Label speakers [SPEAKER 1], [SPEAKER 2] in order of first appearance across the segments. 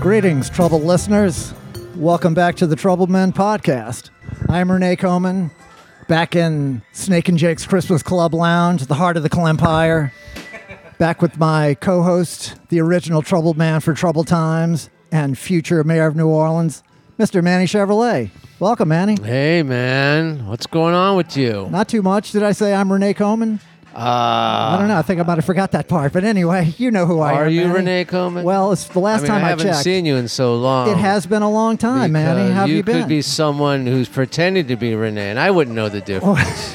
[SPEAKER 1] Greetings, troubled listeners. Welcome back to the Troubled Men podcast. I'm Renee Coman, back in Snake and Jake's Christmas Club Lounge, the heart of the Clem Empire. Back with my co host, the original troubled man for troubled times and future mayor of New Orleans, Mr. Manny Chevrolet. Welcome, Manny.
[SPEAKER 2] Hey man, what's going on with you?
[SPEAKER 1] Not too much. Did I say I'm Renee Coman? I
[SPEAKER 2] Uh,
[SPEAKER 1] don't know. I think I might have forgot that part. But anyway, you know who I am.
[SPEAKER 2] Are you
[SPEAKER 1] Manny.
[SPEAKER 2] Renee Coman?
[SPEAKER 1] Well, it's the
[SPEAKER 2] I
[SPEAKER 1] last
[SPEAKER 2] mean,
[SPEAKER 1] time
[SPEAKER 2] I
[SPEAKER 1] I,
[SPEAKER 2] haven't
[SPEAKER 1] checked.
[SPEAKER 2] seen you in so long.
[SPEAKER 1] It has been a long time, Manny.
[SPEAKER 2] because
[SPEAKER 1] How have you, been?
[SPEAKER 2] could be someone who's pretending to be Renee, and I wouldn't know the difference.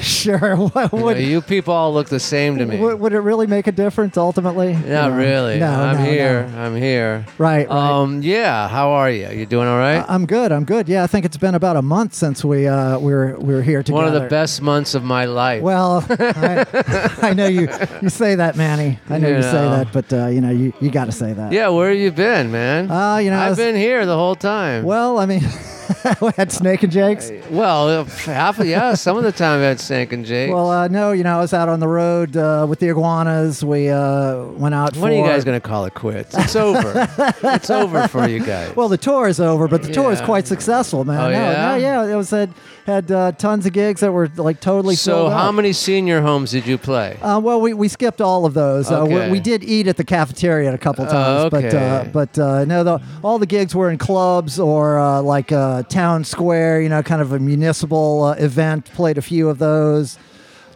[SPEAKER 1] sure. What,
[SPEAKER 2] you,
[SPEAKER 1] would,
[SPEAKER 2] know, you people all look the same to me.
[SPEAKER 1] would would it really make a difference ultimately? No.
[SPEAKER 2] Not really.
[SPEAKER 1] No,
[SPEAKER 2] I'm
[SPEAKER 1] no, no.
[SPEAKER 2] here. I'm here.
[SPEAKER 1] Right, Uh, right.
[SPEAKER 2] Um. Yeah. How are you? You doing all right?
[SPEAKER 1] I'm good. I'm good. Yeah, I think it's been about a month since we uh, we were we were here together.
[SPEAKER 2] One of the best months of my life.
[SPEAKER 1] Well, I, I know you you say that, Manny. I know you,
[SPEAKER 2] You
[SPEAKER 1] say
[SPEAKER 2] know.
[SPEAKER 1] that, but uh, you know you you got to say that.
[SPEAKER 2] yeah. Where you been, man?
[SPEAKER 1] Uh, you know, I
[SPEAKER 2] I've
[SPEAKER 1] was-
[SPEAKER 2] been here the whole time.
[SPEAKER 1] Well, I mean, at Snake and Jake's.
[SPEAKER 2] Well, half of yeah, some of the time at Snake and Jake.
[SPEAKER 1] Well, uh, no, you know, I was out on the road uh, with the iguanas. We uh, went out.
[SPEAKER 2] When
[SPEAKER 1] for,
[SPEAKER 2] are you guys going to call it quits? It's over. it's over for you guys.
[SPEAKER 1] Well, the tour is over, but the tour is
[SPEAKER 2] Yeah.
[SPEAKER 1] quite successful, man.
[SPEAKER 2] Oh,
[SPEAKER 1] no,
[SPEAKER 2] yeah?
[SPEAKER 1] no, yeah, it was had had uh, tons of gigs that were like totally
[SPEAKER 2] so
[SPEAKER 1] sold
[SPEAKER 2] how
[SPEAKER 1] out.
[SPEAKER 2] many senior homes did you play?
[SPEAKER 1] Uh, well, we, we skipped all of those. Uh, we,
[SPEAKER 2] Okay.
[SPEAKER 1] we did eat at the cafeteria a couple times, but uh,
[SPEAKER 2] okay.
[SPEAKER 1] but uh, no, the, all the gigs were in clubs or uh, like uh, town square, you know, kind of a municipal uh, event. Played a few of those,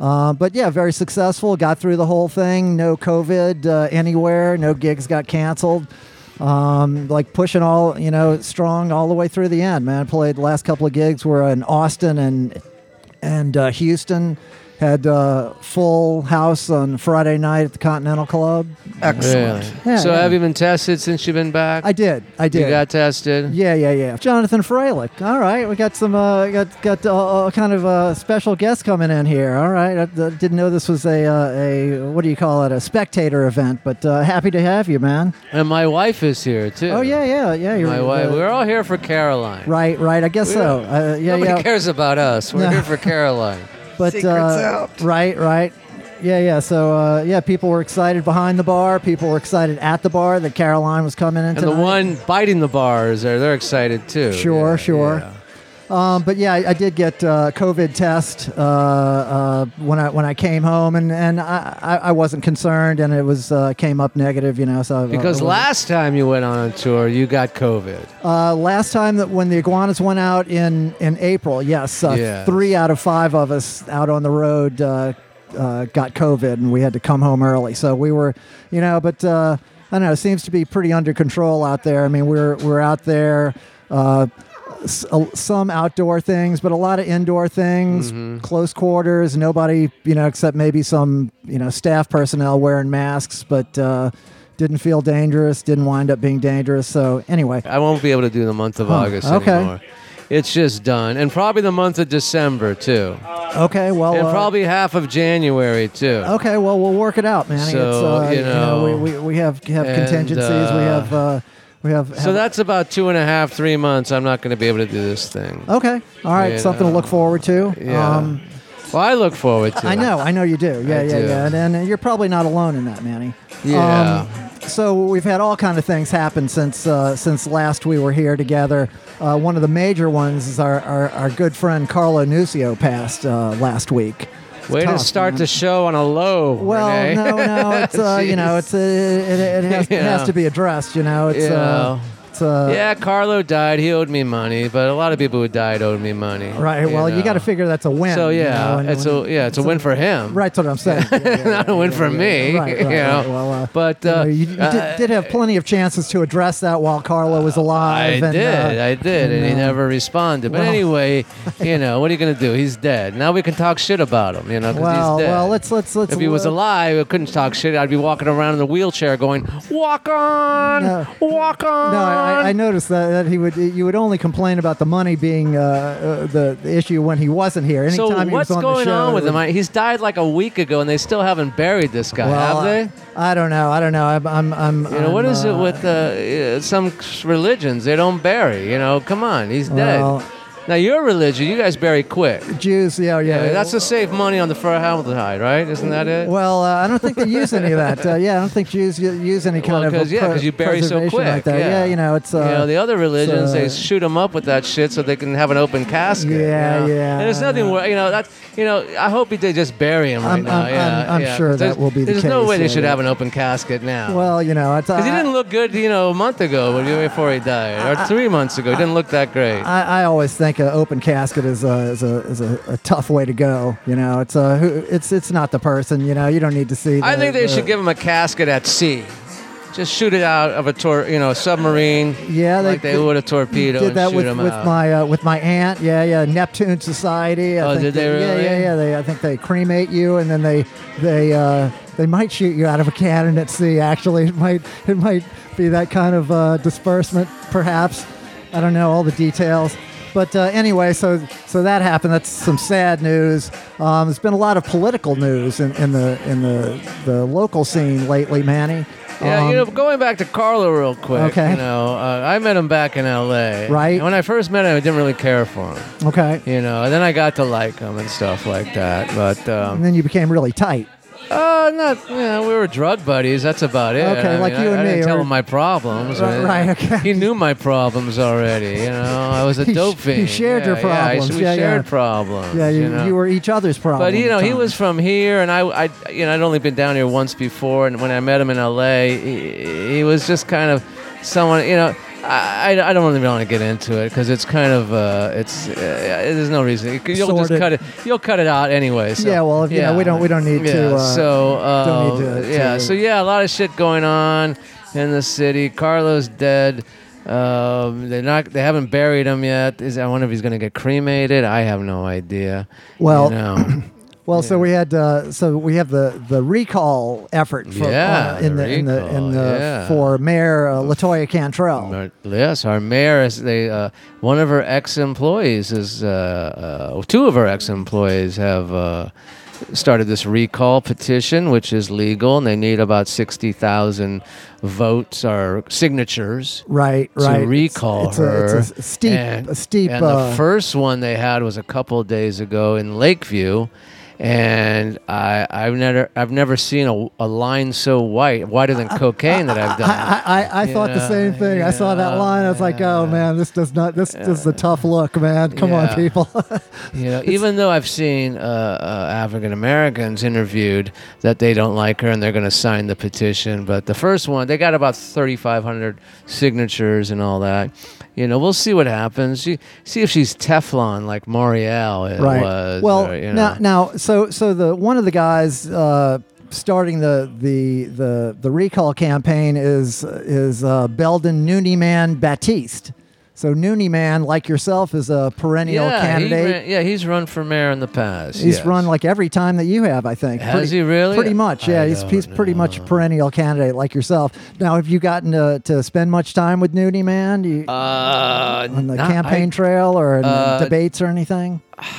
[SPEAKER 1] uh, but yeah, very successful. Got through the whole thing. No COVID uh, anywhere. No gigs got canceled. Um, like pushing all you know strong all the way through the end, man. Played the last couple of gigs were in Austin and and uh, Houston had uh, full house on Friday night at the Continental Club.
[SPEAKER 2] Really?
[SPEAKER 1] Yeah,
[SPEAKER 2] so
[SPEAKER 1] yeah.
[SPEAKER 2] have you been tested since you've been back?
[SPEAKER 1] I did. I did.
[SPEAKER 2] You got tested.
[SPEAKER 1] yeah, yeah, yeah. Jonathan Freilich. All right, we got some uh, got got uh, uh, kind of a special guest coming in here. All right, I, I didn't know this was a uh, a what do you call it a spectator event, but uh, happy to have you, man.
[SPEAKER 2] And my wife is here too.
[SPEAKER 1] Oh yeah, yeah, yeah. You're
[SPEAKER 2] My wife.
[SPEAKER 1] uh,
[SPEAKER 2] We're all here for Caroline.
[SPEAKER 1] right, right. I guess so. Uh, yeah,
[SPEAKER 2] Nobody
[SPEAKER 1] yeah.
[SPEAKER 2] cares about us. We're
[SPEAKER 1] No.
[SPEAKER 2] here for Caroline.
[SPEAKER 1] but
[SPEAKER 3] Secrets
[SPEAKER 1] uh,
[SPEAKER 3] out.
[SPEAKER 1] right right yeah yeah so uh, yeah people were excited behind the bar people were excited at the bar that caroline was coming in
[SPEAKER 2] And
[SPEAKER 1] tonight.
[SPEAKER 2] the one biting the bar is there. They're excited too.
[SPEAKER 1] Sure,
[SPEAKER 2] Yeah,
[SPEAKER 1] sure.
[SPEAKER 2] yeah.
[SPEAKER 1] Um, but yeah, I, I did get uh, COVID test uh, uh, when I when I came home, and and I, I I wasn't concerned, and it was uh, came up negative, you know. So
[SPEAKER 2] Because
[SPEAKER 1] uh,
[SPEAKER 2] last time you went on a tour, you got COVID.
[SPEAKER 1] Uh, last time that when the iguanas went out in in April, yes, uh,
[SPEAKER 2] Yes.
[SPEAKER 1] three out of five of us out on the road uh, uh, got COVID, and we had to come home early. So we were, you know, but uh, I don't know. It seems to be pretty under control out there. I mean, we're we're out there. Uh, s- a- some outdoor things, but a lot of indoor things, close quarters, nobody, you know, except maybe some, you know, staff personnel wearing masks, but uh, didn't feel dangerous, didn't wind up being dangerous. So, anyway,
[SPEAKER 2] I won't be able to do the month of
[SPEAKER 1] Huh,
[SPEAKER 2] August
[SPEAKER 1] okay.
[SPEAKER 2] anymore. It's just done, and probably the month of December too,
[SPEAKER 1] Okay, well,
[SPEAKER 2] and
[SPEAKER 1] uh,
[SPEAKER 2] probably half of January too.
[SPEAKER 1] Okay, well, we'll work it out, man.
[SPEAKER 2] So,
[SPEAKER 1] it's, uh,
[SPEAKER 2] you know,
[SPEAKER 1] we, we, we have have
[SPEAKER 2] and,
[SPEAKER 1] contingencies. we
[SPEAKER 2] uh,
[SPEAKER 1] have uh, we have.
[SPEAKER 2] So
[SPEAKER 1] have-
[SPEAKER 2] that's about two and a half, three months. I'm not going to be able to do this thing.
[SPEAKER 1] okay. All right,
[SPEAKER 2] you
[SPEAKER 1] something to
[SPEAKER 2] know,
[SPEAKER 1] look forward to.
[SPEAKER 2] Yeah.
[SPEAKER 1] Um,
[SPEAKER 2] well, I look forward to.
[SPEAKER 1] I
[SPEAKER 2] it.
[SPEAKER 1] know, I know you do. Yeah,
[SPEAKER 2] I
[SPEAKER 1] yeah,
[SPEAKER 2] do.
[SPEAKER 1] yeah. And, and you're probably not alone in that, Manny.
[SPEAKER 2] Yeah.
[SPEAKER 1] Um, so we've had all kind of things happen since uh, since last we were here together. Uh, one of the major ones is our, our, our good friend Carlo Nucio passed uh, last week. It's
[SPEAKER 2] Way
[SPEAKER 1] tough,
[SPEAKER 2] to start
[SPEAKER 1] man.
[SPEAKER 2] the show on a low.
[SPEAKER 1] Well,
[SPEAKER 2] Renee.
[SPEAKER 1] no, no, it's uh, you know,
[SPEAKER 2] Jeez.
[SPEAKER 1] it's uh, it, it, it, has, it has
[SPEAKER 2] Yeah.
[SPEAKER 1] to be addressed. You know, it's uh,
[SPEAKER 2] Yeah.
[SPEAKER 1] it's uh,
[SPEAKER 2] yeah, Carlo died. He owed me money, but a lot of people who died owed me money.
[SPEAKER 1] right. Well, you,
[SPEAKER 2] know.
[SPEAKER 1] got to figure that's a win.
[SPEAKER 2] So
[SPEAKER 1] you know,
[SPEAKER 2] yeah,
[SPEAKER 1] and
[SPEAKER 2] it's
[SPEAKER 1] when-
[SPEAKER 2] a yeah, it's a win for him.
[SPEAKER 1] right. That's what I'm saying. Yeah, yeah,
[SPEAKER 2] Not a win for me.
[SPEAKER 1] Right, right,
[SPEAKER 2] you know.
[SPEAKER 1] right. Well, uh,
[SPEAKER 2] but
[SPEAKER 1] you, know,
[SPEAKER 2] uh,
[SPEAKER 1] you, you
[SPEAKER 2] uh,
[SPEAKER 1] did, did have plenty of chances to address that while Carlo was alive.
[SPEAKER 2] I
[SPEAKER 1] and,
[SPEAKER 2] did,
[SPEAKER 1] uh,
[SPEAKER 2] I did, and, he
[SPEAKER 1] and, uh,
[SPEAKER 2] never responded. But
[SPEAKER 1] well-
[SPEAKER 2] anyway, you know, what are you gonna do? He's dead. Now we can talk shit about him, you know, 'cause
[SPEAKER 1] well,
[SPEAKER 2] he's dead.
[SPEAKER 1] well, let's let's let's.
[SPEAKER 2] if he was
[SPEAKER 1] let-
[SPEAKER 2] alive, I couldn't talk shit. I'd be walking around in the wheelchair, going, "Walk on,
[SPEAKER 1] No.
[SPEAKER 2] walk on."
[SPEAKER 1] No, I, I noticed that, that he would. You would only complain about the money being uh, uh, the, the issue when he wasn't here. Anytime
[SPEAKER 2] so
[SPEAKER 1] he was
[SPEAKER 2] what's
[SPEAKER 1] on the
[SPEAKER 2] going
[SPEAKER 1] show,
[SPEAKER 2] on with
[SPEAKER 1] it
[SPEAKER 2] him?
[SPEAKER 1] was-
[SPEAKER 2] I, he's died like a week ago, and they still haven't buried this guy, have they?
[SPEAKER 1] I I don't know. I don't know. I'm. I'm. I'm
[SPEAKER 2] You know, what
[SPEAKER 1] I'm,
[SPEAKER 2] is
[SPEAKER 1] uh,
[SPEAKER 2] it with uh, uh, some religions? They don't bury. You know, come on, he's dead.
[SPEAKER 1] Well,
[SPEAKER 2] Now your religion, you guys bury quick.
[SPEAKER 1] Jews, yeah, yeah.
[SPEAKER 2] Yeah, that's to save money on the formaldehyde, right? Isn't that it?
[SPEAKER 1] Well, uh, I don't think they use any of that. Uh, yeah, I don't think Jews u- use any kind of
[SPEAKER 2] Well, 'cause, yeah,
[SPEAKER 1] pre-
[SPEAKER 2] 'cause you bury so
[SPEAKER 1] preservation
[SPEAKER 2] quick,
[SPEAKER 1] Like that.
[SPEAKER 2] yeah.
[SPEAKER 1] you know, it's. Uh,
[SPEAKER 2] you know, the other religions, they
[SPEAKER 1] uh,
[SPEAKER 2] shoot them up with that shit so they can have an open casket. you
[SPEAKER 1] Yeah,
[SPEAKER 2] know?
[SPEAKER 1] yeah,
[SPEAKER 2] And there's
[SPEAKER 1] I
[SPEAKER 2] nothing wor you know, that's, you know, I hope they just bury him right
[SPEAKER 1] I'm-
[SPEAKER 2] now.
[SPEAKER 1] I'm-
[SPEAKER 2] yeah,
[SPEAKER 1] I'm- I'm
[SPEAKER 2] yeah.
[SPEAKER 1] sure that
[SPEAKER 2] There's-
[SPEAKER 1] will be the
[SPEAKER 2] There's no
[SPEAKER 1] case,
[SPEAKER 2] way they
[SPEAKER 1] yeah,
[SPEAKER 2] should
[SPEAKER 1] yeah.
[SPEAKER 2] have an open casket now.
[SPEAKER 1] well, you know, it's. uh,
[SPEAKER 2] Because he
[SPEAKER 1] I-
[SPEAKER 2] didn't look good, you know, a month ago when- before he died, or three months ago. He didn't look that great.
[SPEAKER 1] I, I always think an open casket is a is a is a, a tough way to go. You know, it's a who- it's it's not the person. You know, you don't need to see. The,
[SPEAKER 2] I think they
[SPEAKER 1] the-
[SPEAKER 2] should give him a casket at sea. Just shoot it out of a tor- you know, a submarine.
[SPEAKER 1] Yeah, they-
[SPEAKER 2] like they,
[SPEAKER 1] they
[SPEAKER 2] would a torpedo
[SPEAKER 1] Did
[SPEAKER 2] and
[SPEAKER 1] that
[SPEAKER 2] shoot
[SPEAKER 1] with,
[SPEAKER 2] him
[SPEAKER 1] with
[SPEAKER 2] out.
[SPEAKER 1] my uh, with my aunt. Yeah, yeah. Neptune Society. I
[SPEAKER 2] Oh,
[SPEAKER 1] think
[SPEAKER 2] did they
[SPEAKER 1] Yeah,
[SPEAKER 2] really?
[SPEAKER 1] yeah, yeah. They I think they cremate you and then they they uh, they might shoot you out of a cannon at sea. Actually, it might it might be that kind of uh, disbursement, perhaps. I don't know all the details. But uh, anyway, so so that happened. That's some sad news. Um, there's been a lot of political news in, in the in the, the local scene lately, Manny.
[SPEAKER 2] Yeah,
[SPEAKER 1] Um,
[SPEAKER 2] you know, going back to Carlo real quick.
[SPEAKER 1] Okay.
[SPEAKER 2] You know, uh, I met him back in L.A.
[SPEAKER 1] Right.
[SPEAKER 2] And when I first met him, I didn't really care for him.
[SPEAKER 1] Um, Okay.
[SPEAKER 2] You know, and then I got to like him and stuff like that. But um,
[SPEAKER 1] And then you became really tight.
[SPEAKER 2] Uh, not. Yeah, we were drug buddies. That's about it.
[SPEAKER 1] Okay,
[SPEAKER 2] I
[SPEAKER 1] like
[SPEAKER 2] mean,
[SPEAKER 1] you
[SPEAKER 2] I,
[SPEAKER 1] and
[SPEAKER 2] I didn't
[SPEAKER 1] me,
[SPEAKER 2] tell
[SPEAKER 1] or-
[SPEAKER 2] him my problems.
[SPEAKER 1] Right, right, okay.
[SPEAKER 2] He knew my problems already. You know, I was a
[SPEAKER 1] He sh-
[SPEAKER 2] dope
[SPEAKER 1] he
[SPEAKER 2] fiend.
[SPEAKER 1] shared
[SPEAKER 2] yeah,
[SPEAKER 1] your
[SPEAKER 2] Yeah, I-
[SPEAKER 1] problems.
[SPEAKER 2] we
[SPEAKER 1] Yeah,
[SPEAKER 2] shared
[SPEAKER 1] yeah.
[SPEAKER 2] problems.
[SPEAKER 1] Yeah, you, you,
[SPEAKER 2] know?
[SPEAKER 1] were each other's problem.
[SPEAKER 2] But you know, he
[SPEAKER 1] Tom.
[SPEAKER 2] was from here, and I, I, you know, I'd only been down here once before, and when I met him in L.A., he, he was just kind of someone, you know. I, I I don't really want to get into it because it's kind of uh, it's uh, there's no reason you'll just
[SPEAKER 1] Sordid.
[SPEAKER 2] cut it you'll cut it out anyway. So,
[SPEAKER 1] Yeah, well, if- you know, we don't- we don't need
[SPEAKER 2] yeah,
[SPEAKER 1] to, uh,
[SPEAKER 2] so uh,
[SPEAKER 1] don't need to-
[SPEAKER 2] yeah,
[SPEAKER 1] to-
[SPEAKER 2] so yeah, a lot of shit going on in the city. Carlos dead. Um, they're not. They haven't buried him yet. Is I wonder if he's going to get cremated. I have no idea.
[SPEAKER 1] Well,
[SPEAKER 2] you know.
[SPEAKER 1] Well, so we had uh, so we have the the recall effort for
[SPEAKER 2] Yeah,
[SPEAKER 1] uh, in
[SPEAKER 2] the
[SPEAKER 1] the, in the
[SPEAKER 2] recall,
[SPEAKER 1] in the
[SPEAKER 2] yeah.
[SPEAKER 1] for Mayor uh, Latoya Cantrell.
[SPEAKER 2] Our- Yes, our mayor is they. Uh, one of her ex-employees is. Uh, uh, two of her ex-employees have uh, started this recall petition, which is legal, and they need about sixty thousand votes or signatures.
[SPEAKER 1] Right,
[SPEAKER 2] To
[SPEAKER 1] right. It's-
[SPEAKER 2] recall
[SPEAKER 1] it's,
[SPEAKER 2] her,
[SPEAKER 1] A, it's a steep,
[SPEAKER 2] and,
[SPEAKER 1] a steep.
[SPEAKER 2] And
[SPEAKER 1] uh,
[SPEAKER 2] the first one they had was a couple of days ago in Lakeview, and I, I've never, I've never seen a, a line so white, whiter than cocaine that I've done.
[SPEAKER 1] I, I, I
[SPEAKER 2] You
[SPEAKER 1] thought
[SPEAKER 2] know,
[SPEAKER 1] the same thing. I saw that
[SPEAKER 2] yeah,
[SPEAKER 1] line. I was like, "Oh
[SPEAKER 2] yeah.
[SPEAKER 1] man, this does not. This, this is a tough look, man. Come
[SPEAKER 2] Yeah.
[SPEAKER 1] on, people."
[SPEAKER 2] You know, even though I've seen uh, uh, African Americans interviewed that they don't like her and they're going to sign the petition, but the first one they got about 3,500 signatures and all that. You know, we'll see what happens. See, see if she's Teflon like Marielle
[SPEAKER 1] right.
[SPEAKER 2] was.
[SPEAKER 1] well,
[SPEAKER 2] or, you
[SPEAKER 1] now,
[SPEAKER 2] know.
[SPEAKER 1] now, so so the one of the guys uh, starting the, the the the recall campaign is is uh, Belden Noonieman Baptiste. So Noonieman, like yourself, is a perennial
[SPEAKER 2] yeah,
[SPEAKER 1] candidate.
[SPEAKER 2] He ran, yeah, he's run for mayor in the past.
[SPEAKER 1] He's
[SPEAKER 2] yes.
[SPEAKER 1] run like every time that you have, I think.
[SPEAKER 2] Has he really?
[SPEAKER 1] Pretty much,
[SPEAKER 2] I
[SPEAKER 1] yeah. He's, he's
[SPEAKER 2] don't
[SPEAKER 1] pretty much a perennial candidate like yourself. Now, have you gotten to, to spend much time with Noonie Man Do you,
[SPEAKER 2] uh,
[SPEAKER 1] on the
[SPEAKER 2] not-
[SPEAKER 1] campaign trail or in
[SPEAKER 2] uh,
[SPEAKER 1] debates or anything?
[SPEAKER 2] I,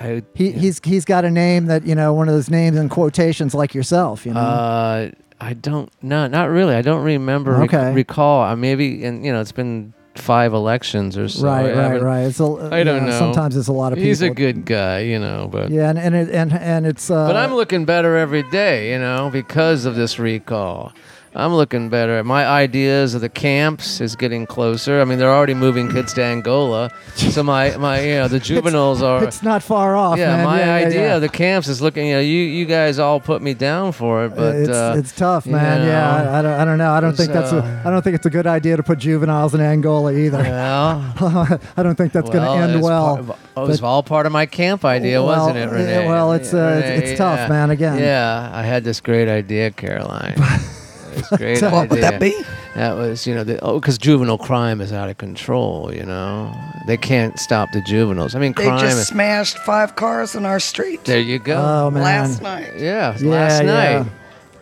[SPEAKER 2] I,
[SPEAKER 1] He, He's he's got a name that you know one of those names in quotations like yourself. You know,
[SPEAKER 2] Uh, I don't. No, not really. I don't remember. rec-
[SPEAKER 1] Okay.
[SPEAKER 2] recall. I maybe, and you know, it's been five elections or so.
[SPEAKER 1] right,
[SPEAKER 2] I
[SPEAKER 1] right,
[SPEAKER 2] haven't-
[SPEAKER 1] right. It's a, uh,
[SPEAKER 2] I don't know.
[SPEAKER 1] Sometimes it's a lot of people.
[SPEAKER 2] He's a good guy, you know, but
[SPEAKER 1] Yeah, and and it, and, and it's. Uh,
[SPEAKER 2] but I'm looking better every day, you know, because of this recall. I'm looking better. My ideas of the camps is getting closer. I mean, they're already moving kids to Angola, so my my you know the juveniles are.
[SPEAKER 1] It's not far off.
[SPEAKER 2] yeah,
[SPEAKER 1] man.
[SPEAKER 2] my
[SPEAKER 1] yeah,
[SPEAKER 2] idea
[SPEAKER 1] yeah.
[SPEAKER 2] of the camps is looking. You know, you you guys all put me down for it, but
[SPEAKER 1] it's,
[SPEAKER 2] uh,
[SPEAKER 1] it's tough,
[SPEAKER 2] you
[SPEAKER 1] man.
[SPEAKER 2] know.
[SPEAKER 1] yeah, I, I don't, I don't know. I don't think that's
[SPEAKER 2] uh,
[SPEAKER 1] a, I don't think it's a good idea to put juveniles in Angola either.
[SPEAKER 2] well,
[SPEAKER 1] I don't think that's
[SPEAKER 2] Well,
[SPEAKER 1] going to
[SPEAKER 2] it
[SPEAKER 1] end
[SPEAKER 2] was
[SPEAKER 1] well.
[SPEAKER 2] part of- it was all part of my camp idea,
[SPEAKER 1] Well,
[SPEAKER 2] wasn't it,
[SPEAKER 1] yeah,
[SPEAKER 2] Renee?
[SPEAKER 1] well, it's, uh, it's-
[SPEAKER 2] Renee,
[SPEAKER 1] it's tough, man, again.
[SPEAKER 2] yeah, I had this great idea, Caroline. This great
[SPEAKER 1] So
[SPEAKER 2] idea.
[SPEAKER 1] what would that
[SPEAKER 2] That was, you know, the, oh, because juvenile crime is out of control. You know, they can't stop the juveniles. I mean,
[SPEAKER 3] They
[SPEAKER 2] crime.
[SPEAKER 3] just
[SPEAKER 2] is-
[SPEAKER 3] smashed five cars in our street
[SPEAKER 2] there you go.
[SPEAKER 1] oh man.
[SPEAKER 3] last night.
[SPEAKER 2] yeah,
[SPEAKER 1] Yeah,
[SPEAKER 2] last
[SPEAKER 1] yeah.
[SPEAKER 2] night.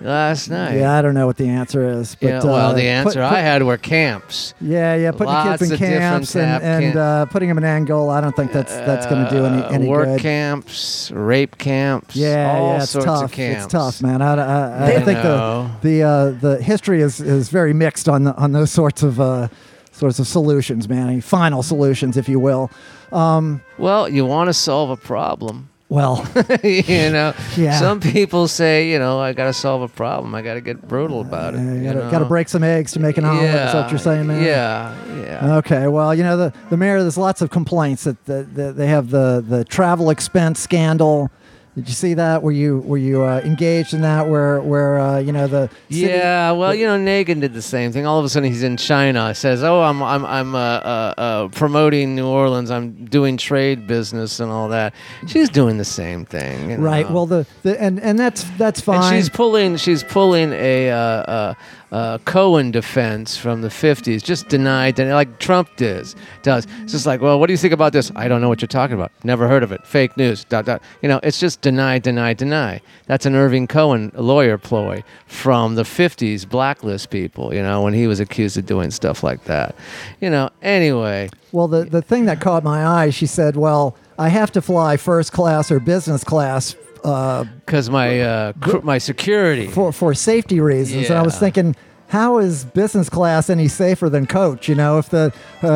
[SPEAKER 2] Last night.
[SPEAKER 1] Yeah, I don't know what the answer is. But,
[SPEAKER 2] Yeah, well,
[SPEAKER 1] uh,
[SPEAKER 2] the answer
[SPEAKER 1] put, put,
[SPEAKER 2] I had were camps.
[SPEAKER 1] Yeah, yeah, putting
[SPEAKER 2] Lots
[SPEAKER 1] kids in
[SPEAKER 2] of different
[SPEAKER 1] camps and,
[SPEAKER 2] tap camp-
[SPEAKER 1] and uh, putting them in Angola. I don't think that's that's going to do any
[SPEAKER 2] Uh,
[SPEAKER 1] any
[SPEAKER 2] work
[SPEAKER 1] good.
[SPEAKER 2] camps, rape camps.
[SPEAKER 1] Yeah,
[SPEAKER 2] all
[SPEAKER 1] yeah, it's
[SPEAKER 2] sorts
[SPEAKER 1] tough.
[SPEAKER 2] of camps.
[SPEAKER 1] It's tough, man. I, I, I
[SPEAKER 2] You
[SPEAKER 1] think
[SPEAKER 2] know.
[SPEAKER 1] the the uh, the history is, is very mixed on the, on those sorts of uh, sorts of solutions, Manny. Final solutions, if you will.
[SPEAKER 2] Well, you want to solve a problem.
[SPEAKER 1] Well,
[SPEAKER 2] you know,
[SPEAKER 1] Yeah.
[SPEAKER 2] some people say, you know, I got to solve a problem. I got to get brutal about it.
[SPEAKER 1] Uh, you
[SPEAKER 2] you
[SPEAKER 1] gotta,
[SPEAKER 2] know?
[SPEAKER 1] gotta break some eggs to make an omelet. Is that what you're saying, Uh, Manny?
[SPEAKER 2] Yeah, yeah.
[SPEAKER 1] Okay, well, you know the, the mayor. There's lots of complaints that the, the, they have the, the travel expense scandal. Did you see that? Were you were you uh, engaged in that? Where where uh, you know the city-
[SPEAKER 2] yeah, well, you know, Nagin did the same thing. All of a sudden, he's in China. Says, "Oh, I'm, I'm, I'm uh, uh, uh, promoting New Orleans. I'm doing trade business and all that." She's doing the same thing, you
[SPEAKER 1] right?
[SPEAKER 2] know.
[SPEAKER 1] Well, the, the and and that's that's
[SPEAKER 2] Uh-huh. and
[SPEAKER 1] fine.
[SPEAKER 2] she's pulling, she's pulling a uh, uh, uh, Cohen defense from the '50s, just denied, denied, like Trump does. Does it's just like, well, what do you think about this? I don't know what you're talking about. Never heard of it. Fake news. Dot dot. You know, it's just deny, deny, deny. That's an Irving Cohen lawyer ploy from the '50s, blacklist people. You know, when he was accused of doing stuff like that. You know, anyway.
[SPEAKER 1] well, the the thing that caught my eye, she said, "Well, I have to fly first class or business class uh,
[SPEAKER 2] Because my uh, cr- my security.
[SPEAKER 1] for for safety reasons. And I was
[SPEAKER 2] Yeah.
[SPEAKER 1] thinking, how is business class any safer than coach? You know, if the uh,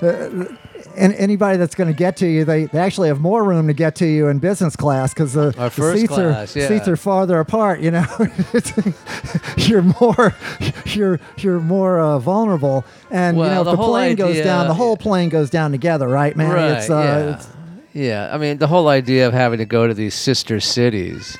[SPEAKER 1] uh, and anybody that's going to get to you, they, they actually have more room to get to you in business class because the,
[SPEAKER 2] Or
[SPEAKER 1] the
[SPEAKER 2] first
[SPEAKER 1] seats
[SPEAKER 2] class,
[SPEAKER 1] are
[SPEAKER 2] yeah.
[SPEAKER 1] seats are farther apart. You know, It's- you're more you're you're more uh, vulnerable. And you
[SPEAKER 2] Well,
[SPEAKER 1] know, if
[SPEAKER 2] the
[SPEAKER 1] the
[SPEAKER 2] whole
[SPEAKER 1] plane goes
[SPEAKER 2] idea-
[SPEAKER 1] down, the whole plane goes down together, right, man?
[SPEAKER 2] Right.
[SPEAKER 1] It's, uh,
[SPEAKER 2] yeah.
[SPEAKER 1] it's-
[SPEAKER 2] yeah. I mean, the whole idea of having to go to these sister cities,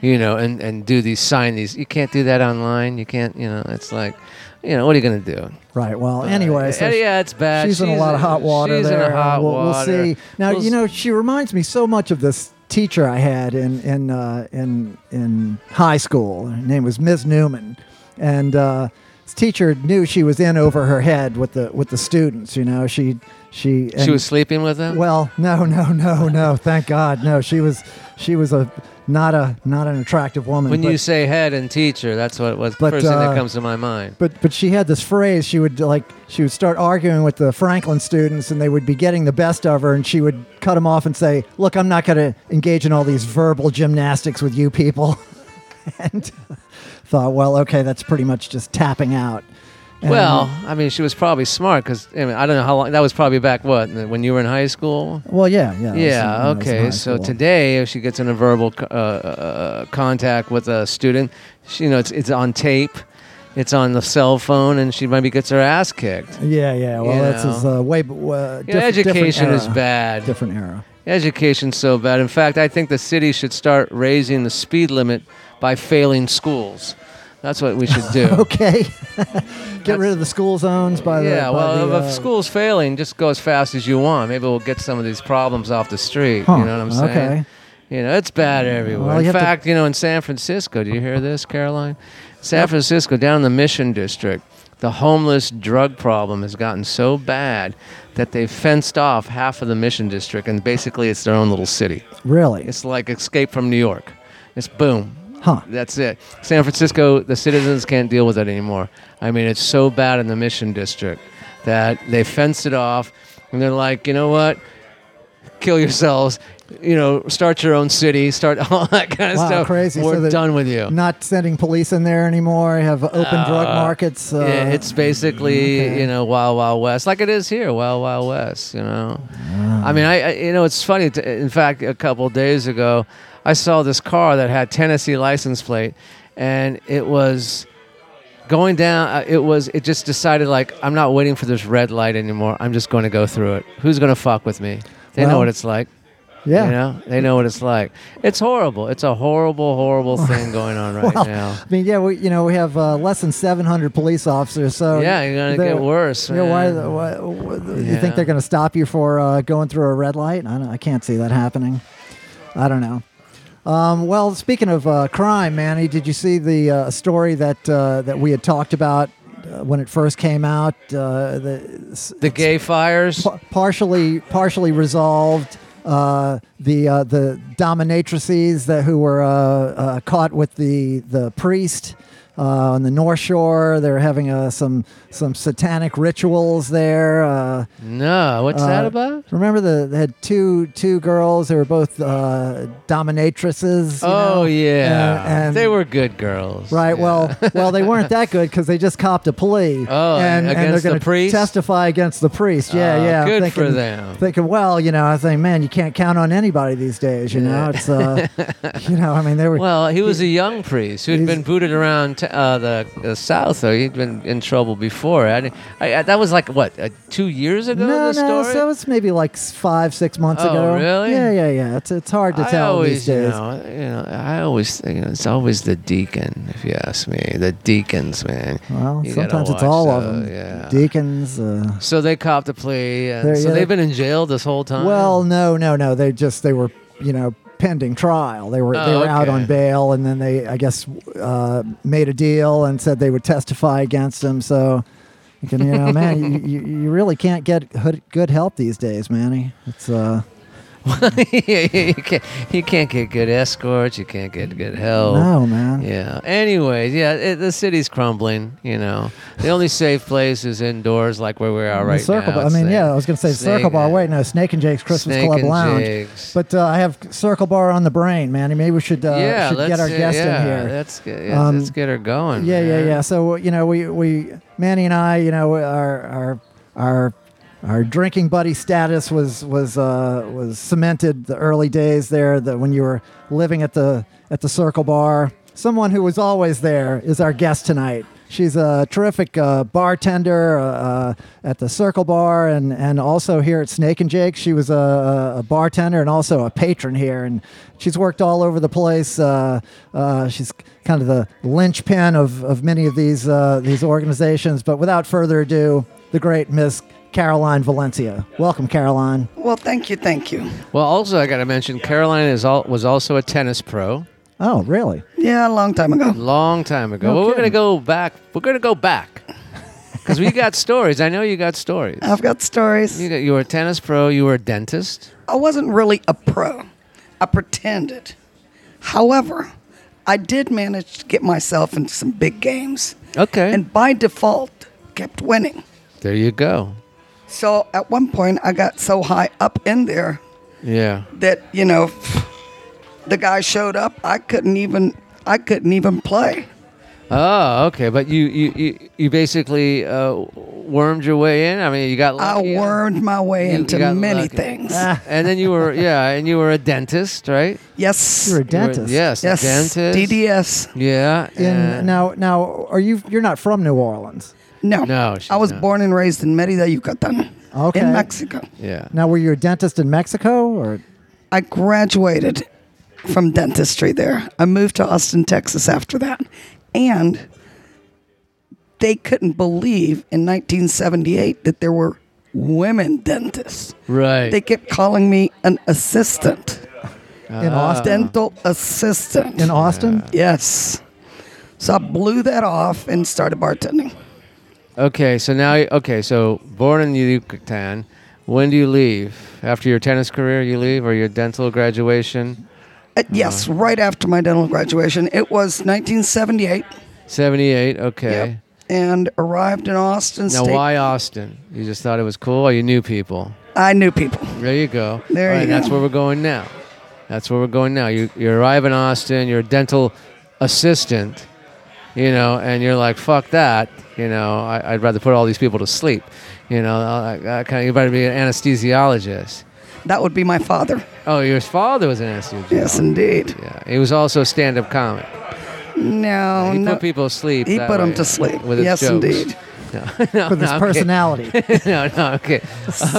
[SPEAKER 2] you know, and, and do these sign these. You can't do that online. You can't. You know, it's like, you know, what are you gonna do? Uh,
[SPEAKER 1] Right. Well, anyway, so
[SPEAKER 2] yeah, yeah, it's bad.
[SPEAKER 1] She's, in a lot of hot water
[SPEAKER 2] she's in
[SPEAKER 1] there.
[SPEAKER 2] a hot
[SPEAKER 1] we'll,
[SPEAKER 2] water.
[SPEAKER 1] we'll see. Now,
[SPEAKER 2] We'll
[SPEAKER 1] you
[SPEAKER 2] s-
[SPEAKER 1] know, she reminds me so much of this teacher I had in in uh, in in high school. Her name was Ms. Newman, and uh, this teacher knew she was in over her head with the with the students. You know, she she and-
[SPEAKER 2] she was sleeping with him.
[SPEAKER 1] well, no, no, no, no. Thank God, no. She was she was a not a not an attractive woman.
[SPEAKER 2] when
[SPEAKER 1] but-
[SPEAKER 2] you say head and teacher, that's what was the
[SPEAKER 1] But,
[SPEAKER 2] first thing
[SPEAKER 1] uh,
[SPEAKER 2] that comes to my mind.
[SPEAKER 1] But but she had this phrase. She would like she would start arguing with the Franklin students, and they would be getting the best of her, and she would cut them off and say, "Look, I'm not going to engage in all these verbal gymnastics with you people." and thought, well, okay, that's pretty much just tapping out. And,
[SPEAKER 2] Well, I mean, she was probably smart because I, mean, I don't know how long. That was probably back what when you were in high school.
[SPEAKER 1] well, yeah, yeah, it was in-
[SPEAKER 2] Yeah.
[SPEAKER 1] it was in high
[SPEAKER 2] Okay. So
[SPEAKER 1] school.
[SPEAKER 2] today, if she gets in a verbal co- uh, uh, contact with a student, she, you know, it's it's on tape, it's on the cell phone, and she maybe gets her ass kicked.
[SPEAKER 1] Yeah, yeah. Well,
[SPEAKER 2] you
[SPEAKER 1] that's
[SPEAKER 2] know.
[SPEAKER 1] is uh, way. b- Uh,
[SPEAKER 2] You know,
[SPEAKER 1] diff- different
[SPEAKER 2] education is
[SPEAKER 1] era.
[SPEAKER 2] bad.
[SPEAKER 1] Different era.
[SPEAKER 2] Education's so bad. In fact, I think the city should start raising the speed limit by failing schools. That's what we should do.
[SPEAKER 1] Okay. Get rid of the school zones by the by
[SPEAKER 2] Yeah, well,
[SPEAKER 1] the,
[SPEAKER 2] if-
[SPEAKER 1] uh,
[SPEAKER 2] if school's failing, just go as fast as you want. Maybe we'll get some of these problems off the street.
[SPEAKER 1] Huh,
[SPEAKER 2] You know what I'm saying?
[SPEAKER 1] okay.
[SPEAKER 2] You know, it's bad everywhere.
[SPEAKER 1] Well, you have
[SPEAKER 2] in
[SPEAKER 1] to-
[SPEAKER 2] fact, you know, in San Francisco, do you hear this, Caroline? San Francisco, down in the Mission District, the homeless drug problem has gotten so bad that they've fenced off half of the Mission District, and basically it's their own little city.
[SPEAKER 1] Really?
[SPEAKER 2] It's like Escape from New York. It's boom.
[SPEAKER 1] Huh.
[SPEAKER 2] That's it. San Francisco, the citizens can't deal with it anymore. I mean, it's so bad in the Mission District that they fenced it off, and they're like, you know what? Kill yourselves. You know, start your own city. Start all that kind of
[SPEAKER 1] Wow,
[SPEAKER 2] stuff.
[SPEAKER 1] crazy.
[SPEAKER 2] We're
[SPEAKER 1] So they're
[SPEAKER 2] done with you.
[SPEAKER 1] Not sending police in there anymore. Have open drug markets. Uh,
[SPEAKER 2] yeah, it's basically
[SPEAKER 1] okay.
[SPEAKER 2] you know Wild Wild West, like it is here, Wild Wild West. You know, I mean, I, I you know it's funny. To, in fact, a couple of days ago, I saw this car that had Tennessee license plate, and it was going down. uh, It was it just decided like I'm not waiting for this red light anymore. I'm just going to go through it. Who's going to fuck with me? They know
[SPEAKER 1] Well,
[SPEAKER 2] what it's like.
[SPEAKER 1] yeah.
[SPEAKER 2] You know, they know what it's like. It's horrible. It's a horrible, horrible thing going on right
[SPEAKER 1] Well,
[SPEAKER 2] now.
[SPEAKER 1] I mean, yeah, we you know we have uh, less than 700 police officers, so
[SPEAKER 2] Yeah, you're gonna
[SPEAKER 1] they're-
[SPEAKER 2] get worse,
[SPEAKER 1] You know, why,
[SPEAKER 2] man.
[SPEAKER 1] why, why- You
[SPEAKER 2] Yeah.
[SPEAKER 1] think they're gonna stop you for uh, going through a red light? I, don't, I can't see that happening. I don't know. Um, well, speaking of uh, crime, Manny, did you see the uh, story that uh, that we had talked about uh, when it first came out? Uh, the
[SPEAKER 2] The gay fires.
[SPEAKER 1] pa- partially partially resolved uh, the uh, the dominatrices that who were uh, uh, caught with the the priest. uh, on the North Shore. They're having uh, some some satanic rituals there. Uh,
[SPEAKER 2] No, what's that
[SPEAKER 1] uh,
[SPEAKER 2] about?
[SPEAKER 1] Remember the they had two two girls. They were both uh, dominatrices. you know?
[SPEAKER 2] Oh yeah,
[SPEAKER 1] And- and-
[SPEAKER 2] they were good girls.
[SPEAKER 1] Right.
[SPEAKER 2] Yeah.
[SPEAKER 1] Well, well, they weren't that good because they just copped a plea.
[SPEAKER 2] Oh,
[SPEAKER 1] and, and
[SPEAKER 2] against the
[SPEAKER 1] they're going to
[SPEAKER 2] priest?
[SPEAKER 1] testify against the priest. Yeah,
[SPEAKER 2] Oh,
[SPEAKER 1] yeah. I'm
[SPEAKER 2] good
[SPEAKER 1] thinking,
[SPEAKER 2] for them.
[SPEAKER 1] Thinking, well, you know, I think, man, you can't count on anybody these days. You know, it's, uh, you know, I mean, they were.
[SPEAKER 2] Well, he was a young priest who'd
[SPEAKER 1] He's-
[SPEAKER 2] been booted around t- uh, the, the South, though. He'd been in trouble before. I, didn't- I, I- that was like, what, uh, two years ago?
[SPEAKER 1] no,
[SPEAKER 2] this
[SPEAKER 1] no,
[SPEAKER 2] story?
[SPEAKER 1] so it's maybe like s- five, six months
[SPEAKER 2] Oh,
[SPEAKER 1] ago.
[SPEAKER 2] really?
[SPEAKER 1] Yeah, yeah, yeah. It's it's hard to
[SPEAKER 2] I
[SPEAKER 1] tell
[SPEAKER 2] always,
[SPEAKER 1] these days.
[SPEAKER 2] You know, you know, I always think you know, it's always the deacon, if you ask me. The deacons, man.
[SPEAKER 1] Well,
[SPEAKER 2] You gotta
[SPEAKER 1] sometimes it's
[SPEAKER 2] watch
[SPEAKER 1] all of
[SPEAKER 2] those,
[SPEAKER 1] them.
[SPEAKER 2] Yeah.
[SPEAKER 1] Deacons. Uh,
[SPEAKER 2] so they copped a plea.
[SPEAKER 1] They're-
[SPEAKER 2] And so
[SPEAKER 1] yeah,
[SPEAKER 2] they've
[SPEAKER 1] they-
[SPEAKER 2] been in jail this whole time.
[SPEAKER 1] Well, no, no, no. They just they were you know pending trial. They were they
[SPEAKER 2] Oh,
[SPEAKER 1] were out
[SPEAKER 2] okay.
[SPEAKER 1] on bail, and then they I guess uh, made a deal and said they would testify against him. So. You, can, you know, man, you, you, you really can't get hood- good help these days, Manny. It's uh,
[SPEAKER 2] you, can't, you can't get good escorts. You can't get good help.
[SPEAKER 1] no, man.
[SPEAKER 2] Oh, Yeah. Anyways, yeah, it, the city's crumbling. You know, the only safe place is indoors, like where we are
[SPEAKER 1] The
[SPEAKER 2] right
[SPEAKER 1] circle,
[SPEAKER 2] now.
[SPEAKER 1] Bar- I
[SPEAKER 2] It's
[SPEAKER 1] mean,
[SPEAKER 2] the
[SPEAKER 1] yeah, I was gonna say circle
[SPEAKER 2] Snake-
[SPEAKER 1] bar. Wait, no, Snake and Jake's Christmas
[SPEAKER 2] Snake
[SPEAKER 1] Club
[SPEAKER 2] and
[SPEAKER 1] Lounge.
[SPEAKER 2] Jake's.
[SPEAKER 1] But uh, I have circle bar on the brain, Manny. Maybe we should uh,
[SPEAKER 2] yeah,
[SPEAKER 1] should get
[SPEAKER 2] let's-
[SPEAKER 1] our guest
[SPEAKER 2] yeah,
[SPEAKER 1] in here.
[SPEAKER 2] Let's get, yeah,
[SPEAKER 1] Um,
[SPEAKER 2] let's get her going.
[SPEAKER 1] Yeah, yeah,
[SPEAKER 2] man.
[SPEAKER 1] yeah. So you know, we we Manny and I, you know, our our our our drinking buddy status was was uh, was cemented the early days there. That when you were living at the at the Circle Bar, someone who was always there is our guest tonight. She's a terrific uh, bartender uh, uh, at the Circle Bar and, and also here at Snake and Jake. She was a- a, a bartender and also a patron here, and she's worked all over the place. Uh, uh, she's kind of the linchpin of, of many of these uh, these organizations. But without further ado, the great Miss Caroline Valencia. Welcome, Caroline.
[SPEAKER 3] Well, thank you, thank you.
[SPEAKER 2] Well, also I got to mention Caroline is all, was also a tennis pro
[SPEAKER 1] Oh, really?
[SPEAKER 3] Yeah, a long time ago.
[SPEAKER 2] long time ago.
[SPEAKER 1] No
[SPEAKER 2] well, we're gonna
[SPEAKER 1] kidding.
[SPEAKER 2] go back. We're gonna go back because we got stories. I know you got stories.
[SPEAKER 1] Um,
[SPEAKER 3] I've got stories.
[SPEAKER 2] You, got, you were a tennis pro. You were a dentist.
[SPEAKER 3] I wasn't really a pro. I pretended. However, I did manage to get myself into some big games
[SPEAKER 2] Okay.
[SPEAKER 3] and by default kept winning.
[SPEAKER 2] there you go.
[SPEAKER 3] So at one point, I got so high up in there
[SPEAKER 2] Yeah.
[SPEAKER 3] that, you know, the guy showed up. I couldn't even, I couldn't even play.
[SPEAKER 2] Oh, okay. But you you you, you basically uh, wormed your way in. I mean, you got
[SPEAKER 3] I
[SPEAKER 2] lucky.
[SPEAKER 3] wormed my way
[SPEAKER 2] You
[SPEAKER 3] into
[SPEAKER 2] got
[SPEAKER 3] many
[SPEAKER 2] lucky. Ah,
[SPEAKER 3] things.
[SPEAKER 2] and then you were yeah, and you were a dentist, right?
[SPEAKER 3] Yes.
[SPEAKER 1] You're a
[SPEAKER 2] You were-
[SPEAKER 1] dentist.
[SPEAKER 2] yes.
[SPEAKER 3] Yes.
[SPEAKER 2] Dentist.
[SPEAKER 3] DDS.
[SPEAKER 2] Yeah.
[SPEAKER 1] In,
[SPEAKER 2] and-
[SPEAKER 1] now, now, are you? You're not from New Orleans.
[SPEAKER 3] No.
[SPEAKER 2] No, she's
[SPEAKER 3] I was
[SPEAKER 2] not.
[SPEAKER 3] born and raised in Mérida, Yucatan.
[SPEAKER 1] Okay.
[SPEAKER 3] In Mexico.
[SPEAKER 2] Yeah.
[SPEAKER 1] Now, were you a dentist in Mexico, or
[SPEAKER 3] I graduated from dentistry there. I moved to Austin, Texas after that. And they couldn't believe in 1978 that there were women dentists.
[SPEAKER 2] Right.
[SPEAKER 3] They kept calling me an assistant,
[SPEAKER 1] in Austin?
[SPEAKER 3] dental assistant.
[SPEAKER 1] Ah. In Austin?
[SPEAKER 3] yes. So I blew that off and started bartending.
[SPEAKER 2] okay. So now okay. So born in Yucatan. When do you leave? After your tennis career, you leave, or your dental graduation?
[SPEAKER 3] Uh, yes,
[SPEAKER 2] Uh-huh.
[SPEAKER 3] right after my dental graduation. It was 1978
[SPEAKER 2] Seventy-eight. Okay.
[SPEAKER 3] and arrived in Austin
[SPEAKER 2] Now,
[SPEAKER 3] State.
[SPEAKER 2] why Austin? You just thought it was cool, or you knew people?
[SPEAKER 3] I knew people.
[SPEAKER 2] There you go.
[SPEAKER 3] There
[SPEAKER 2] All
[SPEAKER 3] you
[SPEAKER 2] right, That's
[SPEAKER 3] go.
[SPEAKER 2] where we're going now. That's where we're going now. You you arrive in Austin. You're a dental assistant, you know, and you're like, fuck that. You know, I, I'd rather put all these people to sleep. You know, I, I kind of, you better be an anesthesiologist.
[SPEAKER 3] That would be my father.
[SPEAKER 2] Oh, your father was an anesthesiologist.
[SPEAKER 3] Yes, indeed.
[SPEAKER 2] Yeah. He was also a stand-up comic.
[SPEAKER 3] No,
[SPEAKER 2] He
[SPEAKER 3] Oh, no.
[SPEAKER 2] put people to sleep.
[SPEAKER 3] He
[SPEAKER 2] that
[SPEAKER 3] put 'em
[SPEAKER 2] way
[SPEAKER 3] to sleep.
[SPEAKER 2] With his
[SPEAKER 3] Yes,
[SPEAKER 2] jokes.
[SPEAKER 3] indeed.
[SPEAKER 2] No, no,
[SPEAKER 1] With
[SPEAKER 2] no,
[SPEAKER 1] his
[SPEAKER 2] I'm kidding.
[SPEAKER 1] personality.
[SPEAKER 2] no, no, okay.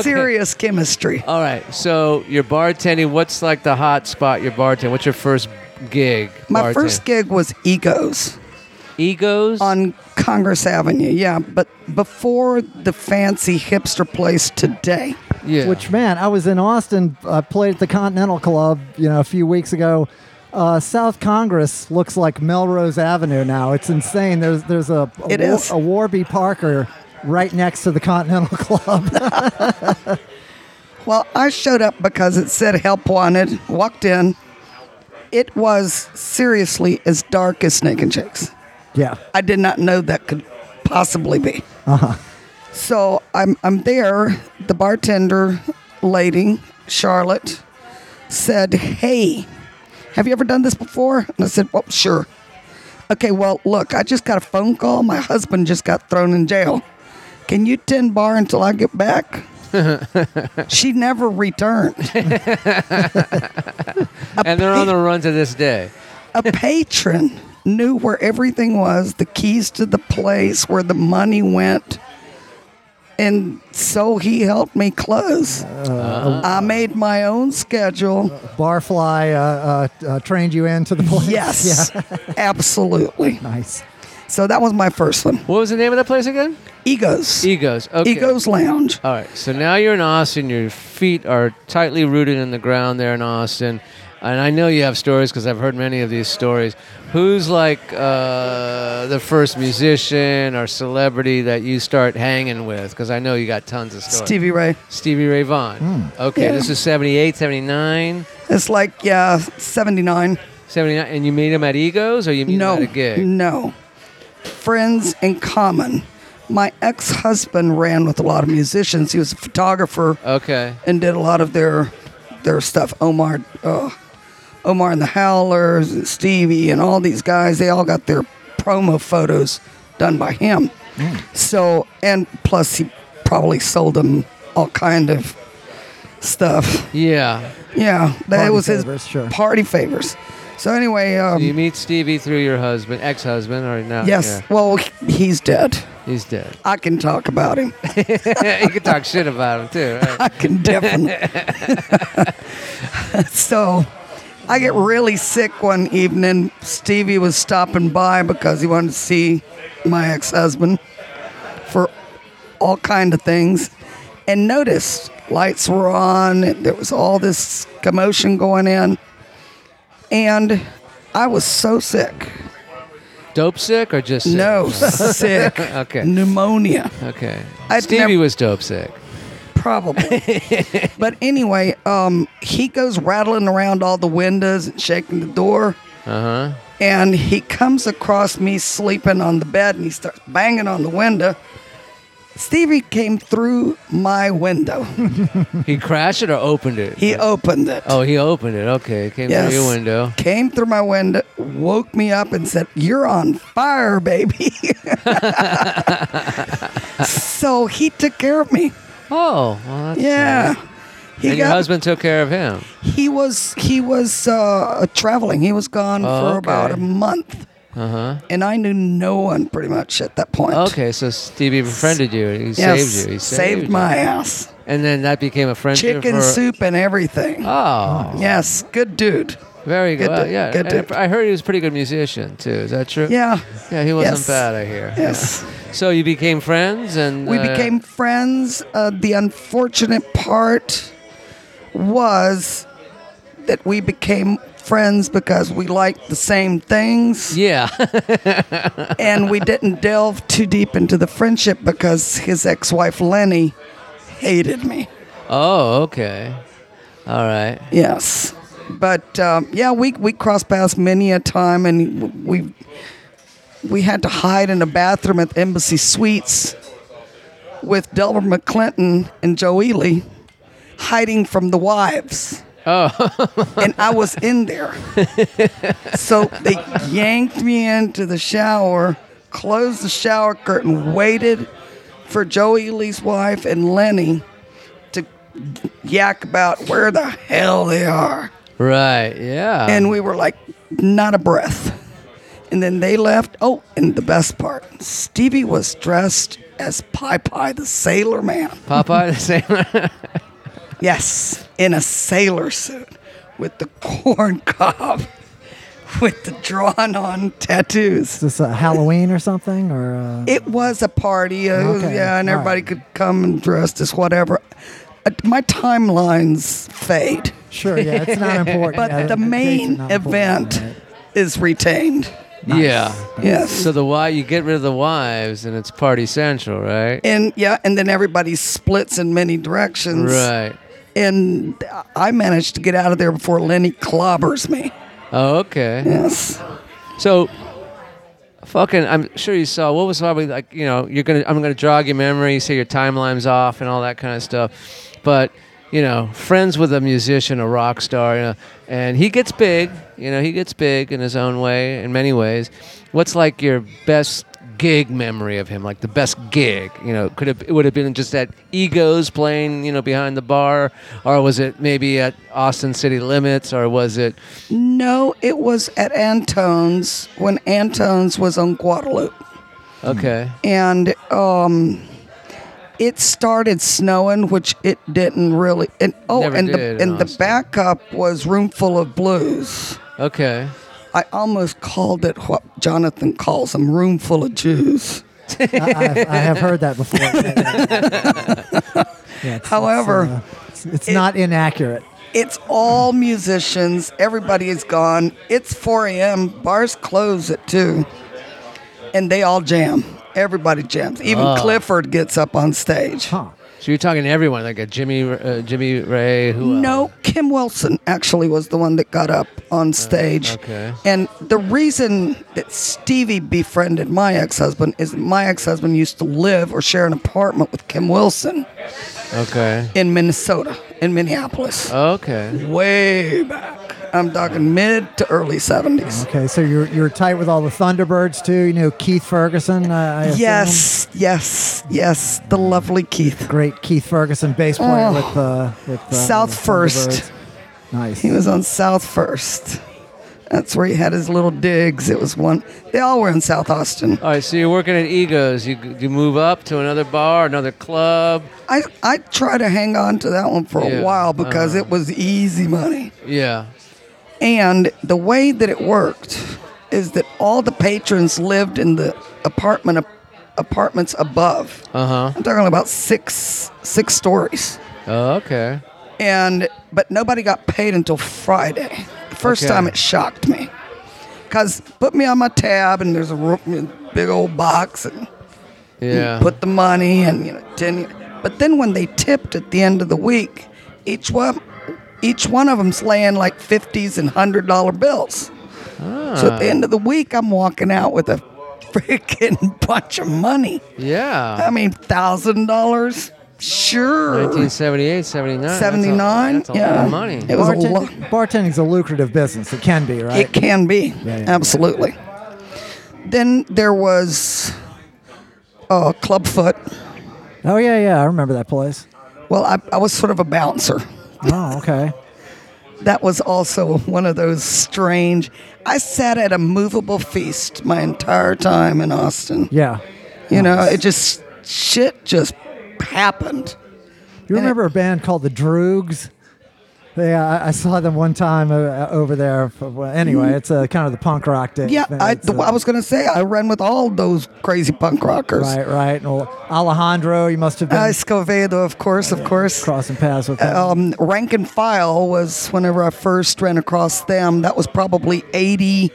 [SPEAKER 3] Serious chemistry.
[SPEAKER 2] All right. So you're bartending. What's like the hot spot you're bartending? What's your first gig?
[SPEAKER 3] My first gig was Egos
[SPEAKER 2] Egos.
[SPEAKER 3] on Congress Avenue. Yeah, but before the fancy hipster place today.
[SPEAKER 2] yeah.
[SPEAKER 1] Which man, I was in Austin. I played at the Continental Club, you know, a few weeks ago. Uh, South Congress looks like Melrose Avenue now. It's insane. There's there's a a,
[SPEAKER 3] It is.
[SPEAKER 1] a Warby Parker right next to the Continental Club.
[SPEAKER 3] Well, I showed up because it said help wanted, walked in. It was seriously as dark as Snake and Chicks.
[SPEAKER 1] Yeah.
[SPEAKER 3] I did not know that could possibly be.
[SPEAKER 1] Uh huh.
[SPEAKER 3] So I'm I'm there. The bartender lady, Charlotte, said, "Hey, have you ever done this before?" And I said, "Well, sure." Okay, well, look, I just got a phone call. My husband just got thrown in jail. Can you tend bar until I get back? she never returned.
[SPEAKER 2] and they're on the run to this day.
[SPEAKER 3] a patron knew where everything was the keys to the place where the money went and so he helped me close
[SPEAKER 2] Uh-huh.
[SPEAKER 3] i made my own schedule
[SPEAKER 1] Barfly uh, uh, uh, trained you into the place.
[SPEAKER 3] yes
[SPEAKER 1] Yeah.
[SPEAKER 3] absolutely
[SPEAKER 1] Nice.
[SPEAKER 3] so that was my first one
[SPEAKER 2] What was the name of that place again?
[SPEAKER 3] egos
[SPEAKER 2] Egos. E- Okay.
[SPEAKER 3] egos lounge
[SPEAKER 2] All right. So now you're in Austin. Your feet are tightly rooted in the ground there in Austin. And I know you have stories because I've heard many of these stories. Who's like uh, the first musician or celebrity that you start hanging with? Because I know you got tons of stories.
[SPEAKER 3] stevie ray
[SPEAKER 2] Stevie Ray Vaughan. Okay,
[SPEAKER 3] Hmm. Yeah.
[SPEAKER 2] this is 78, 79,
[SPEAKER 3] it's like yeah 79
[SPEAKER 2] 79. And you meet him at Egos or you meet
[SPEAKER 3] no
[SPEAKER 2] him at a gig?
[SPEAKER 3] no friends in common my ex-husband ran with a lot of musicians he was a photographer
[SPEAKER 2] Okay.
[SPEAKER 3] and did a lot of their their stuff. Omar, uh, Omar and the Howlers, and Stevie, and all these guys. They all got their promo photos done by him.
[SPEAKER 1] Mm.
[SPEAKER 3] So, and plus he probably sold them all kind of stuff.
[SPEAKER 2] Yeah.
[SPEAKER 3] Yeah, that
[SPEAKER 1] Party
[SPEAKER 3] was
[SPEAKER 1] favors,
[SPEAKER 3] his
[SPEAKER 1] sure.
[SPEAKER 3] party favors. So anyway, um,
[SPEAKER 2] You meet Stevie through your husband, ex husband, or now?
[SPEAKER 3] yes.
[SPEAKER 2] yeah,
[SPEAKER 3] Well, he- he's dead.
[SPEAKER 2] he's dead.
[SPEAKER 3] I can talk about him.
[SPEAKER 2] you can talk shit about him too. Right?
[SPEAKER 3] I can definitely. so I get really sick one evening. Stevie was stopping by because he wanted to see my ex-husband for all kind of things and noticed lights were on and there was all this commotion going in and i was so sick
[SPEAKER 2] Dope sick or just sick?
[SPEAKER 3] no sick
[SPEAKER 2] Okay.
[SPEAKER 3] pneumonia
[SPEAKER 2] Okay.
[SPEAKER 3] I'd
[SPEAKER 2] Stevie
[SPEAKER 3] never-
[SPEAKER 2] was dope sick.
[SPEAKER 3] probably. but anyway, um, he goes rattling around all the windows and shaking the door,
[SPEAKER 2] Uh huh.
[SPEAKER 3] and he comes across me sleeping on the bed, and he starts banging on the window. Stevie came through my window.
[SPEAKER 2] He crashed it or opened it?
[SPEAKER 3] He opened it.
[SPEAKER 2] oh, he opened it. Okay, it came
[SPEAKER 3] Yes.
[SPEAKER 2] through your window.
[SPEAKER 3] Came through my window, woke me up, and said, You're on fire, baby. so he took care of me.
[SPEAKER 2] Oh, well, that's
[SPEAKER 3] Yeah.
[SPEAKER 2] nice.
[SPEAKER 3] He
[SPEAKER 2] and your husband took care of him.
[SPEAKER 3] He was he was uh, traveling. He was gone
[SPEAKER 2] Oh,
[SPEAKER 3] for
[SPEAKER 2] okay.
[SPEAKER 3] about a month,
[SPEAKER 2] Uh huh.
[SPEAKER 3] and I knew no one pretty much at that point.
[SPEAKER 2] Okay, so Stevie befriended you. He
[SPEAKER 3] Yes,
[SPEAKER 2] saved you. He saved, you.
[SPEAKER 3] my ass.
[SPEAKER 2] And then that became a friendship.
[SPEAKER 3] Chicken
[SPEAKER 2] for-
[SPEAKER 3] soup and everything.
[SPEAKER 2] Oh,
[SPEAKER 3] Yes, good dude.
[SPEAKER 2] very good.
[SPEAKER 3] Good
[SPEAKER 2] Well,
[SPEAKER 3] dude,
[SPEAKER 2] yeah,
[SPEAKER 3] good
[SPEAKER 2] And
[SPEAKER 3] dude.
[SPEAKER 2] I heard he was a pretty good musician too. Is that true?
[SPEAKER 3] Yeah.
[SPEAKER 2] Yeah, he wasn't
[SPEAKER 3] Yes.
[SPEAKER 2] bad. I hear.
[SPEAKER 3] Yes.
[SPEAKER 2] Yeah. So you became friends, and
[SPEAKER 3] We
[SPEAKER 2] uh,
[SPEAKER 3] became friends. Uh, the unfortunate part was that we became friends because we liked the same things.
[SPEAKER 2] Yeah.
[SPEAKER 3] and we didn't delve too deep into the friendship because his ex-wife Lenny hated me.
[SPEAKER 2] Oh, okay. All right.
[SPEAKER 3] Yes, but um, yeah, we we crossed paths many a time, and we we had to hide in a bathroom at the Embassy Suites with Delbert McClinton and Joe Ely hiding from the wives. Oh. and I was in there. So they yanked me into the shower, closed the shower curtain, waited for Joe Ely's wife and Lenny to yak about where the hell they are.
[SPEAKER 2] Right. Yeah.
[SPEAKER 3] And we were like, not a breath. And then they left. Oh, and the best part Stevie was dressed as Pie Pie the Sailor Man.
[SPEAKER 2] Popeye the same.
[SPEAKER 3] Yes, in a sailor suit with the corn cob, with the drawn on tattoos.
[SPEAKER 1] Is this a Halloween or something? Or uh,
[SPEAKER 3] It was a party, uh,
[SPEAKER 1] Okay,
[SPEAKER 3] yeah, and
[SPEAKER 1] all
[SPEAKER 3] everybody
[SPEAKER 1] right.
[SPEAKER 3] could come and dressed as whatever. Uh, my timelines fade.
[SPEAKER 1] sure, yeah, it's not important.
[SPEAKER 3] But
[SPEAKER 1] Yeah,
[SPEAKER 3] the
[SPEAKER 1] dates are
[SPEAKER 3] main
[SPEAKER 1] not important,
[SPEAKER 3] event
[SPEAKER 1] right.
[SPEAKER 3] is retained.
[SPEAKER 2] Yeah.
[SPEAKER 3] Yes.
[SPEAKER 2] So the why you get rid of the wives and it's party central, right?
[SPEAKER 3] and yeah, and then everybody splits in many directions.
[SPEAKER 2] Right.
[SPEAKER 3] And I managed to get out of there before Lenny clobbers me.
[SPEAKER 2] Oh, okay.
[SPEAKER 3] Yes.
[SPEAKER 2] So fucking i'm sure you saw what was probably like you know you're gonna i'm gonna jog your memory say your timeline's off and all that kind of stuff but you know friends with a musician a rock star you know, and he gets big you know he gets big in his own way in many ways what's like your best gig memory of him like the best gig you know could it, it would have been just at egos playing you know behind the bar or was it maybe at austin city limits or was it
[SPEAKER 3] No, it was at Antone's when Antone's was on Guadalupe.
[SPEAKER 2] okay
[SPEAKER 3] and um, it started snowing, which it didn't really. And oh,
[SPEAKER 2] Never
[SPEAKER 3] and
[SPEAKER 2] did in
[SPEAKER 3] the and the
[SPEAKER 2] Austin.
[SPEAKER 3] backup was Room Full of Blues.
[SPEAKER 2] okay
[SPEAKER 3] I almost called it what Jonathan calls them, Room Full of Jews.
[SPEAKER 1] I, I, I have heard that before. Yeah, it's-
[SPEAKER 3] However,
[SPEAKER 1] it's, uh, it's, it's not inaccurate.
[SPEAKER 3] It's all musicians. Everybody is gone. It's 4 a.m. Bars close at 2. And they all jam. Everybody jams. Even Clifford gets up on stage.
[SPEAKER 1] Huh.
[SPEAKER 2] So you're talking to everyone, like a Jimmy, uh, Jimmy Ray, who else?
[SPEAKER 3] No, Kim Wilson actually was the one that got up on stage.
[SPEAKER 2] okay.
[SPEAKER 3] And the reason that Stevie befriended my ex husband is my ex husband used to live or share an apartment with Kim Wilson
[SPEAKER 2] Okay.
[SPEAKER 3] in Minnesota, in
[SPEAKER 2] Uh.
[SPEAKER 3] Minneapolis.
[SPEAKER 2] Okay.
[SPEAKER 3] Way back. I'm talking mid to early 70s.
[SPEAKER 1] Okay, so you're you're tight with all the Thunderbirds too. You know Keith Ferguson. I, I assume?
[SPEAKER 3] Yes, yes, yes. The lovely Keith.
[SPEAKER 1] great Keith Ferguson bass player
[SPEAKER 3] Oh.
[SPEAKER 1] with uh, with uh,
[SPEAKER 3] South
[SPEAKER 1] the
[SPEAKER 3] First.
[SPEAKER 1] Thunderbirds. Nice.
[SPEAKER 3] He was on South First. That's where he had his little digs. It was one, they all were in South Austin.
[SPEAKER 2] All right. So you're working at Egos. You you move up to another bar, another club.
[SPEAKER 3] I, I try to hang on to that one for
[SPEAKER 2] Yeah,
[SPEAKER 3] a while because it was easy money.
[SPEAKER 2] Yeah.
[SPEAKER 3] And the way that it worked is that all the patrons lived in the apartment apartments above.
[SPEAKER 2] Uh
[SPEAKER 3] I'm talking about six six stories.
[SPEAKER 2] huh. Oh, Okay.
[SPEAKER 3] And but nobody got paid until Friday. The first
[SPEAKER 2] Okay.
[SPEAKER 3] time it shocked me. Cuz put me on my tab and there's a ro- big old box and
[SPEAKER 2] Yeah.
[SPEAKER 3] put the money and you know ten. But then when they tipped at the end of the week, each one, each one of them's laying like fifties and hundred dollar bills. So at
[SPEAKER 2] Ah.
[SPEAKER 3] the end of the week, I'm walking out with a freaking bunch of money.
[SPEAKER 2] yeah.
[SPEAKER 3] I mean, thousand dollars, sure.
[SPEAKER 2] 1978, 79. that's a-
[SPEAKER 3] 79,
[SPEAKER 2] That's a, lot
[SPEAKER 3] yeah.
[SPEAKER 2] of money.
[SPEAKER 3] It was a
[SPEAKER 1] Bartend-
[SPEAKER 3] lo-
[SPEAKER 1] bartending's a lucrative business. It can be, right?
[SPEAKER 3] It can be,
[SPEAKER 1] Yeah, yeah.
[SPEAKER 3] absolutely. Then there was uh, Clubfoot.
[SPEAKER 1] oh yeah, yeah. I remember that place.
[SPEAKER 3] Well, I, I was sort of a bouncer.
[SPEAKER 1] Oh, okay.
[SPEAKER 3] That was also one of those strange. I sat at a movable feast my entire time in Austin.
[SPEAKER 1] Yeah.
[SPEAKER 3] You know, it just shit just happened.
[SPEAKER 1] You remember a band called the Droogs? Yeah, I, I saw them one time uh, over there. F- well, Anyway, it's uh, kind of the punk rock day.
[SPEAKER 3] Mm. Yeah,
[SPEAKER 1] thing.
[SPEAKER 3] I,
[SPEAKER 1] It's, uh,
[SPEAKER 3] I was gonna say I ran with all those crazy punk rockers.
[SPEAKER 1] right, right. Well, Alejandro, you must have been
[SPEAKER 3] Uh, Escovedo, of course, of course.
[SPEAKER 1] crossing paths with him.
[SPEAKER 3] Um, rank and file was whenever I first ran across them. That was probably 80,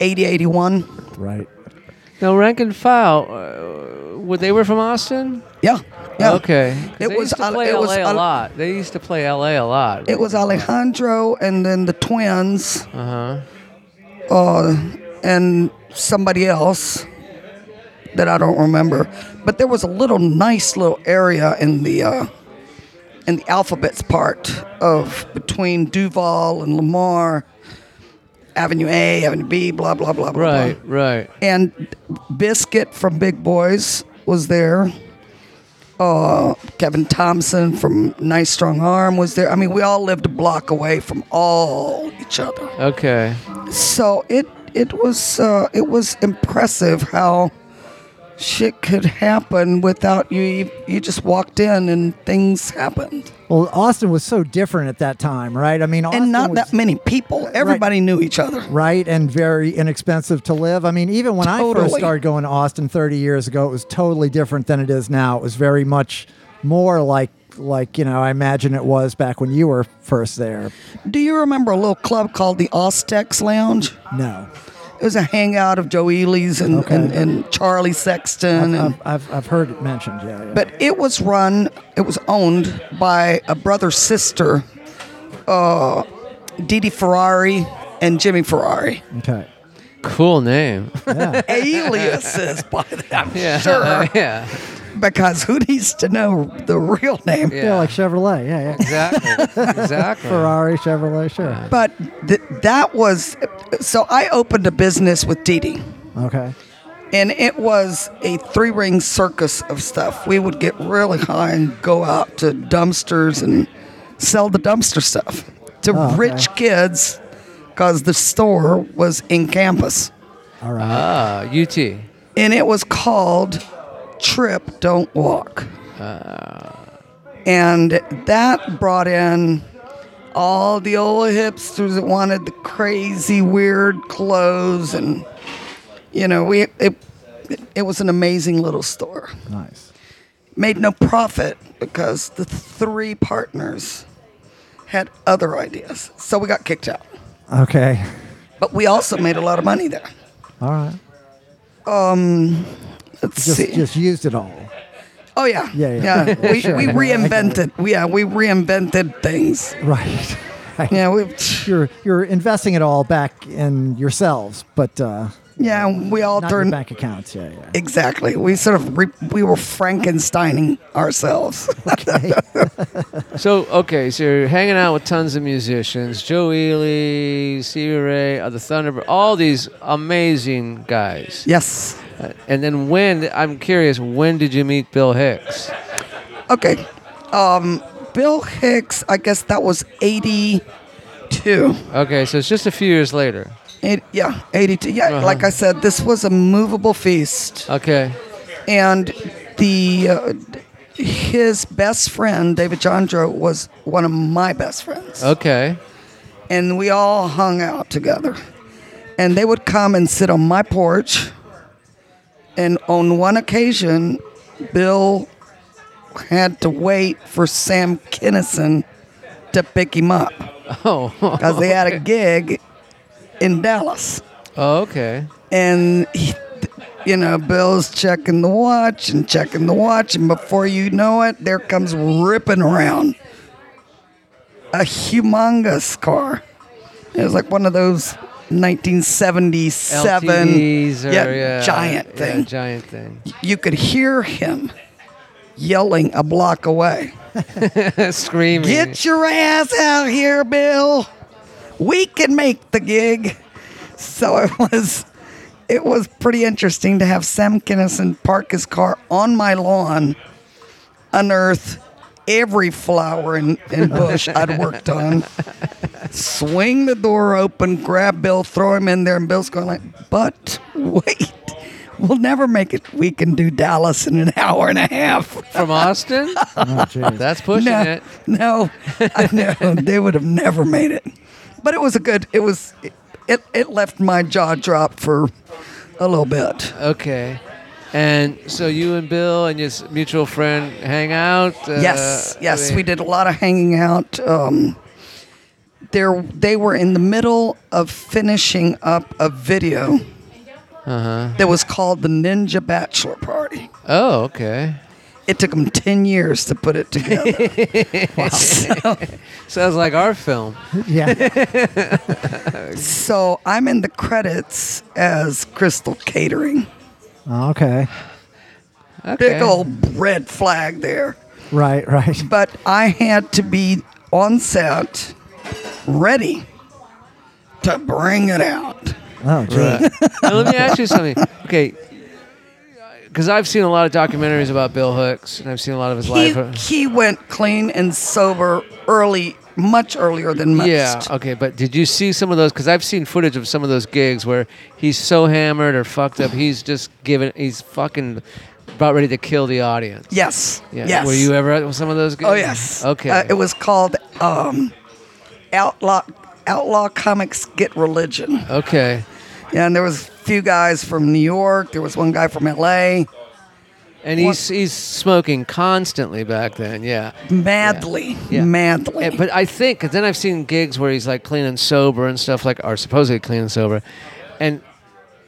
[SPEAKER 3] 80, 81.
[SPEAKER 1] right.
[SPEAKER 2] Now rank and file. Uh, were they were from Austin?
[SPEAKER 3] Yeah. yeah.
[SPEAKER 2] Okay. 'Cause
[SPEAKER 3] It
[SPEAKER 2] they
[SPEAKER 3] was
[SPEAKER 2] used to
[SPEAKER 3] Ale-
[SPEAKER 2] play
[SPEAKER 3] it was
[SPEAKER 2] LA a
[SPEAKER 3] Ale-
[SPEAKER 2] lot. They used to play LA a lot.
[SPEAKER 3] It was Alejandro and then the twins.
[SPEAKER 2] Uh huh.
[SPEAKER 3] uh, and somebody else that I don't remember. But there was a little nice little area in the uh, in the alphabets part of between Duval and Lamar, Avenue A, Avenue B, blah blah blah blah.
[SPEAKER 2] Right.
[SPEAKER 3] Blah.
[SPEAKER 2] Right.
[SPEAKER 3] And Biscuit from Big Boys was there. Uh, Kevin Thompson from Nice Strong Arm was there. I mean, we all lived a block away from all each other.
[SPEAKER 2] Okay.
[SPEAKER 3] So it it was uh, it was impressive how shit could happen without you. You- You just walked in and things happened,
[SPEAKER 1] Well, Austin was so different at that time, right? I mean, Austin
[SPEAKER 3] and not
[SPEAKER 1] was,
[SPEAKER 3] that many people. Everybody knew each other.
[SPEAKER 1] right and very inexpensive to live. I mean, even when I first
[SPEAKER 3] Totally.
[SPEAKER 1] started going to Austin 30 years ago, it was totally different than it is now. It was very much more like like you know I imagine it was back when you were first there.
[SPEAKER 3] Do you remember a little club called the Austex Lounge?
[SPEAKER 1] No,
[SPEAKER 3] It was a hangout of Joe Ely's and, and, and Charlie Sexton, and,
[SPEAKER 1] I've, I've, I've heard it mentioned. Yeah, yeah.
[SPEAKER 3] but it was run, it was owned by a brother sister, uh, Didi Ferrari and Jimmy Ferrari.
[SPEAKER 1] okay,
[SPEAKER 2] Cool name.
[SPEAKER 3] aliases by the, I'm
[SPEAKER 2] Yeah.
[SPEAKER 3] sure.
[SPEAKER 2] yeah.
[SPEAKER 3] Because who needs to know the real name?
[SPEAKER 1] Yeah, like Chevrolet. Yeah, yeah.
[SPEAKER 2] exactly. Exactly.
[SPEAKER 1] Ferrari, Chevrolet, sure.
[SPEAKER 3] But th- that was so I opened a business with Dee Dee.
[SPEAKER 1] Okay.
[SPEAKER 3] And it was a three ring circus of stuff. We would get really high and go out to dumpsters and sell the dumpster stuff to
[SPEAKER 1] okay.
[SPEAKER 3] rich kids because the store was in campus.
[SPEAKER 1] All right.
[SPEAKER 2] Ah, UT.
[SPEAKER 3] And it was called Trip Don't Walk. And that brought in all the old hipsters that wanted the crazy, weird clothes. And, you know, we, it, it was an amazing little store
[SPEAKER 1] nice.
[SPEAKER 3] made no profit because the three partners had other ideas. So we got kicked out.
[SPEAKER 1] Okay.
[SPEAKER 3] But we also made a lot of money there.
[SPEAKER 1] All right.
[SPEAKER 3] Let's
[SPEAKER 1] Just
[SPEAKER 3] see.
[SPEAKER 1] just used it all.
[SPEAKER 3] oh yeah.
[SPEAKER 1] Yeah, yeah. Yeah,
[SPEAKER 3] We,
[SPEAKER 1] sure.
[SPEAKER 3] we
[SPEAKER 1] Yeah, I get
[SPEAKER 3] reinvented. Yeah, we reinvented things.
[SPEAKER 1] Right.
[SPEAKER 3] Yeah, we
[SPEAKER 1] You're you're investing it all back in yourselves, but uh
[SPEAKER 3] yeah, we all
[SPEAKER 1] not your
[SPEAKER 3] turned
[SPEAKER 1] bank accounts. Yeah, yeah.
[SPEAKER 3] exactly. We sort of re, we were Frankensteining ourselves.
[SPEAKER 2] So okay, so you're hanging out with tons of musicians, Joe Ely, Stevie Ray, uh, the Thunderbird, all these amazing guys.
[SPEAKER 3] yes.
[SPEAKER 2] Uh, And then when I'm curious, when did you meet Bill Hicks?
[SPEAKER 3] Okay. Um Bill Hicks, I guess that was 82.
[SPEAKER 2] Okay, so it's just a few years later.
[SPEAKER 3] Eight, yeah, 82. Yeah,
[SPEAKER 2] Uh-huh.
[SPEAKER 3] like I said, this was a movable feast.
[SPEAKER 2] Okay,
[SPEAKER 3] And the uh, his best friend, David Jandro, was one of my best friends.
[SPEAKER 2] okay,
[SPEAKER 3] And we all hung out together. And they would come and sit on my porch. And on one occasion, Bill had to wait for Sam Kinnison to pick him up
[SPEAKER 2] oh,
[SPEAKER 3] because they had a gig in Dallas.
[SPEAKER 2] oh, okay,
[SPEAKER 3] and he, you know bill's checking the watch and checking the watch and before you know it there comes ripping around a humongous car it was like one of those 1977
[SPEAKER 2] LTDs or, yeah,
[SPEAKER 3] giant
[SPEAKER 2] yeah,
[SPEAKER 3] thing
[SPEAKER 2] giant thing.
[SPEAKER 3] you could hear him yelling a block away
[SPEAKER 2] Screaming.
[SPEAKER 3] Get your ass out here, Bill. We can make the gig. So it was it was pretty interesting to have Sam Kinnison park his car on my lawn, unearth every flower and, and bush I'd worked on, swing the door open, grab Bill, throw him in there, and Bill's going like, but wait. We'll never make it. We can do Dallas in an hour and a half.
[SPEAKER 2] from Austin.
[SPEAKER 1] Oh, geez.
[SPEAKER 2] That's pushing
[SPEAKER 3] no,
[SPEAKER 2] it.
[SPEAKER 3] No, I know they would have never made it. But it was a good. It was. It it left my jaw drop for a little bit.
[SPEAKER 2] Uh, Okay. And so you and Bill and your s- mutual friend hang out. uh,
[SPEAKER 3] yes, yes,
[SPEAKER 2] they-
[SPEAKER 3] we did a lot of hanging out. Um, there, they were in the middle of finishing up a video that was called the Ninja Bachelor Party.
[SPEAKER 2] Oh, okay.
[SPEAKER 3] It took them ten years to put it together. So-
[SPEAKER 2] Sounds like our film.
[SPEAKER 1] yeah.
[SPEAKER 3] so I'm in the credits as Crystal Catering.
[SPEAKER 1] Okay.
[SPEAKER 2] Okay.
[SPEAKER 3] big old red flag there.
[SPEAKER 1] Right, right.
[SPEAKER 3] But I had to be on set, ready to bring it out.
[SPEAKER 1] Oh, geez.
[SPEAKER 2] Right. now, let me ask you something. Okay. Because I've seen a lot of documentaries about Bill Hooks, and I've seen a lot of his
[SPEAKER 3] He,
[SPEAKER 2] life. uh,
[SPEAKER 3] he went clean and sober early, much earlier than most.
[SPEAKER 2] Yeah. Okay. But did you see some of those? Because I've seen footage of some of those gigs where he's so hammered or fucked up, he's just giving, he's fucking about ready to kill the audience.
[SPEAKER 3] Yes.
[SPEAKER 2] Yeah.
[SPEAKER 3] Yes.
[SPEAKER 2] Were you ever at some of those gigs?
[SPEAKER 3] Oh yes.
[SPEAKER 2] Okay.
[SPEAKER 3] Uh, it was called um, outlaw outlaw comics get religion.
[SPEAKER 2] okay.
[SPEAKER 3] Yeah, and there was a few guys from New York. There was one guy from L.A.
[SPEAKER 2] And he's he's smoking constantly back then, yeah.
[SPEAKER 3] Madly,
[SPEAKER 2] Yeah.
[SPEAKER 3] madly.
[SPEAKER 2] Eh, But I think, 'cause then I've seen gigs where he's like clean and sober and stuff like, or supposedly clean and sober, and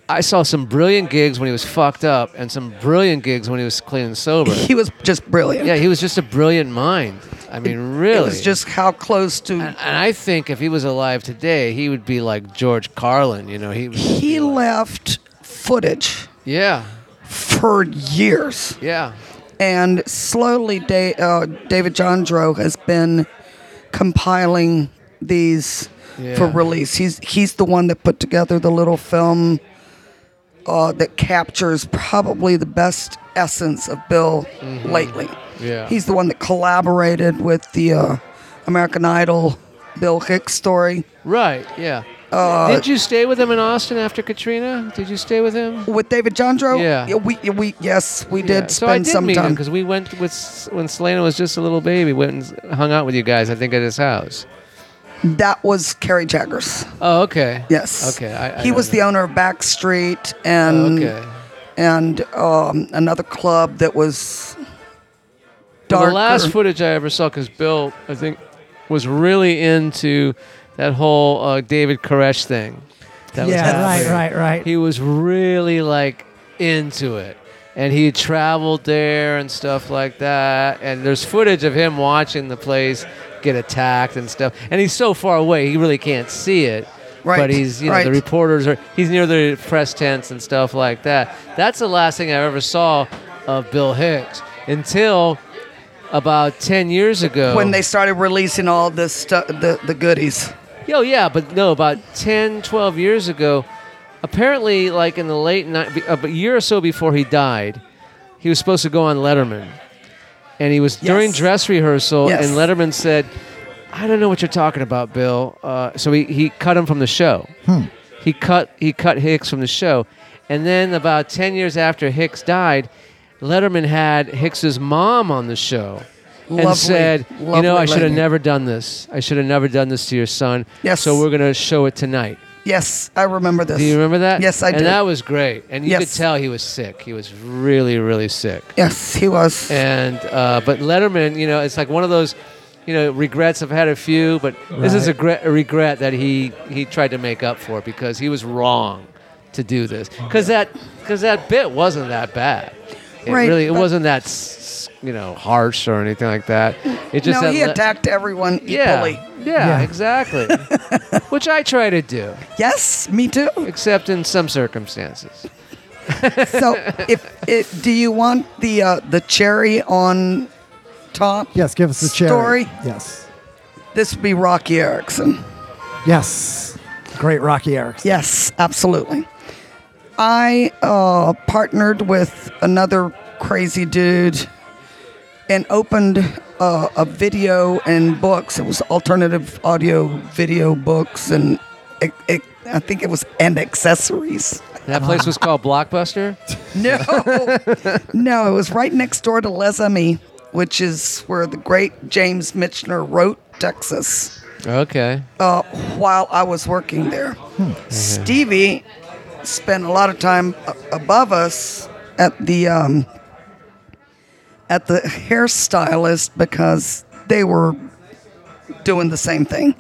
[SPEAKER 2] I saw some brilliant gigs when he was fucked up, and some brilliant gigs when he was clean and sober.
[SPEAKER 3] he was just brilliant.
[SPEAKER 2] yeah, he was just a brilliant mind. I mean, really. Uh,
[SPEAKER 3] It was just how close to
[SPEAKER 2] And, and I think if he was alive today, he would be like George Carlin. You know, he. would just
[SPEAKER 3] he
[SPEAKER 2] be like-
[SPEAKER 3] left footage
[SPEAKER 2] Yeah,
[SPEAKER 3] for years,
[SPEAKER 2] yeah,
[SPEAKER 3] and slowly da- uh, David Jandro has been compiling these for
[SPEAKER 2] Yeah.
[SPEAKER 3] release. He's he's the one that put together the little film uh, that captures probably the best essence of Bill lately.
[SPEAKER 2] Mm-hmm. yeah.
[SPEAKER 3] He's the one that collaborated with the uh, American Idol Bill Hicks story.
[SPEAKER 2] right. Yeah.
[SPEAKER 3] Uh,
[SPEAKER 2] Did you stay with him in Austin after Katrina? Did you stay with him?
[SPEAKER 3] with David Jandro.
[SPEAKER 2] Yeah.
[SPEAKER 3] we we yes we did
[SPEAKER 2] Yeah.
[SPEAKER 3] spend
[SPEAKER 2] So I did
[SPEAKER 3] some
[SPEAKER 2] meet him
[SPEAKER 3] time.
[SPEAKER 2] because we went with S- when Selena was just a little baby. Went and s- hung out with you guys. I think at his house.
[SPEAKER 3] That was Kerry Jaggers.
[SPEAKER 2] Oh, okay.
[SPEAKER 3] Yes.
[SPEAKER 2] Okay. I, I
[SPEAKER 3] he
[SPEAKER 2] don't
[SPEAKER 3] was the
[SPEAKER 2] know. Oh,
[SPEAKER 3] owner of Backstreet and
[SPEAKER 2] Okay.
[SPEAKER 3] and um, another club that was
[SPEAKER 2] Well,
[SPEAKER 3] darker.
[SPEAKER 2] The last footage I ever saw, because Bill, I think, was really into that whole uh, David Koresh thing. That was
[SPEAKER 4] yeah, right,
[SPEAKER 2] happening.
[SPEAKER 4] right, right.
[SPEAKER 2] He was really like into it. And he traveled there and stuff like that. And there's footage of him watching the place get attacked and stuff. And he's so far away, he really can't see it.
[SPEAKER 3] Right,
[SPEAKER 2] But he's, you know, the
[SPEAKER 3] right.
[SPEAKER 2] reporters are, he's near the press tents and stuff like that. That's the last thing I ever saw of Bill Hicks until about 10 years ago.
[SPEAKER 3] when they started releasing all this stuff, the the goodies.
[SPEAKER 2] Yo, yeah, but no, about 10, 12 years ago, apparently, like in the late night, a year or so before he died, he was supposed to go on Letterman. And he was during
[SPEAKER 3] Yes.
[SPEAKER 2] dress rehearsal,
[SPEAKER 3] Yes.
[SPEAKER 2] and Letterman said, I don't know what you're talking about, Bill. Uh, so he, he cut him from the show.
[SPEAKER 3] Hmm.
[SPEAKER 2] He cut he cut Hicks from the show, and then about ten years after Hicks died, Letterman had Hicks's mom on the show,
[SPEAKER 3] Lovely,
[SPEAKER 2] and said, "You
[SPEAKER 3] lovely
[SPEAKER 2] know, I should have
[SPEAKER 3] lady."
[SPEAKER 2] never done this. I should have never done this to your son.
[SPEAKER 3] Yes.
[SPEAKER 2] So we're gonna show it tonight.
[SPEAKER 3] Yes, I remember this.
[SPEAKER 2] Do you remember that?
[SPEAKER 3] Yes, I
[SPEAKER 2] and
[SPEAKER 3] do.
[SPEAKER 2] And that was great. And you could
[SPEAKER 3] Yes.
[SPEAKER 2] tell he was sick. He was really really sick.
[SPEAKER 3] Yes, he was.
[SPEAKER 2] And uh, but Letterman, you know, it's like one of those, you know, regrets. I've had a few, but this is a,
[SPEAKER 4] Right.
[SPEAKER 2] gre- a regret that he he tried to make up for because he was wrong to do this
[SPEAKER 3] Oh,
[SPEAKER 2] because that because that bit wasn't that bad. It
[SPEAKER 3] Right,
[SPEAKER 2] really, it
[SPEAKER 3] but-
[SPEAKER 2] wasn't that s- you know harsh or anything like that. It just
[SPEAKER 3] no,
[SPEAKER 2] that
[SPEAKER 3] he
[SPEAKER 2] Le-
[SPEAKER 3] attacked everyone
[SPEAKER 2] Yeah,
[SPEAKER 3] equally.
[SPEAKER 2] yeah,
[SPEAKER 4] Yeah.
[SPEAKER 2] exactly. Which I try to do,
[SPEAKER 3] Yes, me too.
[SPEAKER 2] except in some circumstances.
[SPEAKER 3] So, if it, do you want the uh, the cherry on top?
[SPEAKER 1] Yes, give us the cherry.
[SPEAKER 3] Story.
[SPEAKER 1] Yes.
[SPEAKER 3] This would be Rocky Erickson.
[SPEAKER 1] Yes. Great Rocky Erickson.
[SPEAKER 3] Yes, absolutely. I uh, partnered with another crazy dude and opened uh, a video and books. It was alternative audio video books and it, it, I think it was and accessories.
[SPEAKER 2] That place was called Blockbuster.
[SPEAKER 3] No, no, it was right next door to Les Amis, which is where the great James Michener wrote Texas
[SPEAKER 2] Okay.
[SPEAKER 3] uh, while I was working there. Stevie spent a lot of time a- above us at the um, at the hairstylist because they were doing the same thing.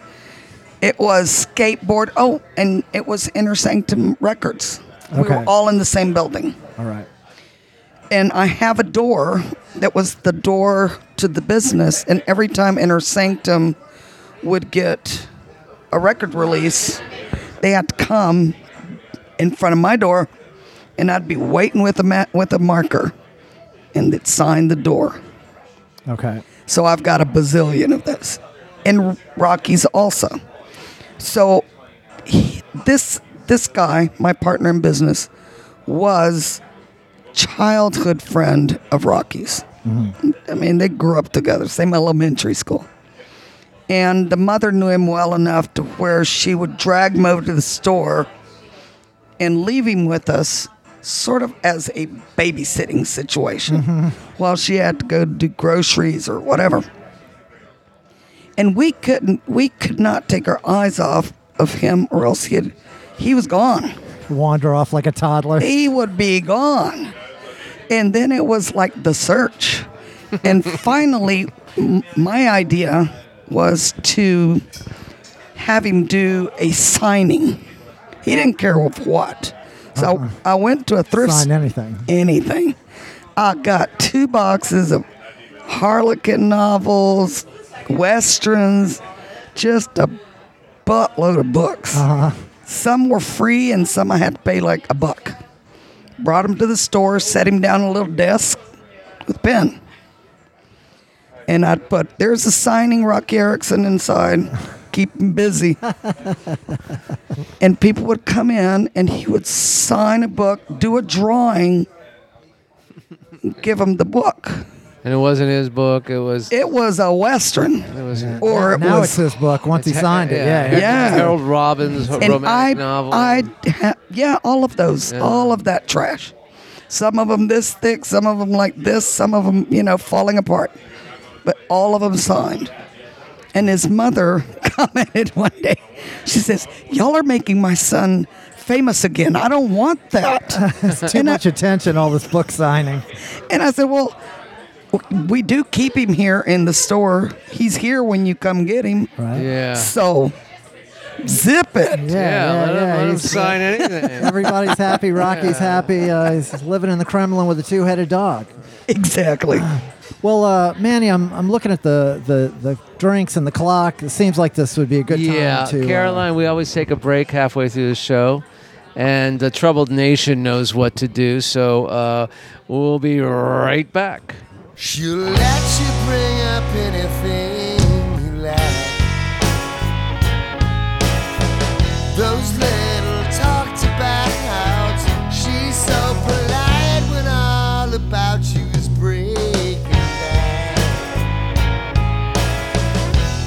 [SPEAKER 3] It was skateboard. Oh, and it was Inter Sanctum Records. We
[SPEAKER 1] Okay.
[SPEAKER 3] were all in the same building
[SPEAKER 1] All right.
[SPEAKER 3] and I have a door that was the door to the business. And every time Inner Sanctum would get a record release, they had to come in front of my door, and I'd be waiting with a ma- with a marker, and it signed the door.
[SPEAKER 1] Okay.
[SPEAKER 3] So I've got a bazillion of this. And Rockies also. So he- this this guy, my partner in business, was childhood friend of Rockies. I mean, they grew up together, same elementary school. And the mother knew him well enough to where she would drag him over to the store and leave him with us sort of as a babysitting situation while she had to go do groceries or whatever. And we couldn't we could not take our eyes off of him or else he'd he was gone.
[SPEAKER 1] Wander off like a toddler.
[SPEAKER 3] He would be gone. And then it was like the search. And finally m- my idea was to have him do a signing. He didn't care of what. So I went to a thrift
[SPEAKER 1] Sign anything.
[SPEAKER 3] anything. I got two boxes of harlequin novels, westerns, just a buttload of books. Some were free and some I had to pay like a buck. Brought him to the store, set him down at a little desk with a pen. And I'd put, there's a signing Rocky Erickson inside. Keep him busy. and people would come in and he would sign a book, do a drawing, give him the book.
[SPEAKER 2] And it wasn't his book. It was.
[SPEAKER 3] It was a Western.
[SPEAKER 2] was-
[SPEAKER 3] or it
[SPEAKER 1] now
[SPEAKER 3] was
[SPEAKER 1] it's his book. Once he signed it, yeah.
[SPEAKER 2] Har-
[SPEAKER 1] yeah.
[SPEAKER 3] Yeah.
[SPEAKER 2] Harold Robbins romantic
[SPEAKER 3] and I,
[SPEAKER 2] novel.
[SPEAKER 3] I, ha- yeah, all of those, all of that trash. Some of them this thick, some of them like this, some of them, you know, falling apart. But all of them signed. And his mother commented one day, she says, Y'all are making my son famous again. I don't want that.
[SPEAKER 1] It's too much attention, all this book signing.
[SPEAKER 3] And I said, Well, w- we do keep him here in the store. He's here when you come get him.
[SPEAKER 1] Right?
[SPEAKER 2] yeah.
[SPEAKER 3] So zip it.
[SPEAKER 2] Yeah, let him, let him
[SPEAKER 1] he's- uh,
[SPEAKER 2] sign anything.
[SPEAKER 1] Everybody's happy. Rocky's happy. Uh, he's living in the Kremlin with a two-headed dog.
[SPEAKER 3] Exactly.
[SPEAKER 1] Well, uh, Manny, I'm, I'm looking at the, the, the drinks and the clock. It seems like this would be a good time
[SPEAKER 2] yeah,
[SPEAKER 1] to. uh,
[SPEAKER 2] Caroline, we always take a break halfway through the show, and the troubled nation knows what to do. So uh, we'll be right back.
[SPEAKER 4] She'll let you bring up anything you like. Those little talked about. She's so polite when all about you is breaking down.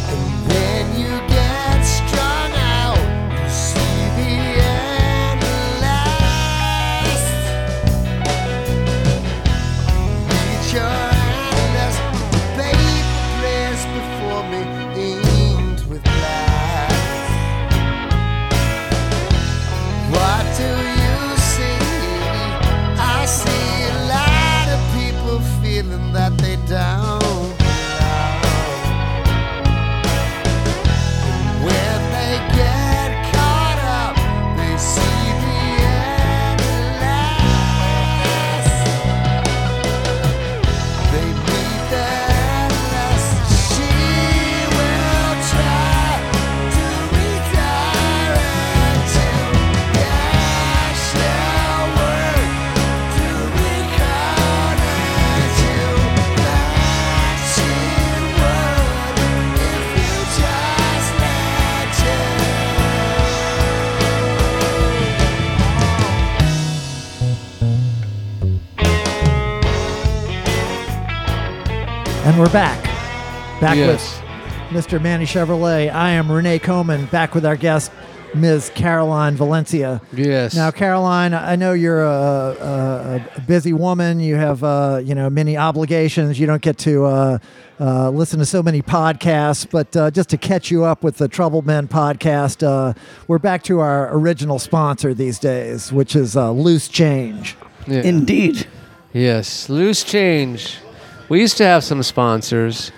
[SPEAKER 4] And then you get strung out. You see the end last. Reach your endless debate place before me aimed with lies. What do you see? I see a lot of people feeling that they don't belong. When they get caught up, they see the end last. They meet that last. She will try to redirect you. Yeah, she'll work to reconnect you. That she would if you just let her.
[SPEAKER 1] And we're back. Back
[SPEAKER 2] Yes.
[SPEAKER 1] with Mr. Manny Chevrolet. I am Renee Coman, back with our guest, Ms. Caroline Valencia.
[SPEAKER 2] Yes.
[SPEAKER 1] Now, Caroline, I know you're a, a, a busy woman. You have, uh, you know, many obligations. You don't get to uh, uh, listen to so many podcasts. But uh, just to catch you up with the Troubled Men podcast, uh, we're back to our original sponsor these days, which is uh, Loose Change.
[SPEAKER 2] Yeah.
[SPEAKER 3] Indeed.
[SPEAKER 2] Yes, loose change. We used to have some sponsors,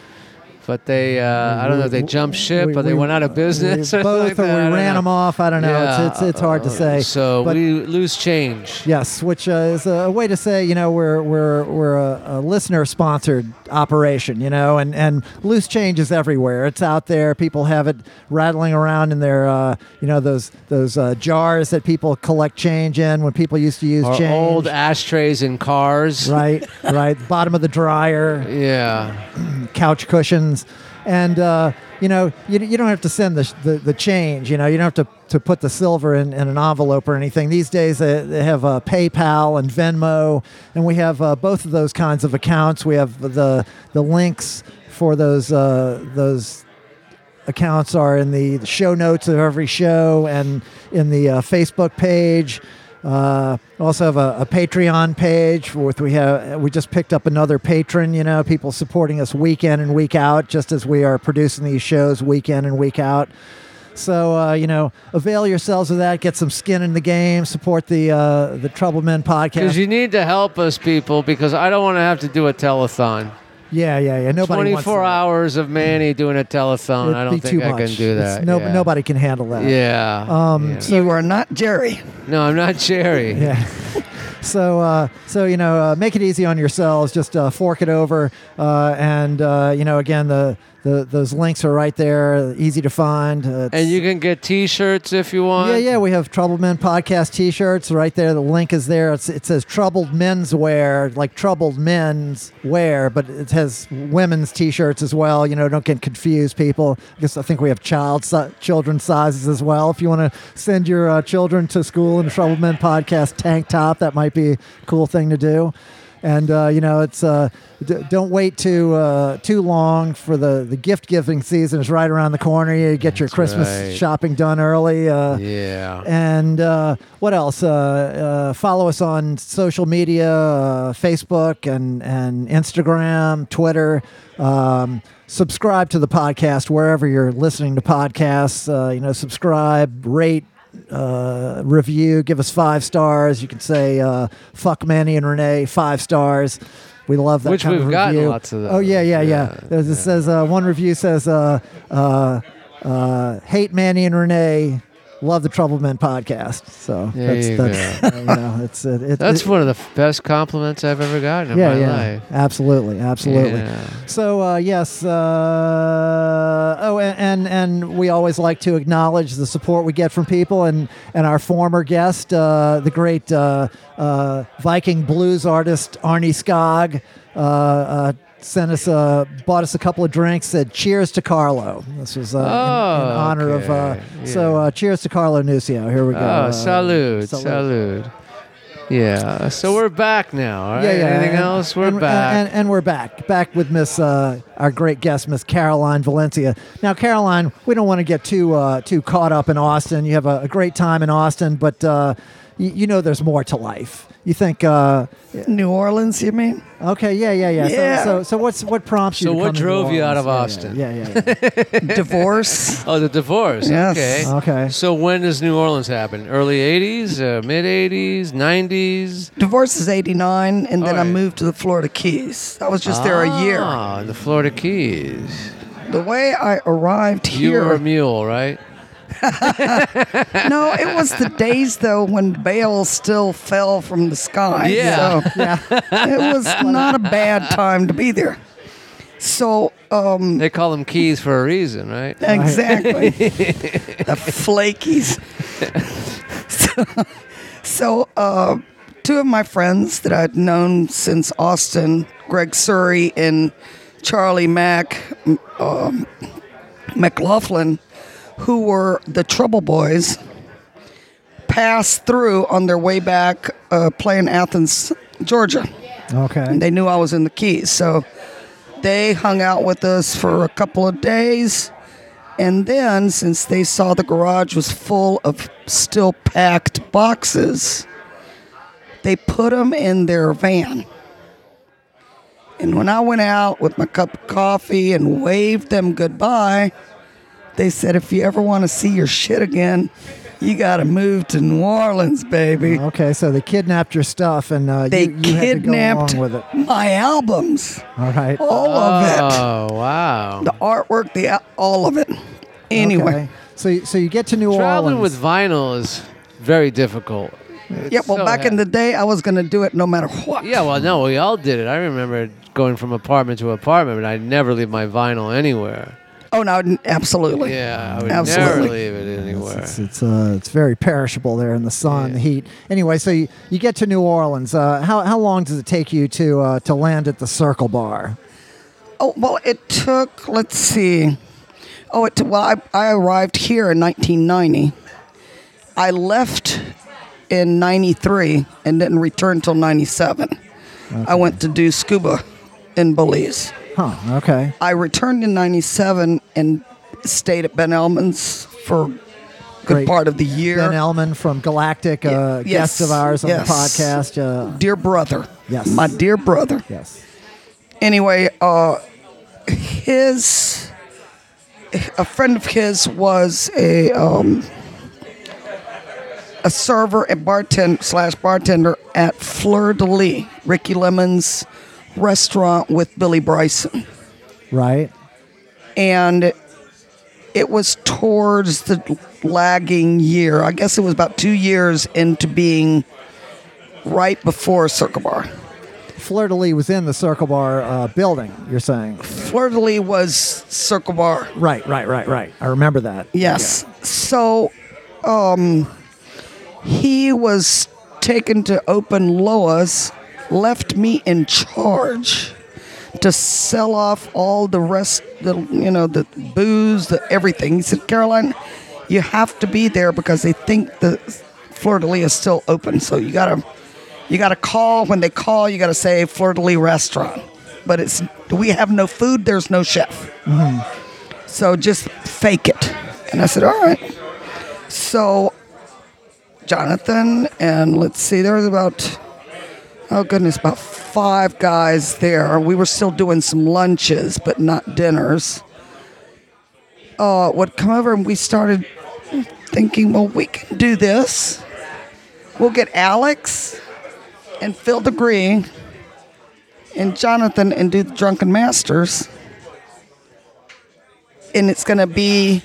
[SPEAKER 2] but they, uh, I don't know, if they jumped ship
[SPEAKER 1] We-
[SPEAKER 2] or they
[SPEAKER 1] we-
[SPEAKER 2] went out of business.
[SPEAKER 1] we-
[SPEAKER 2] or
[SPEAKER 1] both,
[SPEAKER 2] something like that. I
[SPEAKER 1] or
[SPEAKER 2] don't
[SPEAKER 1] we ran
[SPEAKER 2] know.
[SPEAKER 1] them off. I don't know.
[SPEAKER 2] Yeah,
[SPEAKER 1] It's, it's, it's hard to
[SPEAKER 2] uh,
[SPEAKER 1] say.
[SPEAKER 2] So
[SPEAKER 1] But-
[SPEAKER 2] we lose change.
[SPEAKER 1] Yes, which uh, is a way to say you know we're we're we're a, a listener sponsored operation, you know, and and loose change is everywhere. It's out there. People have it rattling around in their uh, you know those those uh, jars that people collect change in when people used to use
[SPEAKER 2] Our
[SPEAKER 1] change.
[SPEAKER 2] old ashtrays in cars.
[SPEAKER 1] right, right. Bottom of the dryer
[SPEAKER 2] Yeah.
[SPEAKER 1] couch cushions and uh, you know you, you don't have to send the, the, the change you know you don't have to, to put the silver in, in an envelope or anything these days they, they have uh, paypal and venmo and we have uh, both of those kinds of accounts we have the the links for those uh, those accounts are in the show notes of every show and in the uh, Facebook page. Uh, also have a, a Patreon page with we have we just picked up another patron. You know, people supporting us week in and week out, just as we are producing these shows week in and week out. So uh, you know, avail yourselves of that. Get some skin in the game. Support the uh, the Trouble Men podcast.
[SPEAKER 2] Because you need to help us, people, because I don't want to have to do a telethon.
[SPEAKER 1] yeah, yeah, yeah. Nobody. wants
[SPEAKER 2] 24
[SPEAKER 1] that.
[SPEAKER 2] hours of Manny doing a telethon.
[SPEAKER 1] It'd
[SPEAKER 2] I don't
[SPEAKER 1] be
[SPEAKER 2] think
[SPEAKER 1] too
[SPEAKER 2] I
[SPEAKER 1] much.
[SPEAKER 2] can do
[SPEAKER 1] It's
[SPEAKER 2] that.
[SPEAKER 1] no-
[SPEAKER 2] yeah.
[SPEAKER 1] Nobody can handle that.
[SPEAKER 2] Yeah.
[SPEAKER 1] Um,
[SPEAKER 2] Yeah.
[SPEAKER 3] you are not Jerry.
[SPEAKER 2] No, I'm not Jerry.
[SPEAKER 1] Yeah. So, uh, so you know, uh, make it easy on yourselves. Just uh, fork it over, uh, and uh, you know, again, the, the those links are right there, easy to find. Uh, it's-
[SPEAKER 2] And you can get T-shirts if you want.
[SPEAKER 1] yeah, yeah, we have Troubled Men podcast T-shirts right there. The link is there. It's, it says Troubled Men's Wear, like Troubled Men's Wear, but it has women's T-shirts as well. You know, don't get confused, people. I guess I think we have child si- children sizes as well. If you want to send your uh, children to school in a Troubled Men podcast tank top, that might be a cool thing to do. And uh, you know, it's uh, d- don't wait too uh, too long for the, the gift giving season is right around the corner. You get your Christmas
[SPEAKER 2] right.
[SPEAKER 1] shopping done early. Uh,
[SPEAKER 2] Yeah.
[SPEAKER 1] and uh, what else? Uh, uh, follow us on social media, uh, Facebook and, and Instagram, Twitter. Um, subscribe to the podcast wherever you're listening to podcasts. Uh, you know, subscribe, rate, uh, review, give us five stars. You can say uh, "fuck Manny and Renee" five stars. We love that
[SPEAKER 2] Which
[SPEAKER 1] kind of
[SPEAKER 2] we've gotten
[SPEAKER 1] review.
[SPEAKER 2] lots of
[SPEAKER 1] Oh yeah,
[SPEAKER 2] those.
[SPEAKER 1] yeah, yeah.
[SPEAKER 2] Yeah,
[SPEAKER 1] There's- It says uh, one review says, uh, uh, uh, "Hate Manny and Renee, love the Trouble Men podcast." So
[SPEAKER 2] There
[SPEAKER 1] that's
[SPEAKER 2] you
[SPEAKER 1] that's you know, it's it, it,
[SPEAKER 2] That's
[SPEAKER 1] it-
[SPEAKER 2] one of the f- best compliments I've ever gotten in
[SPEAKER 1] yeah,
[SPEAKER 2] my
[SPEAKER 1] yeah,
[SPEAKER 2] life.
[SPEAKER 1] absolutely, absolutely.
[SPEAKER 2] Yeah.
[SPEAKER 1] So uh, yes, uh, oh, and, and and we always like to acknowledge the support we get from people, and and our former guest, uh, the great uh, uh, Viking blues artist Arnie Skog, uh, uh, sent us a bought us a couple of drinks. Said cheers to Carlo. This was uh, in- in,
[SPEAKER 2] Oh,
[SPEAKER 1] honor of. Uh,
[SPEAKER 2] okay.
[SPEAKER 1] So
[SPEAKER 2] Yeah.
[SPEAKER 1] uh, cheers to Carlo Nucio. Here we go.
[SPEAKER 2] Oh,
[SPEAKER 1] Uh,
[SPEAKER 2] salud, salud. Yeah. So we're back now. all
[SPEAKER 1] Yeah,
[SPEAKER 2] right?
[SPEAKER 1] yeah.
[SPEAKER 2] Anything
[SPEAKER 1] and-
[SPEAKER 2] else? We're
[SPEAKER 1] and,
[SPEAKER 2] back.
[SPEAKER 1] And, and we're back. Back with Miss, uh, our great guest, Miss Caroline Valencia. Now, Caroline, we don't want to get too uh, too caught up in Austin. You have a, a great time in Austin, but uh, you, you know there's more to life. You think, uh,
[SPEAKER 3] New Orleans, you mean?
[SPEAKER 1] okay, yeah, yeah, yeah. So,
[SPEAKER 3] Yeah.
[SPEAKER 1] so, so what's what prompts you?
[SPEAKER 2] So
[SPEAKER 1] to
[SPEAKER 2] what
[SPEAKER 1] come to New
[SPEAKER 2] drove you out of
[SPEAKER 1] Orleans? Yeah, yeah, yeah, yeah,
[SPEAKER 3] Divorce.
[SPEAKER 2] oh, the divorce.
[SPEAKER 3] Yes.
[SPEAKER 2] Okay.
[SPEAKER 1] yeah. okay.
[SPEAKER 2] So when does New Orleans happen? Early '80s, uh, mid '80s, '90s.
[SPEAKER 3] Divorce is 89, and then I
[SPEAKER 2] Alright.
[SPEAKER 3] moved to the Florida Keys. I was just there a year.
[SPEAKER 2] Ah, the Florida Keys.
[SPEAKER 3] The way I arrived
[SPEAKER 2] You were
[SPEAKER 3] here.
[SPEAKER 2] a mule, right?
[SPEAKER 3] no, it was the days, though, when Baal still fell from the sky.
[SPEAKER 2] Yeah.
[SPEAKER 3] So it was not a bad time to be there. So, um,
[SPEAKER 2] They call them keys for a reason, right?
[SPEAKER 3] Exactly. the flakies. so, so uh, two of my friends that I'd known since Austin, Greg Surrey and Charlie Mack um, McLaughlin, who were the Trouble Boys, passed through on their way back uh, playing Athens, Georgia.
[SPEAKER 1] Okay.
[SPEAKER 3] They knew I was in the Keys, so they hung out with us for a couple of days. And then, since they saw the garage was full of still packed boxes, they put them in their van. And when I went out with my cup of coffee and waved them goodbye, they said, If you ever want to see your shit again, you got to move to New Orleans, baby.
[SPEAKER 1] Okay, so they kidnapped your stuff, and uh,
[SPEAKER 3] They
[SPEAKER 1] you, you had
[SPEAKER 3] kidnapped
[SPEAKER 1] to go along with it.
[SPEAKER 3] my albums,
[SPEAKER 1] All right.
[SPEAKER 3] all of it.
[SPEAKER 2] Oh wow!
[SPEAKER 3] the artwork, the all of it.
[SPEAKER 1] Okay.
[SPEAKER 3] Anyway,
[SPEAKER 1] so so you get to New
[SPEAKER 2] Traveling
[SPEAKER 1] Orleans.
[SPEAKER 2] with vinyl is very difficult.
[SPEAKER 3] yeah. Well,
[SPEAKER 2] so
[SPEAKER 3] back in the day, I was gonna do it no matter what.
[SPEAKER 2] Yeah, well, no, we all did it. I remember going from apartment to apartment, and I'd never leave my vinyl anywhere.
[SPEAKER 3] Oh no, n- absolutely.
[SPEAKER 2] Yeah, I would never
[SPEAKER 3] Absolutely.
[SPEAKER 2] leave it anywhere.
[SPEAKER 1] It's it's, uh, it's very perishable there in the sun,
[SPEAKER 2] Yeah.
[SPEAKER 1] the heat. Anyway, so you, you get to New Orleans. Uh, how how long does it take you to uh, to land at the Circle Bar?
[SPEAKER 3] Oh well, it took. Let's see. Oh, it. T- well, I, I arrived here in 1990. I left in 93 and didn't return till 97. I went to do scuba in Belize.
[SPEAKER 1] Huh. Okay.
[SPEAKER 3] I returned in 97 and stayed at Ben Elman's for a good
[SPEAKER 1] Great.
[SPEAKER 3] part of the year.
[SPEAKER 1] Ben Elman from Galactic, uh,
[SPEAKER 3] Ye-
[SPEAKER 1] guest
[SPEAKER 3] yes,
[SPEAKER 1] of ours on
[SPEAKER 3] yes.
[SPEAKER 1] the podcast. Uh,
[SPEAKER 3] dear brother.
[SPEAKER 1] Yes.
[SPEAKER 3] My dear brother.
[SPEAKER 1] yes.
[SPEAKER 3] Anyway, uh, his a friend of his was a um, a server and bartender slash bartender at Fleur de Lis, Ricky Lemon's restaurant with Billy Bryson,
[SPEAKER 1] Right.
[SPEAKER 3] and it was towards the lagging year. I guess it was about two years into being right before Circle Bar.
[SPEAKER 1] Fleur de Lis was in the Circle Bar uh, building, you're saying?
[SPEAKER 3] Fleur de Lis was Circle Bar.
[SPEAKER 1] Right, right, right, right. I remember that.
[SPEAKER 3] Yes. So, um, he was taken to open Loa's, left me in charge to sell off all the rest, the you know, the booze, the everything. He said, Caroline, you have to be there because they think the Fleur de Lis is still open. So you gotta, you gotta call when they call. You gotta say Fleur de Lis restaurant, but it's we have no food. There's no chef. So just fake it. And I said, all right. So Jonathan and let's see, there was about, oh goodness, about five guys there. We were still doing some lunches, but not dinners. Uh, would come over and we started thinking, well, we can do this. We'll get Alex and Phil the Green and Jonathan and do the Drunken Masters and it's going to be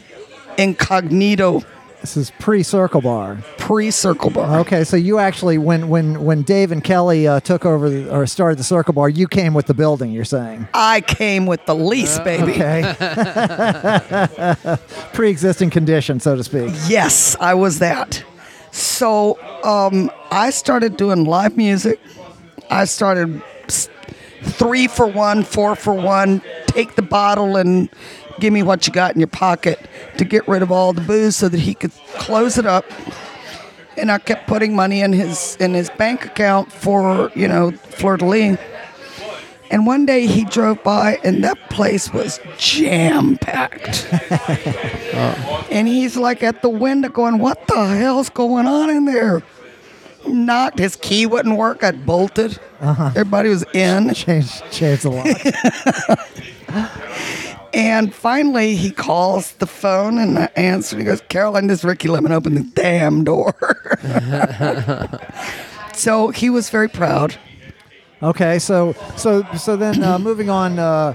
[SPEAKER 3] incognito
[SPEAKER 1] This is pre Circle Bar.
[SPEAKER 3] pre circle bar.
[SPEAKER 1] Okay, so you actually, when when when Dave and Kelly uh, took over the, or started the Circle Bar, you came with the building. You're saying
[SPEAKER 3] I came with the lease, baby.
[SPEAKER 1] okay, pre-existing condition, so to speak.
[SPEAKER 3] Yes, I was that. So um, I started doing live music. I started s- three for one, four for one, take the bottle and give me what you got in your pocket to get rid of all the booze so that he could close it up. And I kept putting money in his in his bank account for you know Fleur de Lis. And one day he drove by, and that place was jam packed. Uh. And he's like at the window going, What the hell's going on in there? Knocked, his key wouldn't work. I bolted. Everybody was in.
[SPEAKER 1] Change change the lock.
[SPEAKER 3] And finally, he calls the phone and I answer. and He goes, Caroline, this Ricky Lemon opened the damn door. so he was very proud.
[SPEAKER 1] Okay, so so so then uh, moving on. Uh,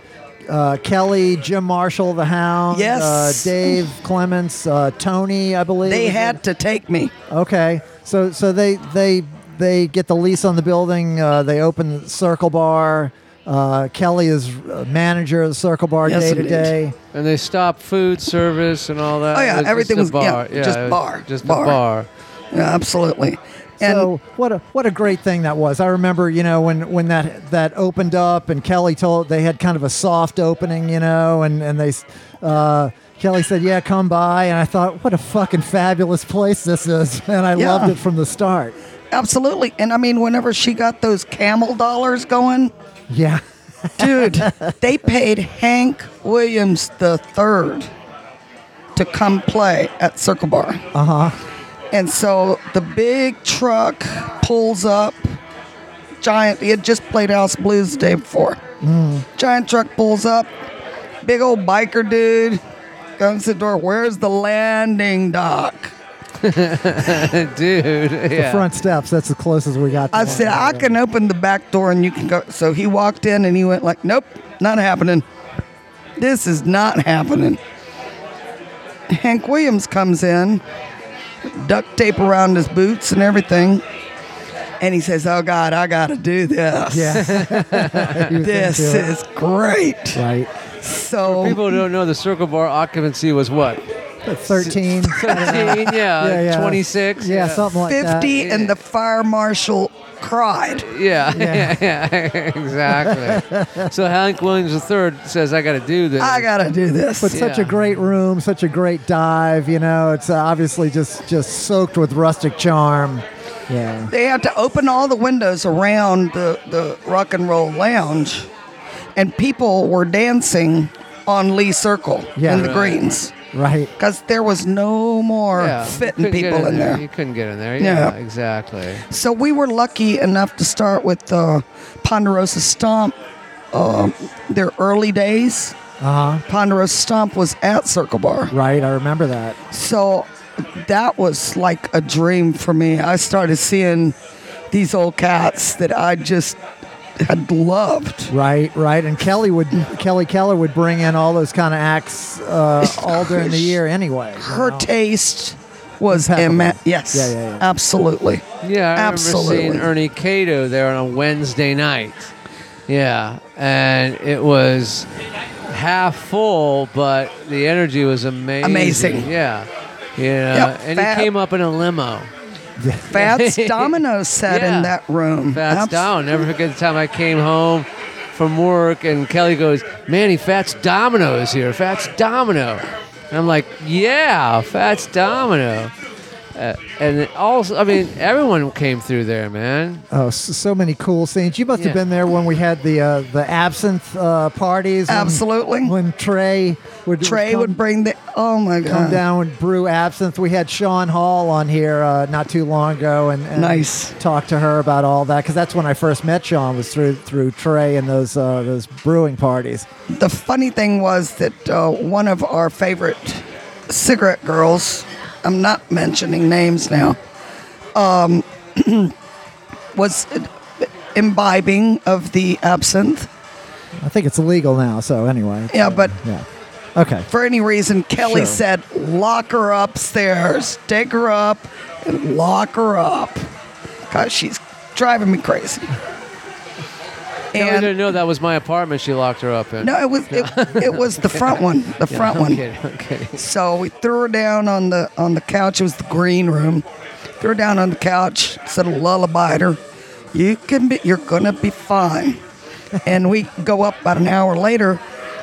[SPEAKER 1] uh, Kelly, Jim Marshall, the Hound,
[SPEAKER 3] Yes.
[SPEAKER 1] uh, Dave Clements, uh, Tony, I believe.
[SPEAKER 3] They
[SPEAKER 1] was in-
[SPEAKER 3] had to take me.
[SPEAKER 1] Okay, so so they they they get the lease on the building. Uh, they open the Circle Bar. Uh, Kelly is uh, manager of the Circle Bar
[SPEAKER 3] Yes,
[SPEAKER 1] day to
[SPEAKER 3] indeed.
[SPEAKER 1] day.
[SPEAKER 2] And they stopped food service and all that.
[SPEAKER 3] Oh, yeah,
[SPEAKER 2] It just
[SPEAKER 3] everything
[SPEAKER 2] a
[SPEAKER 3] was- yeah,
[SPEAKER 2] bar.
[SPEAKER 3] just
[SPEAKER 2] it was
[SPEAKER 3] bar,
[SPEAKER 2] Just
[SPEAKER 3] bar.
[SPEAKER 2] a bar.
[SPEAKER 3] Yeah, absolutely. And
[SPEAKER 1] So what a what a great thing that was. I remember you know when when that that opened up and Kelly told they had kind of a soft opening you know and and they. s- Uh, Kelly said, "Yeah, come by," and I thought, "What a fucking fabulous place this is!" And I
[SPEAKER 3] Yeah.
[SPEAKER 1] loved it from the start.
[SPEAKER 3] absolutely. And I mean, whenever she got those camel dollars going,
[SPEAKER 1] Yeah,
[SPEAKER 3] Dude, they paid Hank Williams the third to come play at Circle Bar. Uh huh. And so the big truck pulls up. Giant. He had just played House Blues the day before. Giant truck pulls up. Big old biker dude comes to the door. Where's the landing dock?
[SPEAKER 2] Dude.
[SPEAKER 1] the
[SPEAKER 2] Yeah.
[SPEAKER 1] front steps. That's the closest we got. To
[SPEAKER 3] I
[SPEAKER 1] one.
[SPEAKER 3] said, I can open the back door and you can go. So he walked in and he went like, nope, not happening. This is not happening. Hank Williams comes in, duct tape around his boots and everything. And he says, oh God, I got to do this.
[SPEAKER 1] "Yeah, He was
[SPEAKER 3] This
[SPEAKER 1] into it.
[SPEAKER 3] is great.
[SPEAKER 1] right."
[SPEAKER 3] So
[SPEAKER 2] People who don't know the circle bar occupancy was what?
[SPEAKER 1] 13.
[SPEAKER 2] 13, yeah.
[SPEAKER 1] Yeah, yeah.
[SPEAKER 2] 26.
[SPEAKER 1] yeah, something like
[SPEAKER 3] 50
[SPEAKER 1] that.
[SPEAKER 3] and the fire marshal cried.
[SPEAKER 2] Yeah, yeah, yeah, exactly. so Hank Williams III says, "I got to do this."
[SPEAKER 3] I got to do this.
[SPEAKER 1] But such a
[SPEAKER 2] yeah.
[SPEAKER 1] great room, such a great dive, you know. It's uh, obviously just just soaked with rustic charm. Yeah.
[SPEAKER 3] they had to open all the windows around the, the rock and roll lounge and people were dancing on lee circle
[SPEAKER 1] Yeah.
[SPEAKER 3] in the
[SPEAKER 1] Right.
[SPEAKER 3] greens
[SPEAKER 1] Right.
[SPEAKER 3] because there was no more
[SPEAKER 2] yeah, you
[SPEAKER 3] fitting
[SPEAKER 2] couldn't get
[SPEAKER 3] people in there.
[SPEAKER 2] You couldn't get in there.
[SPEAKER 3] Yeah.
[SPEAKER 2] Yeah, exactly.
[SPEAKER 3] so we were lucky enough to start with uh, ponderosa stomp uh, their early days
[SPEAKER 1] Uh huh.
[SPEAKER 3] ponderosa stomp was at circle bar
[SPEAKER 1] Right. I remember that.
[SPEAKER 3] So that was like a dream for me. I started seeing these old cats that I just had loved.
[SPEAKER 1] Right. Right. And Kelly would Kelly Keller would bring in all those kind of acts uh, all during the year anyway. you
[SPEAKER 3] Her
[SPEAKER 1] know?
[SPEAKER 3] taste was
[SPEAKER 1] Impeccable.
[SPEAKER 3] imma- yes,
[SPEAKER 1] Yeah, yeah, yeah.
[SPEAKER 3] absolutely.
[SPEAKER 2] Yeah, I remember
[SPEAKER 3] Absolutely.
[SPEAKER 2] seeing Ernie Cato there on a Wednesday night. Yeah, and it was half full, but the energy was amazing.
[SPEAKER 3] Amazing.
[SPEAKER 2] Yeah. Yeah,
[SPEAKER 3] Yep,
[SPEAKER 2] and
[SPEAKER 3] fab.
[SPEAKER 2] he came up in a limo.
[SPEAKER 3] Fats Domino sat
[SPEAKER 2] Yeah.
[SPEAKER 3] in that room.
[SPEAKER 2] Fats
[SPEAKER 3] Abs-
[SPEAKER 2] down. Never forget the time I came home from work and Kelly goes, "Manny, Fats Domino is here. Fats Domino." And I'm like, "Yeah, Fats Domino." Uh, and it also, I mean, everyone came through there, man.
[SPEAKER 1] Oh, s- so many cool scenes. You must
[SPEAKER 2] Yeah.
[SPEAKER 1] have been there when we had the uh, the absinthe uh, parties. when-
[SPEAKER 3] Absolutely.
[SPEAKER 1] When, Trey would
[SPEAKER 3] Trey
[SPEAKER 1] come,
[SPEAKER 3] would bring the oh my
[SPEAKER 1] come
[SPEAKER 3] god.
[SPEAKER 1] down and brew absinthe. We had Sean Hall on here uh, not too long ago, and, and
[SPEAKER 3] Nice.
[SPEAKER 1] talked to her about all that because that's when I first met Sean was through through Trey and those uh, those brewing parties.
[SPEAKER 3] The funny thing was that uh, one of our favorite cigarette girls, I'm not mentioning names now, um, was imbibing of the absinthe.
[SPEAKER 1] I think it's illegal now. So anyway,
[SPEAKER 3] Yeah, but
[SPEAKER 1] yeah, okay.
[SPEAKER 3] for any reason, Kelly
[SPEAKER 1] Sure.
[SPEAKER 3] said, lock her upstairs, take her up, and lock her up. Because she's driving me crazy.
[SPEAKER 2] Kelly didn't
[SPEAKER 3] And
[SPEAKER 2] know that was my apartment. She locked her up in.
[SPEAKER 3] no, it was it, it was the front one, the front one.
[SPEAKER 2] Okay, okay.
[SPEAKER 3] So we threw her down on the on the couch. It was the green room. Threw her down on the couch. Said a lullaby to her. You can be. You're gonna be fine. And we go up about an hour later,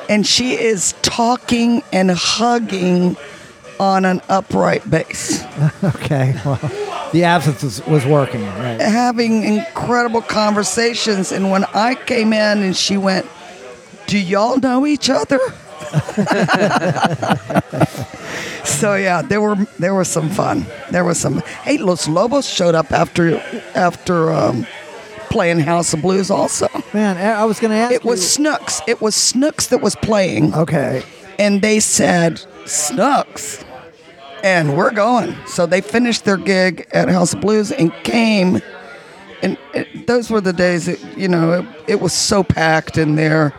[SPEAKER 3] and she is talking and hugging on an upright bass,
[SPEAKER 1] Okay. Well, the absence was, was working.
[SPEAKER 3] Eh.
[SPEAKER 1] Right.
[SPEAKER 3] having incredible conversations. And when I came in, and she went, "Do y'all know each other?" So yeah, there were there was some fun. There was some. Hey, Los Lobos showed up after after um, playing House of Blues. Also,
[SPEAKER 1] Man, eh, I I was going to ask.
[SPEAKER 3] it was
[SPEAKER 1] you-
[SPEAKER 3] Snooks. It was Snooks that was playing,
[SPEAKER 1] okay.
[SPEAKER 3] and they said Snooks, and we're going. So they finished their gig at House of Blues and came. And it, those were the days that you know it, it was so packed in there.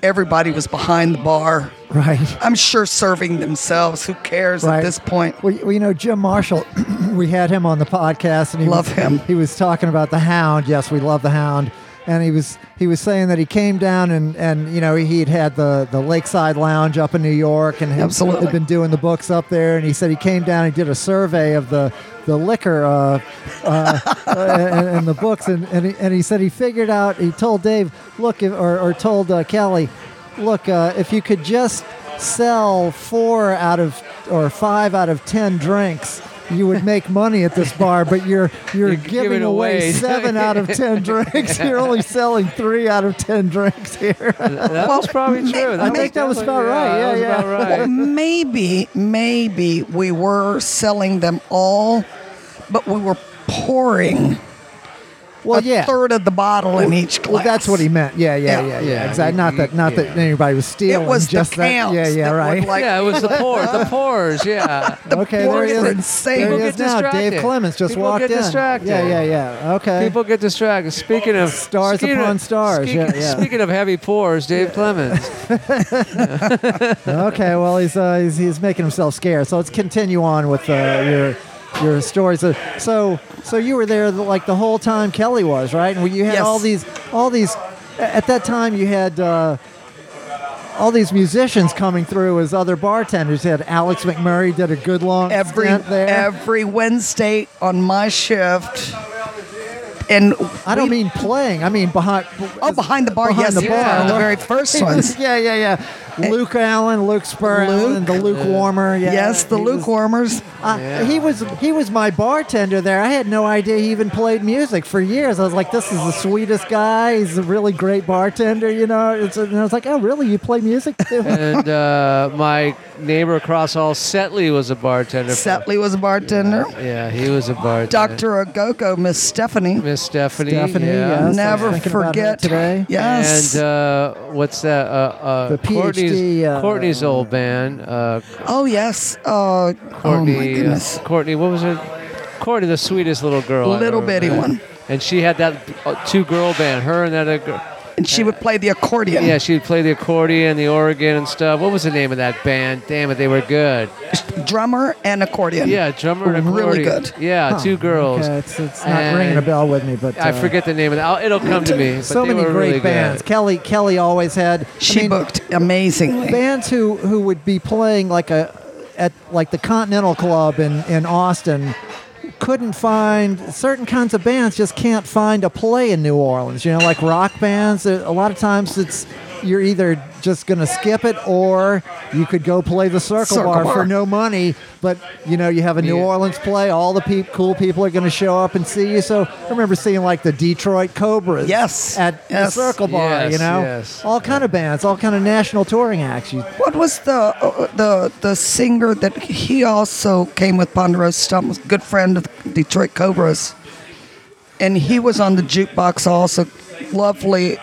[SPEAKER 3] Everybody was behind the bar.
[SPEAKER 1] Right.
[SPEAKER 3] I'm sure serving themselves. Who cares at
[SPEAKER 1] Right.
[SPEAKER 3] this point?
[SPEAKER 1] Well, you well, you know, Jim Marshall, we had him on the podcast, and he
[SPEAKER 3] Love
[SPEAKER 1] was,
[SPEAKER 3] him.
[SPEAKER 1] He was talking about the Hound. Yes, we love the Hound, and he was he was saying that he came down and and you know he'd had the the Lakeside Lounge up in New York, and had,
[SPEAKER 3] Absolutely.
[SPEAKER 1] had been doing the books up there, and he said he came down and did a survey of the the liquor uh, uh, and, and the books, and and he, and he said he figured out. He told Dave, look, if, or or told uh, Kelly, look, uh, if you could just sell four out of or five out of ten drinks. You would make money at this bar, but you're you're,
[SPEAKER 2] You're
[SPEAKER 1] giving,
[SPEAKER 2] giving
[SPEAKER 1] away,
[SPEAKER 2] away-
[SPEAKER 1] seven out of ten drinks. You're only selling three out of ten drinks here.
[SPEAKER 2] That was probably true.
[SPEAKER 1] I think that was
[SPEAKER 2] definitely-
[SPEAKER 1] about right.
[SPEAKER 2] that was
[SPEAKER 1] Yeah,
[SPEAKER 2] about
[SPEAKER 3] Well,
[SPEAKER 2] right.
[SPEAKER 3] maybe, maybe we were selling them all, but we were pouring
[SPEAKER 1] Well,
[SPEAKER 3] a
[SPEAKER 1] yeah.
[SPEAKER 3] third of the bottle in each glass.
[SPEAKER 1] Well, that's what he meant. Yeah, yeah,
[SPEAKER 3] Yeah.
[SPEAKER 1] yeah, yeah.
[SPEAKER 2] Yeah,
[SPEAKER 1] exactly.
[SPEAKER 2] you-
[SPEAKER 1] Not that,
[SPEAKER 2] you-
[SPEAKER 1] not that
[SPEAKER 2] yeah.
[SPEAKER 1] anybody was stealing.
[SPEAKER 3] It was the
[SPEAKER 1] just that.
[SPEAKER 3] counts
[SPEAKER 1] Yeah, yeah,
[SPEAKER 3] that were
[SPEAKER 1] right.
[SPEAKER 3] like-
[SPEAKER 2] Yeah, it was the pores. The pores. Yeah.
[SPEAKER 1] okay, there he
[SPEAKER 3] pouring
[SPEAKER 1] is.
[SPEAKER 3] were insane.
[SPEAKER 1] There
[SPEAKER 2] People
[SPEAKER 1] he
[SPEAKER 2] get
[SPEAKER 1] is now. Dave
[SPEAKER 2] distracted.
[SPEAKER 1] Clemens just
[SPEAKER 2] People
[SPEAKER 1] walked
[SPEAKER 2] get
[SPEAKER 1] in.
[SPEAKER 2] distracted.
[SPEAKER 1] Yeah, yeah, yeah. Okay.
[SPEAKER 2] People get distracted. Speaking of
[SPEAKER 1] Stars
[SPEAKER 2] speaking
[SPEAKER 1] upon
[SPEAKER 2] of-
[SPEAKER 1] stars.
[SPEAKER 2] Speaking,
[SPEAKER 1] Yeah, yeah.
[SPEAKER 2] speaking of heavy pores, Dave Clemens.
[SPEAKER 1] okay. Well, he's, uh, he's he's making himself scarce. So let's continue on with uh, your your stories. So, so so you were there the, like the whole time Kelly was right, and you had
[SPEAKER 3] Yes.
[SPEAKER 1] all these all these at that time you had. Uh, all these musicians coming through as other bartenders. You had Alex McMurray did a good long
[SPEAKER 3] every
[SPEAKER 1] stint there.
[SPEAKER 3] every Wednesday on my shift, and
[SPEAKER 1] I don't
[SPEAKER 3] we-
[SPEAKER 1] mean playing. I mean behind.
[SPEAKER 3] oh behind the bar.
[SPEAKER 1] behind
[SPEAKER 3] yes,
[SPEAKER 1] the
[SPEAKER 3] yeah,
[SPEAKER 1] bar.
[SPEAKER 3] the very first ones.
[SPEAKER 1] yeah, yeah, yeah. Luke Allen, Luke Spur, Allen,
[SPEAKER 3] Luke.
[SPEAKER 1] the lukewarmer. Yeah,
[SPEAKER 3] yes, the
[SPEAKER 1] he was-
[SPEAKER 3] lukewarmers.
[SPEAKER 1] Uh,
[SPEAKER 2] Yeah.
[SPEAKER 1] He was he was my bartender there. I had no idea he even played music for years. I was like, this is the sweetest guy. He's a really great bartender, you know. It's, and I was like, oh, really? You play music too?
[SPEAKER 2] and uh, my neighbor across all, Setley, was a bartender. for-
[SPEAKER 3] Setley was a bartender.
[SPEAKER 2] Yeah, he was a bartender.
[SPEAKER 3] Dr. Ogoko, Miss Stephanie.
[SPEAKER 2] Miss Stephanie.
[SPEAKER 1] Stephanie,
[SPEAKER 2] yeah.
[SPEAKER 1] yes.
[SPEAKER 3] Never
[SPEAKER 1] Thinking about her
[SPEAKER 3] forget
[SPEAKER 1] today.
[SPEAKER 3] Yes.
[SPEAKER 2] And uh, what's that? Uh, uh,
[SPEAKER 1] The PhD,
[SPEAKER 2] Courtney's,
[SPEAKER 1] uh,
[SPEAKER 2] Courtney's old band. Uh,
[SPEAKER 3] Oh yes, uh,
[SPEAKER 2] Courtney.
[SPEAKER 3] oh my
[SPEAKER 2] uh,
[SPEAKER 3] goodness.
[SPEAKER 2] Courtney, what was her? Courtney, the sweetest little girl. I've
[SPEAKER 3] Little
[SPEAKER 2] ever
[SPEAKER 3] bitty
[SPEAKER 2] met.
[SPEAKER 3] one.
[SPEAKER 2] And she had that uh, two girl band. Her and that other girl.
[SPEAKER 3] and she would play the accordion.
[SPEAKER 2] Yeah, she'd play the accordion, the organ, and stuff. What was the name of that band? Damn it, they were good.
[SPEAKER 3] Drummer and accordion.
[SPEAKER 2] Yeah, drummer and accordion.
[SPEAKER 3] Really good.
[SPEAKER 2] Yeah,
[SPEAKER 1] Huh,
[SPEAKER 2] two girls.
[SPEAKER 1] Oh, Okay, it's, it's not
[SPEAKER 2] And
[SPEAKER 1] ringing a bell with me, but
[SPEAKER 2] I
[SPEAKER 1] uh,
[SPEAKER 2] forget the name of that. I'll- It'll come to me. but
[SPEAKER 1] So
[SPEAKER 2] they
[SPEAKER 1] many
[SPEAKER 2] were
[SPEAKER 1] great
[SPEAKER 2] really good.
[SPEAKER 1] bands. Kelly Kelly always had. I
[SPEAKER 3] She
[SPEAKER 1] mean,
[SPEAKER 3] booked amazingly.
[SPEAKER 1] bands who who would be playing like a at like the Continental Club in in Austin couldn't find certain kinds of bands just can't find a play in New Orleans. You know, like rock bands. uh, A lot of times it's you're either just gonna skip it or you could go play the circle,
[SPEAKER 3] Circle
[SPEAKER 1] bar, for
[SPEAKER 3] Bar.
[SPEAKER 1] no money. But you know, you have a New
[SPEAKER 2] Yeah.
[SPEAKER 1] Orleans play. All the peop cool people are gonna show up and see you. So I remember seeing like the Detroit Cobras.
[SPEAKER 3] Yes.
[SPEAKER 1] At
[SPEAKER 3] Yes.
[SPEAKER 1] the circle bar.
[SPEAKER 2] Yes,
[SPEAKER 1] you know,
[SPEAKER 2] yes.
[SPEAKER 1] all kind of bands, all kind of national touring acts. You
[SPEAKER 3] What was the uh, the the singer that he also came with Ponderosa Stump? Was a good friend of the Detroit Cobras, and he was on the jukebox also. Lovely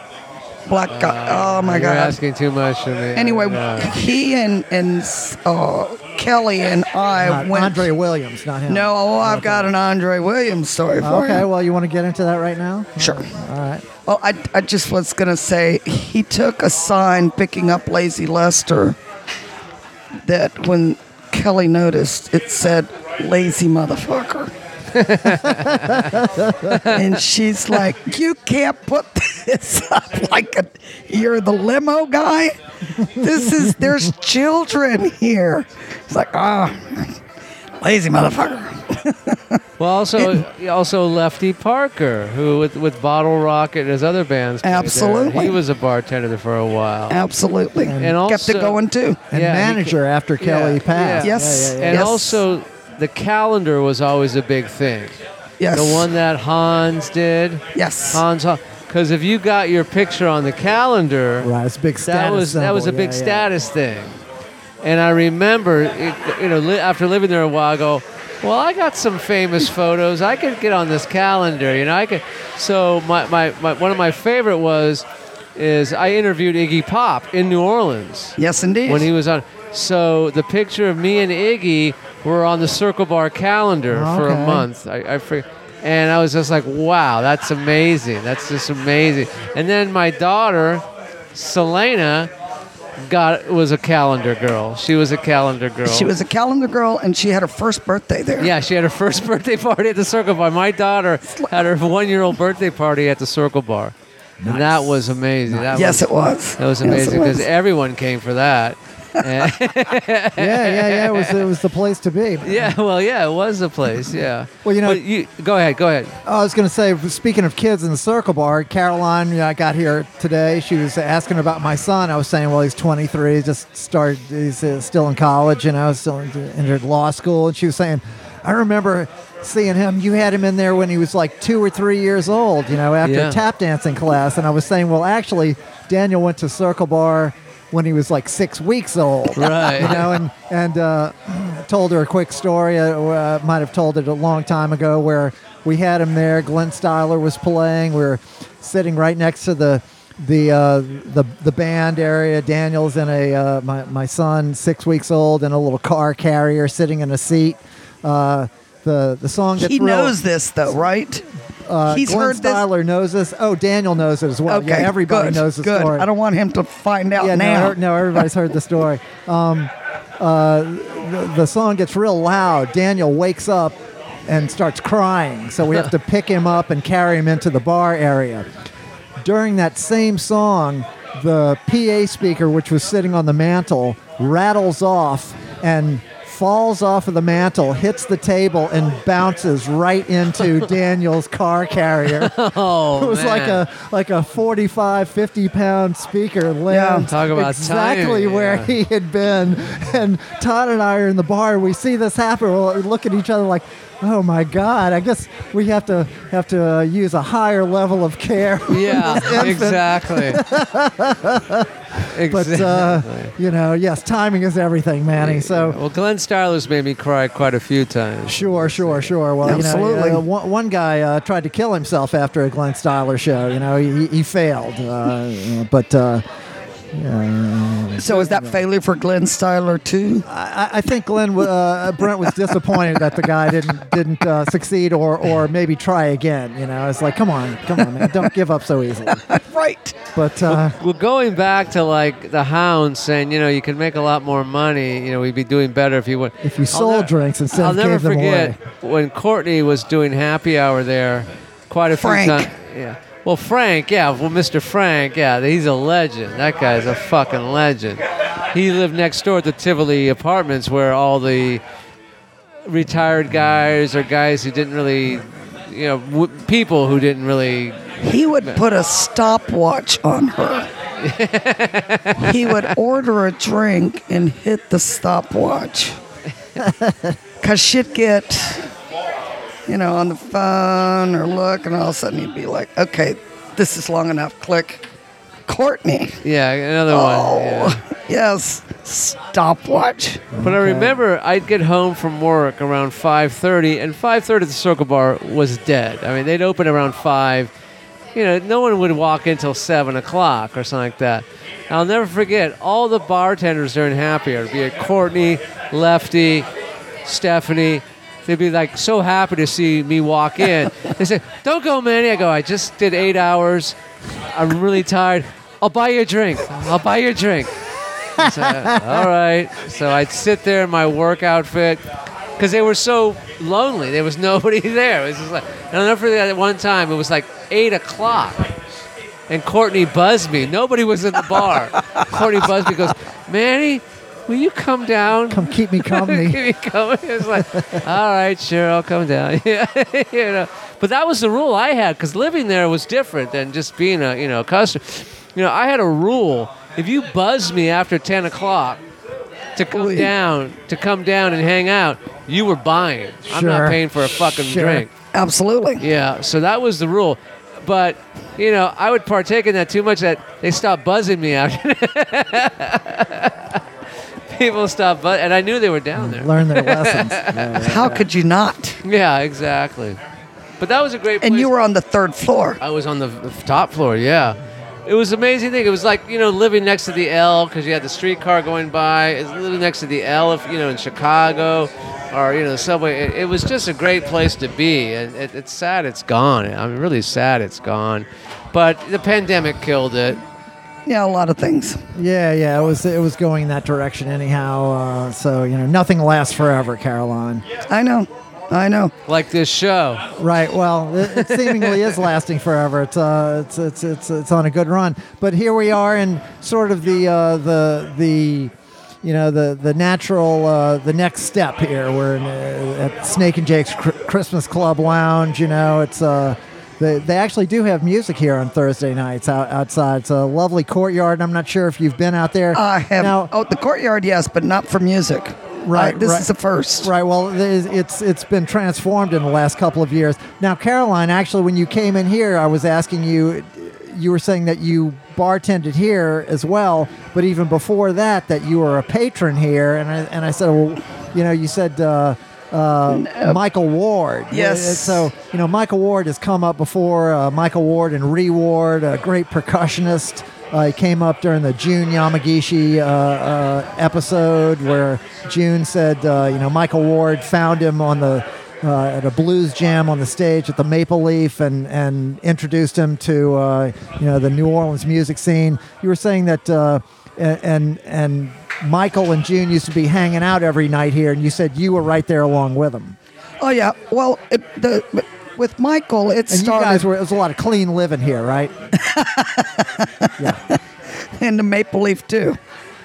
[SPEAKER 3] black
[SPEAKER 1] Uh,
[SPEAKER 3] guy. Oh my
[SPEAKER 2] You're
[SPEAKER 3] God.
[SPEAKER 2] asking too much of me.
[SPEAKER 3] Anyway,
[SPEAKER 2] Yeah.
[SPEAKER 3] he and and uh, Kelly and I
[SPEAKER 1] Not
[SPEAKER 3] went.
[SPEAKER 1] Andre Williams, not him.
[SPEAKER 3] No, oh, I've got an Andre Williams story for you.
[SPEAKER 1] Okay, well, you want to get into that right now?
[SPEAKER 3] Sure.
[SPEAKER 1] All right.
[SPEAKER 3] Well, I, I just was going to say he took a sign picking up Lazy Lester that when Kelly noticed, it said, Lazy motherfucker. and she's like, You can't put this up like a, you're the limo guy. This is, there's children here. It's like, Ah, lazy motherfucker.
[SPEAKER 2] Well, also also Lefty Parker, who with, with Bottle Rocket and his other bands. played there.
[SPEAKER 3] Absolutely.
[SPEAKER 2] he was a bartender there for a while.
[SPEAKER 3] Absolutely.
[SPEAKER 2] And
[SPEAKER 3] Kept
[SPEAKER 2] also-
[SPEAKER 3] it going too.
[SPEAKER 1] And
[SPEAKER 2] Yeah, he
[SPEAKER 1] manager after Kelly
[SPEAKER 2] yeah,
[SPEAKER 1] passed.
[SPEAKER 2] yeah.
[SPEAKER 3] Yes.
[SPEAKER 1] Yeah, yeah, yeah.
[SPEAKER 2] And
[SPEAKER 3] Yes.
[SPEAKER 2] also, the calendar was always a big thing.
[SPEAKER 3] Yes.
[SPEAKER 2] The one that Hans did.
[SPEAKER 3] Yes.
[SPEAKER 2] Hans, because if you got your picture on the calendar,
[SPEAKER 1] Right, it's a big status.
[SPEAKER 2] that was that was a
[SPEAKER 1] symbol.
[SPEAKER 2] big
[SPEAKER 1] Yeah, yeah.
[SPEAKER 2] status thing. And I remember, it, you know, li- after living there a while, I go, well, I got some famous photos. I could get on this calendar, you know. I could. So my, my, my one of my favorite was, is I interviewed Iggy Pop in New Orleans
[SPEAKER 3] Yes, indeed.
[SPEAKER 2] when he was on. So the picture of me and Iggy were on the Circle Bar calendar for
[SPEAKER 1] Okay.
[SPEAKER 2] a month. I, I fr- and I was just like, wow, that's amazing. That's just amazing. And then my daughter, Selena, got was a calendar girl. She was a calendar girl.
[SPEAKER 3] She was a calendar girl, and she had her first birthday there.
[SPEAKER 2] Yeah, she had her first birthday party at the Circle Bar. My daughter had her one-year-old birthday party at the Circle Bar, and that was amazing. That
[SPEAKER 3] Yes,
[SPEAKER 2] was,
[SPEAKER 3] it was.
[SPEAKER 2] that was
[SPEAKER 3] Yes, it
[SPEAKER 2] amazing
[SPEAKER 3] was.
[SPEAKER 2] because everyone came for that. And-
[SPEAKER 1] yeah, yeah, yeah. It was, it was the place to be.
[SPEAKER 2] Yeah, well, yeah, it was a place. Yeah.
[SPEAKER 1] Well, you know-
[SPEAKER 2] But you go ahead, go ahead.
[SPEAKER 1] I was going to say, speaking of kids in the circle bar, Caroline, you know, I got here today. She was asking about my son. I was saying, well, he's 23, just started, he's uh, still in college, you know, still in- entered law school. And she was saying, I remember seeing him. You had him in there when he was like two or three years old, you know, after
[SPEAKER 2] Yeah.
[SPEAKER 1] tap dancing class. And I was saying, well, actually, Daniel went to circle bar when he was like six weeks old
[SPEAKER 2] Right.
[SPEAKER 1] you know, and and uh, told her a quick story. Uh, uh, might have told it a long time ago, where we had him there. Glenn Styler was playing. We were sitting right next to the the uh, the the band area. Daniel's in a uh, my my son, six weeks old, in a little car carrier, sitting in a seat. Uh, the the song that
[SPEAKER 3] He knows this though, right?
[SPEAKER 1] uh,
[SPEAKER 3] He's
[SPEAKER 1] Glenn
[SPEAKER 3] heard this.
[SPEAKER 1] Styler knows this. Oh, Daniel knows it as well.
[SPEAKER 3] Okay,
[SPEAKER 1] yeah, everybody
[SPEAKER 3] good,
[SPEAKER 1] knows the
[SPEAKER 3] good.
[SPEAKER 1] story.
[SPEAKER 3] I don't want him to find out
[SPEAKER 1] yeah,
[SPEAKER 3] now.
[SPEAKER 1] No, er- no, everybody's heard the story. Um, uh, the, the song gets real loud. Daniel wakes up and starts crying. So we have to pick him up and carry him into the bar area. During that same song, the PA speaker, which was sitting on the mantle, rattles off and falls off of the mantle, hits the table, and bounces right into Daniel's car carrier.
[SPEAKER 2] Oh,
[SPEAKER 1] It was like a like a 45, 50 pound speaker lands
[SPEAKER 2] Talk about
[SPEAKER 1] exactly
[SPEAKER 2] timing,
[SPEAKER 1] where
[SPEAKER 2] yeah.
[SPEAKER 1] he had been. And Todd and I are in the bar. We see this happen. We'll- We look at each other like, oh my god. I guess we have to have to uh, use a higher level of care.
[SPEAKER 2] yeah, exactly. exactly.
[SPEAKER 1] But uh, you know, yes, timing is everything, Manny. So.
[SPEAKER 2] well, Glenn Styler's made me cry quite a few times.
[SPEAKER 1] Sure, sure, sure. Well, you
[SPEAKER 3] Absolutely.
[SPEAKER 1] know, uh, one, one guy uh, tried to kill himself after a Glenn Styler show. You know, he, he failed, uh, you know, but uh,
[SPEAKER 3] So is that failure for Glenn Styler too?
[SPEAKER 1] I, I think Glenn w- uh, Brent was disappointed that the guy didn't didn't uh, succeed or or maybe try again. You know, it's like, come on, come on, man, don't give up so easily.
[SPEAKER 3] right.
[SPEAKER 1] But uh,
[SPEAKER 2] Well, going back to like the hound saying, you know, you could make a lot more money. You know, we'd be doing better if you would.
[SPEAKER 1] If you sold drinks instead
[SPEAKER 2] I'll
[SPEAKER 1] of
[SPEAKER 2] never
[SPEAKER 1] gave them
[SPEAKER 2] forget when Courtney was doing happy hour there, quite a
[SPEAKER 3] Frank.
[SPEAKER 2] few times. Yeah. Well, Frank, yeah. Well, Mr. Frank, yeah. He's a legend. That guy's a fucking legend. He lived next door at the Tivoli Apartments, where all the retired guys or guys who didn't really, you know, w- people who didn't really
[SPEAKER 3] He would put a stopwatch on her. he would order a drink and hit the stopwatch. Because she'd get, you know, on the phone or look, and all of a sudden he'd be like, okay, this is long enough. Click. Courtney.
[SPEAKER 2] Yeah, another
[SPEAKER 3] Oh,
[SPEAKER 2] one. yeah.
[SPEAKER 3] yes. Stopwatch.
[SPEAKER 2] But I remember I'd get home from work around 5:30, and 5:30 at the Circle Bar was dead. I mean, they'd open around five. You know, no one would walk in till seven o'clock or something like that. I'll never forget all the bartenders during Happy Hour, be it Courtney, Lefty, Stephanie. They'd be like so happy to see me walk in. they say, "Don't go, Manny." I go, "I just did eight hours. I'm really tired. I'll buy you a drink. I'll buy you a drink." So, all right. So I'd sit there in my work outfit because they were so lonely. There was nobody there. It was just like, and I remember that one time it was like eight o'clock, and Courtney buzzed me. Nobody was in the bar. Courtney buzzed me. Goes, Manny, will you come down?
[SPEAKER 1] come keep me company.
[SPEAKER 2] Keep me going. It was like, all right, sure, I'll come down. Yeah, you know. But that was the rule I had because living there was different than just being a you know customer. You know, I had a rule: if you buzz me after ten o'clock to come
[SPEAKER 3] Oy.
[SPEAKER 2] down, to come down and hang out, you were buying. I'm
[SPEAKER 1] Sure.
[SPEAKER 2] not paying for a fucking
[SPEAKER 1] Sure.
[SPEAKER 2] drink.
[SPEAKER 3] Absolutely.
[SPEAKER 2] Yeah, so that was the rule. But you know, I would partake in that too much that they stopped buzzing me after. People stopped, bu- and I knew they were down there.
[SPEAKER 1] Learn their lessons.
[SPEAKER 3] How could you not?
[SPEAKER 2] Yeah, exactly. But that was a great.
[SPEAKER 3] And
[SPEAKER 2] place.
[SPEAKER 3] you were on the third floor.
[SPEAKER 2] I was on the f- top floor. Yeah, it was an amazing thing. It was like you know living next to the L because you had the streetcar going by. It's living next to the L, if you know, in Chicago, or you know, the subway. It, it was just a great place to be. And it, it's sad it's gone. I'm really sad it's gone. But the pandemic killed it.
[SPEAKER 3] Yeah, a lot of things.
[SPEAKER 1] Yeah, yeah, it was it was going that direction anyhow. Uh, so you know, nothing lasts forever, Caroline.
[SPEAKER 3] I know. I know.
[SPEAKER 2] Like this show.
[SPEAKER 1] Right. Well, it, it seemingly is lasting forever. It's, uh, it's it's it's it's on a good run. But here we are in sort of the uh, the the you know the the natural uh, the next step here. We're in, uh, at Snake and Jake's Cr- Christmas Club Lounge. You know, it's uh. They, they actually do have music here on Thursday nights out, outside. It's a lovely courtyard. I'm not sure if you've been out there.
[SPEAKER 3] I have.
[SPEAKER 1] Now-
[SPEAKER 3] oh, the courtyard, yes, but not for music.
[SPEAKER 1] Right,
[SPEAKER 3] Uh, this
[SPEAKER 1] right.
[SPEAKER 3] is the first.
[SPEAKER 1] Right. Well, it is- it's it's been transformed in the last couple of years. Now, Caroline, actually, when you came in here, I was asking you. You were saying that you bartended here as well, but even before that, that you were a patron here, and I, and I said, well, you know, you said. Uh, uh, Michael Ward.
[SPEAKER 3] Yes.
[SPEAKER 1] Yeah, So, you know, Michael Ward has come up before. Uh, Michael Ward and Reward, a great percussionist. Uh, he came up during the June Yamagishi uh, uh, episode where June said, uh, you know, Michael Ward found him on the uh, at a blues jam on the stage at the Maple Leaf and, and introduced him to uh, you know the New Orleans music scene. You were saying that uh, a- and and Michael and June used to be hanging out every night here, and you said you were right there along with them.
[SPEAKER 3] Oh, yeah. Well, it, the with Michael, it
[SPEAKER 1] And
[SPEAKER 3] started
[SPEAKER 1] you guys were, it was a lot of clean living here, right?
[SPEAKER 3] in the Maple Leaf, too.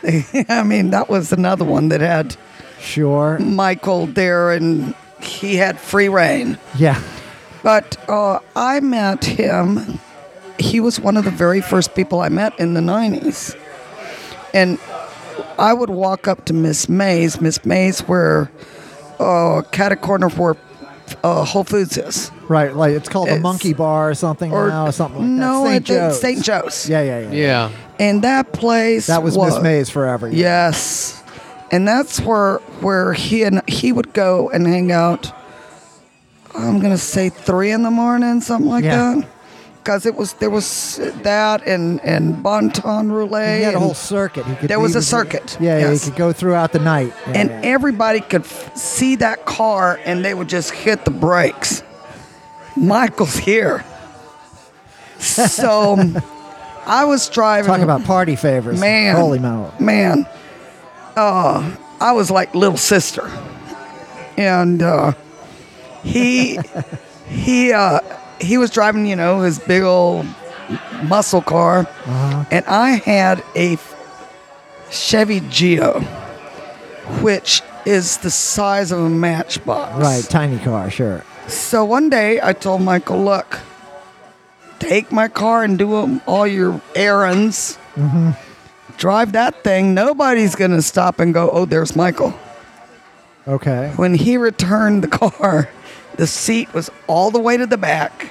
[SPEAKER 3] I mean, that was another one that had
[SPEAKER 1] Sure.
[SPEAKER 3] Michael there, and he had free reign.
[SPEAKER 1] Yeah.
[SPEAKER 3] But uh, I met him. He was one of the very first people I met in the 90s. And I would walk up to Miss Mays. Miss Mays, where uh, Cat a Corner, where uh, Whole Foods is.
[SPEAKER 1] Right. Like it's called a
[SPEAKER 3] It's-
[SPEAKER 1] monkey bar or something now, or something like
[SPEAKER 3] no,
[SPEAKER 1] that. St. Joe's.
[SPEAKER 3] St. Joe's.
[SPEAKER 1] Yeah, yeah, yeah.
[SPEAKER 2] Yeah.
[SPEAKER 3] And that place
[SPEAKER 1] That was Miss Mays forever.
[SPEAKER 3] Yes, and that's where where he and he would go and hang out. I'm gonna say three in the morning, something like
[SPEAKER 1] Yeah.
[SPEAKER 3] that. because it was there was that and and Bon Ton Roulette.
[SPEAKER 1] He had a whole
[SPEAKER 3] and-
[SPEAKER 1] circuit. He could,
[SPEAKER 3] There was
[SPEAKER 1] he
[SPEAKER 3] a circuit,
[SPEAKER 1] Yeah, yeah,
[SPEAKER 3] yes.
[SPEAKER 1] he could go throughout the night. Yeah,
[SPEAKER 3] and
[SPEAKER 1] yeah.
[SPEAKER 3] everybody could f- see that car and they would just hit the brakes. Michael's here. So I was driving.
[SPEAKER 1] talk about party favors.
[SPEAKER 3] man,
[SPEAKER 1] holy moly!
[SPEAKER 3] man. Uh, I was like little sister, and uh, he he uh, he was driving, you know, his big old muscle car,
[SPEAKER 1] Uh-huh.
[SPEAKER 3] and I had a Chevy Geo, which is the size of a matchbox.
[SPEAKER 1] Right, tiny car, sure.
[SPEAKER 3] So one day I told Michael, look, take my car and do 'em- all your errands. Drive that thing. Nobody's going to stop and go, oh, there's Michael.
[SPEAKER 1] Okay.
[SPEAKER 3] When he returned the car, the seat was all the way to the back.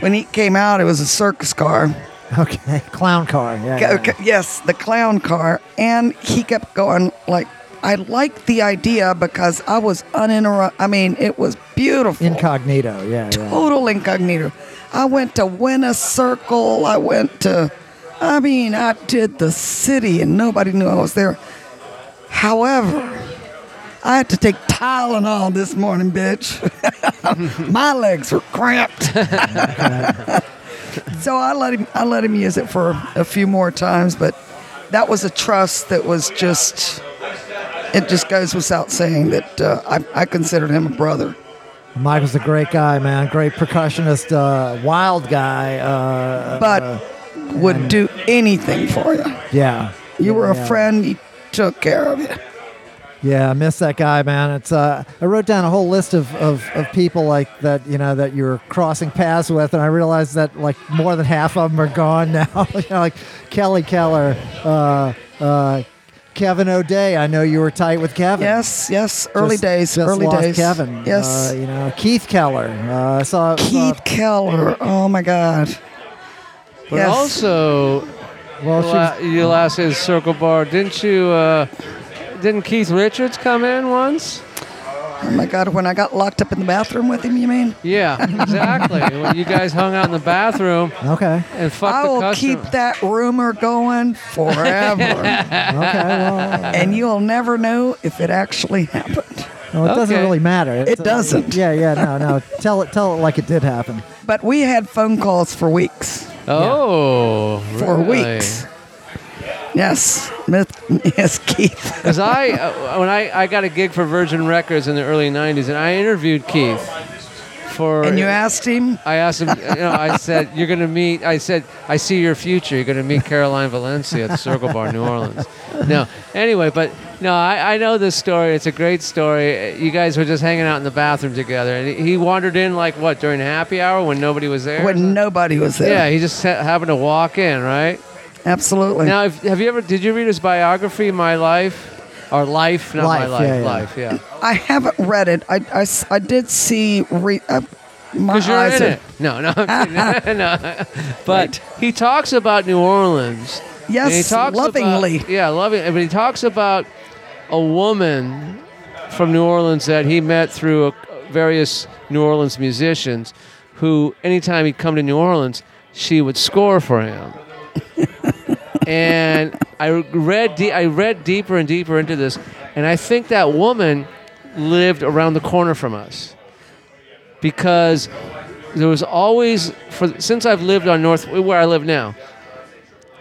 [SPEAKER 3] When he came out, it was a circus car.
[SPEAKER 1] Okay. Clown car. Yeah. Oh, yeah,
[SPEAKER 3] Okay, yes, the clown car. And he kept going, like, I like the idea because I was uninterrupted. I mean, it was beautiful
[SPEAKER 1] yeah. Incognito. Yeah. yeah.
[SPEAKER 3] total incognito. I went to Winner Circle. I went to, I mean, I did the city and nobody knew I was there. However, I had to take Tylenol this morning, bitch. My legs were cramped. so I let him. I let him use it for a few more times, but that was a trust that was just. It just goes without saying that uh, I, I considered him a brother.
[SPEAKER 1] Michael's a great guy, man. Great percussionist. Uh, wild guy. Uh,
[SPEAKER 3] but
[SPEAKER 1] uh,
[SPEAKER 3] would do anything for you.
[SPEAKER 1] yeah.
[SPEAKER 3] You were
[SPEAKER 1] Yeah.
[SPEAKER 3] a friend, he took care of you.
[SPEAKER 1] Yeah, I miss that guy, man. It's uh, I wrote down a whole list of, of, of people like that, you know, that you're crossing paths with, and I realized that like more than half of them are gone now. you know, like Kelly Keller, uh, uh, Kevin O'Day. I know you were tight with Kevin.
[SPEAKER 3] Yes, yes, early
[SPEAKER 1] Just-
[SPEAKER 3] days,
[SPEAKER 1] just
[SPEAKER 3] early
[SPEAKER 1] lost
[SPEAKER 3] days.
[SPEAKER 1] Kevin.
[SPEAKER 3] Yes.
[SPEAKER 1] Uh, you know, Keith Keller. Uh, I saw saw-
[SPEAKER 3] Keith Keller. Oh my God.
[SPEAKER 2] But
[SPEAKER 3] Yes.
[SPEAKER 2] also,
[SPEAKER 1] well, she
[SPEAKER 2] la-
[SPEAKER 1] was-
[SPEAKER 2] you last in Circle Bar, didn't you? Uh, didn't Keith Richards come in once?
[SPEAKER 3] Oh my God. When I got locked up in the bathroom with him, you mean?
[SPEAKER 2] Yeah, exactly. when you guys hung out in the bathroom
[SPEAKER 1] okay.
[SPEAKER 2] and fucked
[SPEAKER 3] I
[SPEAKER 2] the
[SPEAKER 3] will
[SPEAKER 2] customer.
[SPEAKER 3] keep that rumor going forever,
[SPEAKER 1] Okay. Well,
[SPEAKER 3] and you'll never know if it actually happened.
[SPEAKER 1] well, it doesn't
[SPEAKER 2] Okay.
[SPEAKER 1] really matter. It's, uh,
[SPEAKER 3] doesn't.
[SPEAKER 1] yeah, yeah. No, no. tell it. Tell it like it did happen.
[SPEAKER 3] But we had phone calls for weeks.
[SPEAKER 2] oh,
[SPEAKER 3] For weeks. Yes, Myth- yes, Keith.
[SPEAKER 2] Because I, uh, when I, I got a gig for Virgin Records in the early '90s, and I interviewed Keith for.
[SPEAKER 3] And you asked him.
[SPEAKER 2] I asked him. You know, I said, "You're going to meet." I said, "I see your future. You're going to meet Caroline Valencia at the Circle Bar, New Orleans." No, anyway, but no, I, I know this story. It's a great story. You guys were just hanging out in the bathroom together, and he wandered in like what during happy hour when nobody was there.
[SPEAKER 3] when nobody was there.
[SPEAKER 2] yeah, he just ha- happened to walk in, right?
[SPEAKER 3] absolutely.
[SPEAKER 2] Now, if, have you ever? Did you read his biography, My Life, or Life? Not My
[SPEAKER 1] Life,
[SPEAKER 2] Life.
[SPEAKER 1] yeah, yeah.
[SPEAKER 2] Life. Yeah.
[SPEAKER 3] I haven't read it. I, I s- I did see re, uh,
[SPEAKER 1] Oh,
[SPEAKER 3] my
[SPEAKER 2] Because you're
[SPEAKER 3] eyes
[SPEAKER 2] in
[SPEAKER 3] are-
[SPEAKER 2] it. No, no, I'm kidding. no. But he talks about New Orleans. and he
[SPEAKER 3] Yes,
[SPEAKER 2] talks
[SPEAKER 3] lovingly.
[SPEAKER 2] About, yeah, loving. But he talks about a woman from New Orleans that he met through a, various New Orleans musicians, who anytime he'd come to New Orleans, she would score for him. and I read de- I read deeper and deeper into this, and I think that woman lived around the corner from us because there was always for since I've lived on North where I live now,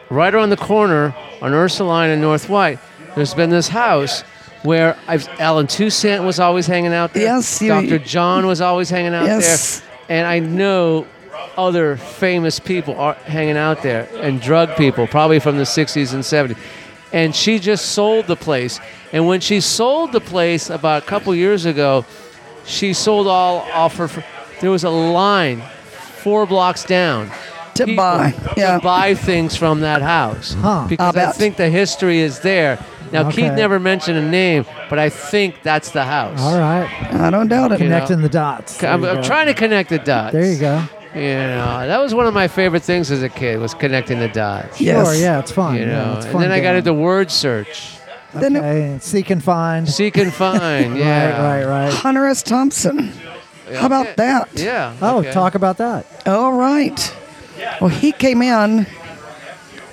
[SPEAKER 2] right around the corner on Ursuline and North White, there's been this house where I've Alan Toussaint was always hanging out there.
[SPEAKER 3] Yes, you-
[SPEAKER 2] Dr. John was always hanging out
[SPEAKER 3] Yes.
[SPEAKER 2] there, and I know other famous people are hanging out there and drug people, probably from the 60s and 70s. And she just sold the place. And when she sold the place about a couple years ago, she sold all off her. There was a line four blocks down
[SPEAKER 3] To
[SPEAKER 2] people
[SPEAKER 3] buy, yeah.
[SPEAKER 2] to buy things from that house
[SPEAKER 1] Huh.
[SPEAKER 2] because
[SPEAKER 3] I'll
[SPEAKER 2] I
[SPEAKER 3] bet.
[SPEAKER 2] think the history is there. Now
[SPEAKER 1] Okay.
[SPEAKER 2] Keith never mentioned a name, but I think that's the house.
[SPEAKER 1] All right.
[SPEAKER 3] I don't doubt it.
[SPEAKER 2] You know.
[SPEAKER 1] Connecting the dots.
[SPEAKER 2] I'm,
[SPEAKER 1] There you
[SPEAKER 2] I'm
[SPEAKER 1] go.
[SPEAKER 2] trying to connect the dots.
[SPEAKER 1] There you go.
[SPEAKER 2] You know, that was one of my favorite things as a kid was connecting the dots.
[SPEAKER 3] Yes.
[SPEAKER 1] Sure, yeah, it's fun.
[SPEAKER 2] You know,
[SPEAKER 1] yeah, it's
[SPEAKER 2] and
[SPEAKER 1] fun
[SPEAKER 2] then I got
[SPEAKER 1] game.
[SPEAKER 2] into word search,
[SPEAKER 3] Then it,
[SPEAKER 1] Okay, seek and find.
[SPEAKER 2] seek and find. yeah,
[SPEAKER 1] Right, right, right.
[SPEAKER 3] Hunter S. Thompson. How about that?
[SPEAKER 2] Yeah.
[SPEAKER 1] Oh,
[SPEAKER 2] okay.
[SPEAKER 1] talk about that.
[SPEAKER 3] All right. Well, he came in,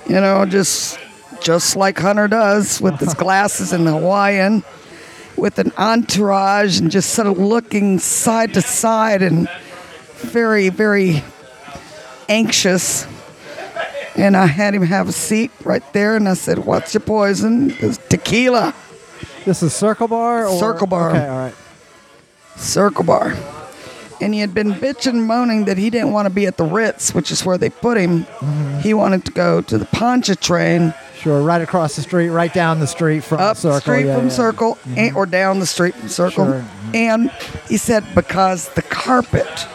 [SPEAKER 3] you know, just just like Hunter does, with his glasses and the Hawaiian, with an entourage, and just sort of looking side to side and very, very anxious. And I had him have a seat right there, and I said, "What's your poison?" He goes, tequila.
[SPEAKER 1] This is Circle Bar? Or?
[SPEAKER 3] Circle Bar.
[SPEAKER 1] Okay, all right.
[SPEAKER 3] Circle Bar. And he had been bitching and moaning that he didn't want to be at the Ritz, which is where they put him.
[SPEAKER 1] Mm-hmm.
[SPEAKER 3] He wanted to go to the Pontchartrain,
[SPEAKER 1] Sure, right across the street, right down the street from
[SPEAKER 3] up
[SPEAKER 1] Circle.
[SPEAKER 3] street
[SPEAKER 1] yeah,
[SPEAKER 3] from
[SPEAKER 1] yeah. Mm-hmm.
[SPEAKER 3] Circle, and, or down the street from Circle.
[SPEAKER 1] Sure. mm-hmm.
[SPEAKER 3] And he said because the carpet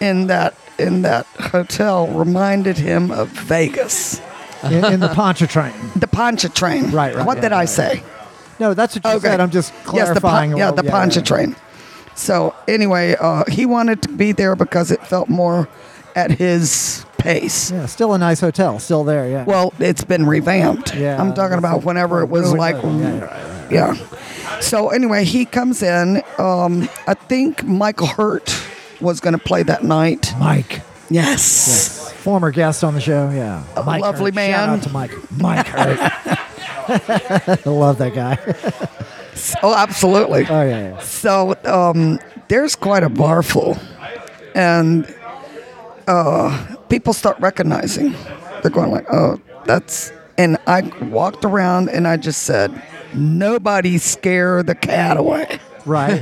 [SPEAKER 3] in that in that hotel reminded him of Vegas,
[SPEAKER 1] In, in the Pontchartrain.
[SPEAKER 3] the Pontchartrain.
[SPEAKER 1] Right, right,
[SPEAKER 3] What
[SPEAKER 1] yeah,
[SPEAKER 3] did
[SPEAKER 1] yeah.
[SPEAKER 3] I say?
[SPEAKER 1] No, that's what you said. I'm just clarifying.
[SPEAKER 3] Yes, the pon-
[SPEAKER 1] a
[SPEAKER 3] yeah,
[SPEAKER 1] little-
[SPEAKER 3] the poncha train. So anyway, uh, he wanted to be there because it felt more at his pace.
[SPEAKER 1] Yeah, still a nice hotel. Still there, yeah.
[SPEAKER 3] Well, it's been revamped.
[SPEAKER 1] Yeah,
[SPEAKER 3] I'm talking about
[SPEAKER 1] that's a-
[SPEAKER 3] whenever it was
[SPEAKER 1] really
[SPEAKER 3] like,
[SPEAKER 1] good, yeah,
[SPEAKER 3] yeah. So anyway, he comes in. Um, I think Michael Hurt was going to play that night.
[SPEAKER 1] Mike.
[SPEAKER 3] Yes.
[SPEAKER 1] Former guest on the show, yeah.
[SPEAKER 3] A lovely
[SPEAKER 1] Hurt. Shout
[SPEAKER 3] man.
[SPEAKER 1] out to Mike. Mike Hurt. I love that guy.
[SPEAKER 3] Oh, absolutely.
[SPEAKER 1] Oh, yeah, yeah.
[SPEAKER 3] So um, there's quite a bar full, and uh, people start recognizing. They're going like, "Oh, that's." And I walked around and I just said, "Nobody scare the cat away."
[SPEAKER 1] Right.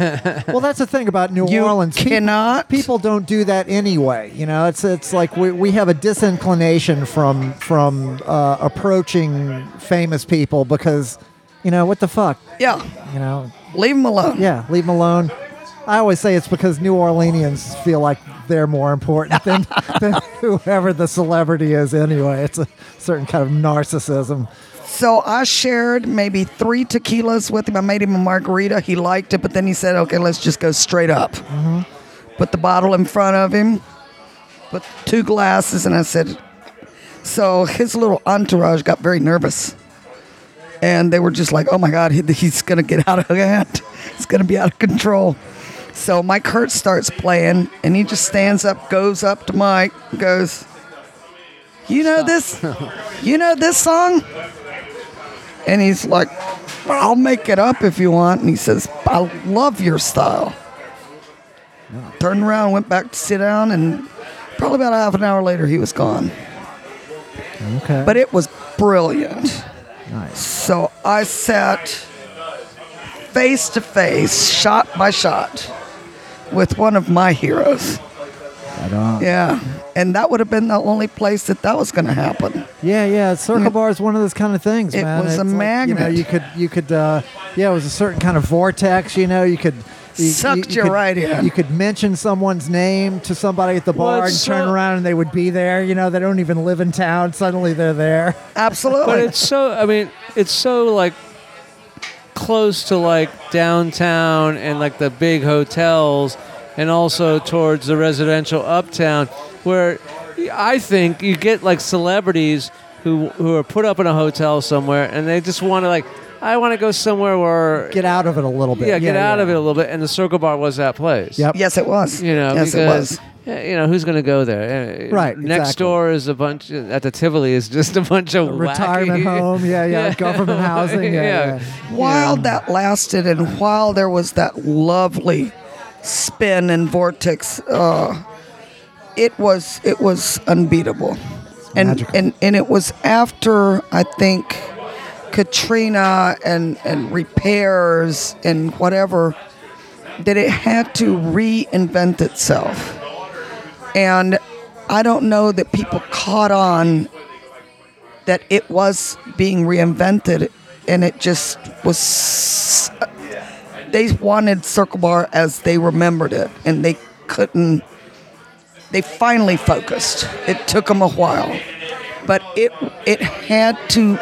[SPEAKER 1] well, that's the thing about New
[SPEAKER 3] You
[SPEAKER 1] Orleans. Pe-
[SPEAKER 3] cannot-
[SPEAKER 1] People don't do that anyway. You know, it's it's like we, we have a disinclination from from uh, approaching famous people because, you know, what the fuck.
[SPEAKER 3] Yeah,
[SPEAKER 1] You know,
[SPEAKER 3] leave them alone.
[SPEAKER 1] yeah, leave them alone. I always say it's because New Orleanians feel like they're more important than, than whoever the celebrity is. Anyway, it's a certain kind of narcissism.
[SPEAKER 3] So I shared maybe three tequilas with him. I made him a margarita. He liked it, but then he said, "Okay, let's just go straight up." Put the bottle in front of him. Put two glasses, and I said, "So his little entourage got very nervous, and they were just like, "Oh my God, he, he's gonna get out of hand. It's gonna be out of control." So Mike Hurt starts playing, and he just stands up, goes up to Mike, goes, "You know this? You know this song?" And he's like, well, I'll make it up if you want. And he says, I love your style. Turned around, went back to sit down, and probably about half an hour later, he was gone.
[SPEAKER 1] Okay.
[SPEAKER 3] But it was brilliant.
[SPEAKER 1] nice.
[SPEAKER 3] So I sat face to face, shot by shot, with one of my heroes.
[SPEAKER 1] Right on.
[SPEAKER 3] Yeah. And that would have been the only place that that was going to happen.
[SPEAKER 1] Yeah, yeah. Circle bar is one of those kind of things,
[SPEAKER 3] It
[SPEAKER 1] man.
[SPEAKER 3] was
[SPEAKER 1] It's
[SPEAKER 3] a
[SPEAKER 1] like, You know,
[SPEAKER 3] magnet.
[SPEAKER 1] you could, you could, uh, yeah. It was a certain kind of vortex. You know, you could you,
[SPEAKER 3] Sucked you
[SPEAKER 1] could-
[SPEAKER 3] right in.
[SPEAKER 1] You could mention someone's name to somebody at the bar
[SPEAKER 2] it's
[SPEAKER 1] and turn
[SPEAKER 2] so-
[SPEAKER 1] around and they would be there. You know, they don't even live in town. Suddenly they're there.
[SPEAKER 3] Absolutely.
[SPEAKER 2] But it's so. I mean, it's so like close to like downtown and like the big hotels, and also towards the residential uptown, where I think you get like celebrities who who are put up in a hotel somewhere, and they just want to like. I want to go somewhere where
[SPEAKER 1] Get out of it a little bit.
[SPEAKER 2] yeah, get out of it a little bit. And the Circle Bar was that place.
[SPEAKER 1] Yep.
[SPEAKER 3] yes, it was.
[SPEAKER 2] You know,
[SPEAKER 3] yes,
[SPEAKER 2] because,
[SPEAKER 3] it was.
[SPEAKER 2] eh, You know who's going to go there? Eh,
[SPEAKER 1] Right,
[SPEAKER 2] Next
[SPEAKER 1] exactly.
[SPEAKER 2] door is a bunch. At the Tivoli is just a bunch of
[SPEAKER 1] Retirement
[SPEAKER 2] wacky-
[SPEAKER 1] home. Yeah, yeah. Government housing. Yeah, yeah.
[SPEAKER 3] while that lasted and while there was that lovely spin and vortex uh, it was it was unbeatable and,
[SPEAKER 1] magical.
[SPEAKER 3] and and it was after i think katrina and and repairs and whatever that it had to reinvent itself and i don't know that people caught on that it was being reinvented and it just was they wanted circle bar as they remembered it and they couldn't they finally focused it took them a while but it it had to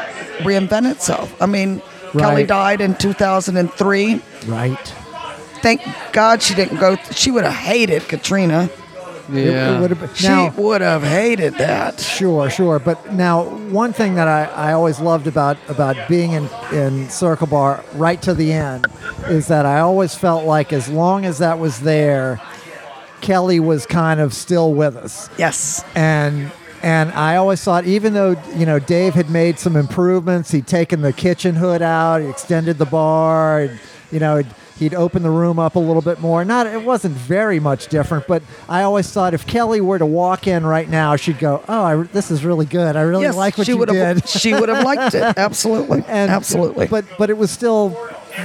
[SPEAKER 3] reinvent itself i mean kelly
[SPEAKER 1] Right.
[SPEAKER 3] died in 2003
[SPEAKER 1] Right.
[SPEAKER 3] thank god she didn't go she would have hated katrina
[SPEAKER 1] It-
[SPEAKER 2] Yeah.
[SPEAKER 1] It, would have been. now,
[SPEAKER 3] she would have hated that
[SPEAKER 1] Sure, sure. But now, one thing that I, I always loved about about being in, in Circle Bar right to the end is that I always felt like as long as that was there, Kelly was kind of still with us.
[SPEAKER 3] Yes.
[SPEAKER 1] and and I always thought, even though you know Dave had made some improvements, he'd taken the kitchen hood out, he extended the bar, and, you know, he'd, he'd opened the room up a little bit more. Not, it wasn't very much different, but I always thought if Kelly were to walk in right now, she'd go, "Oh, I, this is really good. I really
[SPEAKER 3] yes.
[SPEAKER 1] like what
[SPEAKER 3] she
[SPEAKER 1] you
[SPEAKER 3] would
[SPEAKER 1] did."
[SPEAKER 3] have. She would have liked it. Absolutely.
[SPEAKER 1] and
[SPEAKER 3] Absolutely.
[SPEAKER 1] but but it was still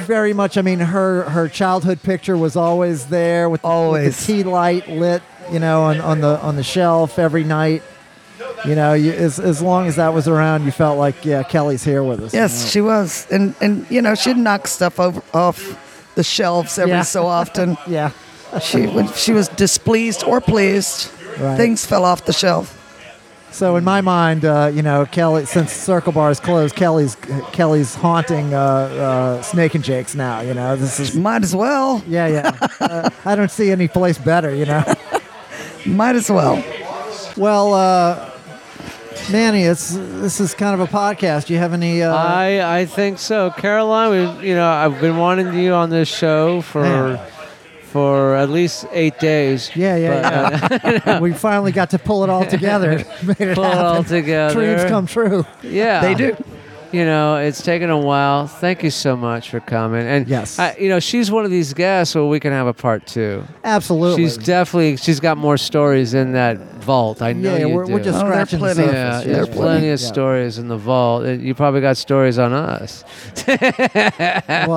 [SPEAKER 1] very much i mean her her childhood picture was always there with, with
[SPEAKER 3] Always.
[SPEAKER 1] the tea light lit you know on, on the on the shelf every night you know you, as, as long as that was around you felt like yeah kelly's here with us
[SPEAKER 3] Yes, she was, and and you know she'd knock stuff over off the shelves every
[SPEAKER 1] Yeah.
[SPEAKER 3] so often.
[SPEAKER 1] yeah
[SPEAKER 3] she when she was displeased or pleased,
[SPEAKER 1] Right.
[SPEAKER 3] things fell off the shelf.
[SPEAKER 1] so in my mind uh, you know kelly since circle bar is closed kelly's kelly's haunting uh, uh, snake and jake's now you know this is
[SPEAKER 3] Might as well.
[SPEAKER 1] yeah yeah uh, i don't see any place better you know
[SPEAKER 3] Might as well.
[SPEAKER 1] Well, uh, Manny, it's this is kind of a podcast. Do you have any? Uh,
[SPEAKER 2] I I think so, Caroline. We, you know, I've been wanting you on this show for
[SPEAKER 1] Yeah.
[SPEAKER 2] for at least eight days.
[SPEAKER 1] yeah, yeah, yeah. we finally got to pull it all together. Made it
[SPEAKER 2] Pull it
[SPEAKER 1] happen.
[SPEAKER 2] all together.
[SPEAKER 1] Dreams come true.
[SPEAKER 2] Yeah,
[SPEAKER 3] They do.
[SPEAKER 2] You know, it's taken a while. Thank you so much for coming. And
[SPEAKER 1] Yes.
[SPEAKER 2] I, you know, she's one of these guests where we can have a part two.
[SPEAKER 1] Absolutely.
[SPEAKER 2] She's definitely she's got more stories in that vault. I know
[SPEAKER 1] yeah,
[SPEAKER 2] you
[SPEAKER 1] we're,
[SPEAKER 2] do.
[SPEAKER 1] we're just
[SPEAKER 3] Oh, there are
[SPEAKER 1] scratching the
[SPEAKER 3] plenty.
[SPEAKER 1] surface.
[SPEAKER 2] yeah,
[SPEAKER 3] yeah.
[SPEAKER 2] there's plenty of
[SPEAKER 1] Yeah.
[SPEAKER 2] stories in the vault. Uh, You probably got stories on us.
[SPEAKER 1] Well,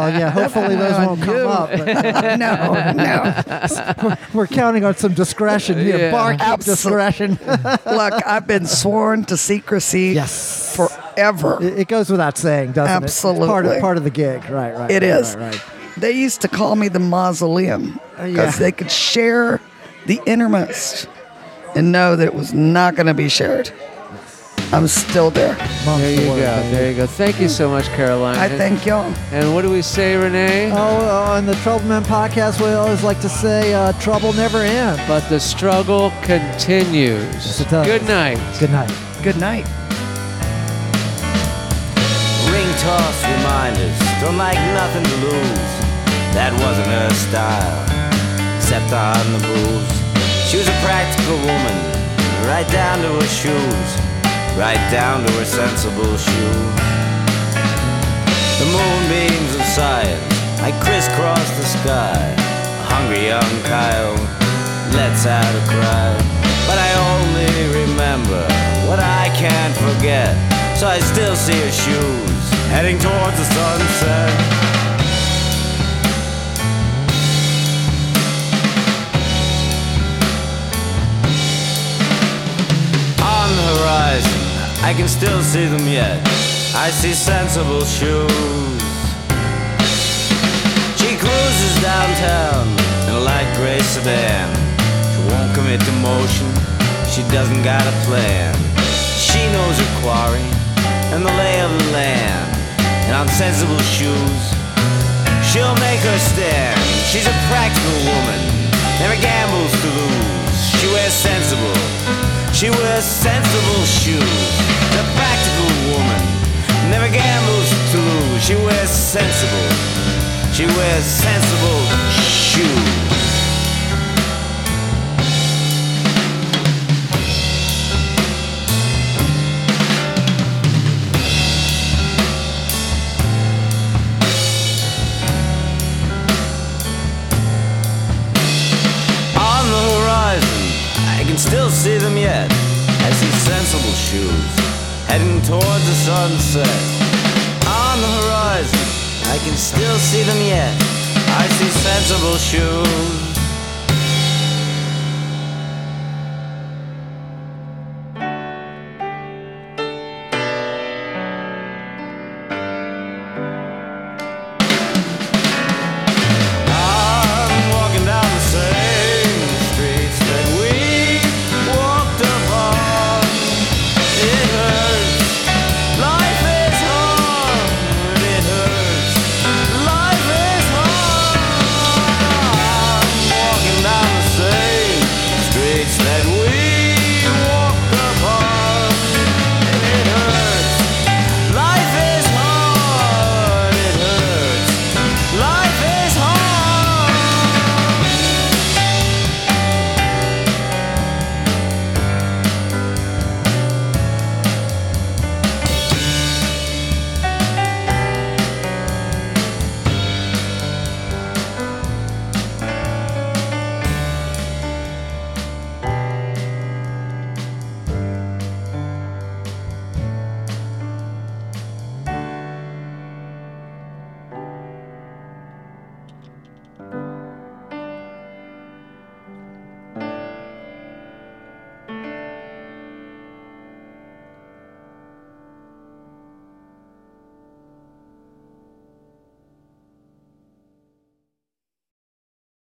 [SPEAKER 1] yeah. Hopefully those won't come up. But,
[SPEAKER 3] No, no.
[SPEAKER 1] uh, we're counting on some discretion here.
[SPEAKER 2] Yeah.
[SPEAKER 1] Barkeep
[SPEAKER 3] Absol-
[SPEAKER 1] discretion.
[SPEAKER 3] Look, I've been sworn to secrecy
[SPEAKER 1] yes.
[SPEAKER 3] forever.
[SPEAKER 1] It it goes without saying, doesn't it? It's Part
[SPEAKER 3] Absolutely.
[SPEAKER 1] of, part of the gig, right? Right. right,
[SPEAKER 3] It is.
[SPEAKER 1] Right, right.
[SPEAKER 3] They used to call me the mausoleum
[SPEAKER 1] Uh,
[SPEAKER 3] because
[SPEAKER 1] yeah.
[SPEAKER 3] they could share the innermost and know that it was not going to be shared. I'm still there.
[SPEAKER 1] Months
[SPEAKER 2] There you
[SPEAKER 1] of
[SPEAKER 2] go.
[SPEAKER 1] work, baby.
[SPEAKER 2] There you go. Thank you so much, Caroline.
[SPEAKER 3] I
[SPEAKER 2] And-
[SPEAKER 3] thank y'all.
[SPEAKER 2] And what do we say, Renee?
[SPEAKER 1] Oh, on the Trouble Men podcast, we always like to say uh, trouble never ends.
[SPEAKER 2] But the struggle continues.
[SPEAKER 1] it does.
[SPEAKER 2] Good night.
[SPEAKER 1] Good night.
[SPEAKER 3] Good night.
[SPEAKER 5] Ring toss reminders, don't like nothing to lose. That wasn't her style, except on the booze. She was a practical woman, right down to her shoes, right down to her sensible shoes. The moonbeams of science, I crisscross the sky. A hungry young coyote lets out a cry. But I only remember what I can't forget. So I still see her shoes heading towards the sunset. On the horizon, I can still see them yet. I see sensible shoes. She cruises downtown in a light gray sedan. She won't commit to motion, she doesn't got a plan. She knows her quarry and the lay of the land. And on sensible shoes, she'll make her stand. She's a practical woman, never gambles to lose. She wears sensible, she wears sensible shoes. The practical woman, never gambles to lose. She wears sensible. She wears sensible shoes. On the horizon, I can still see them yet. I see sensible shoes heading towards the sunset. On the horizon, I can still see them yet. I see sensible shoes.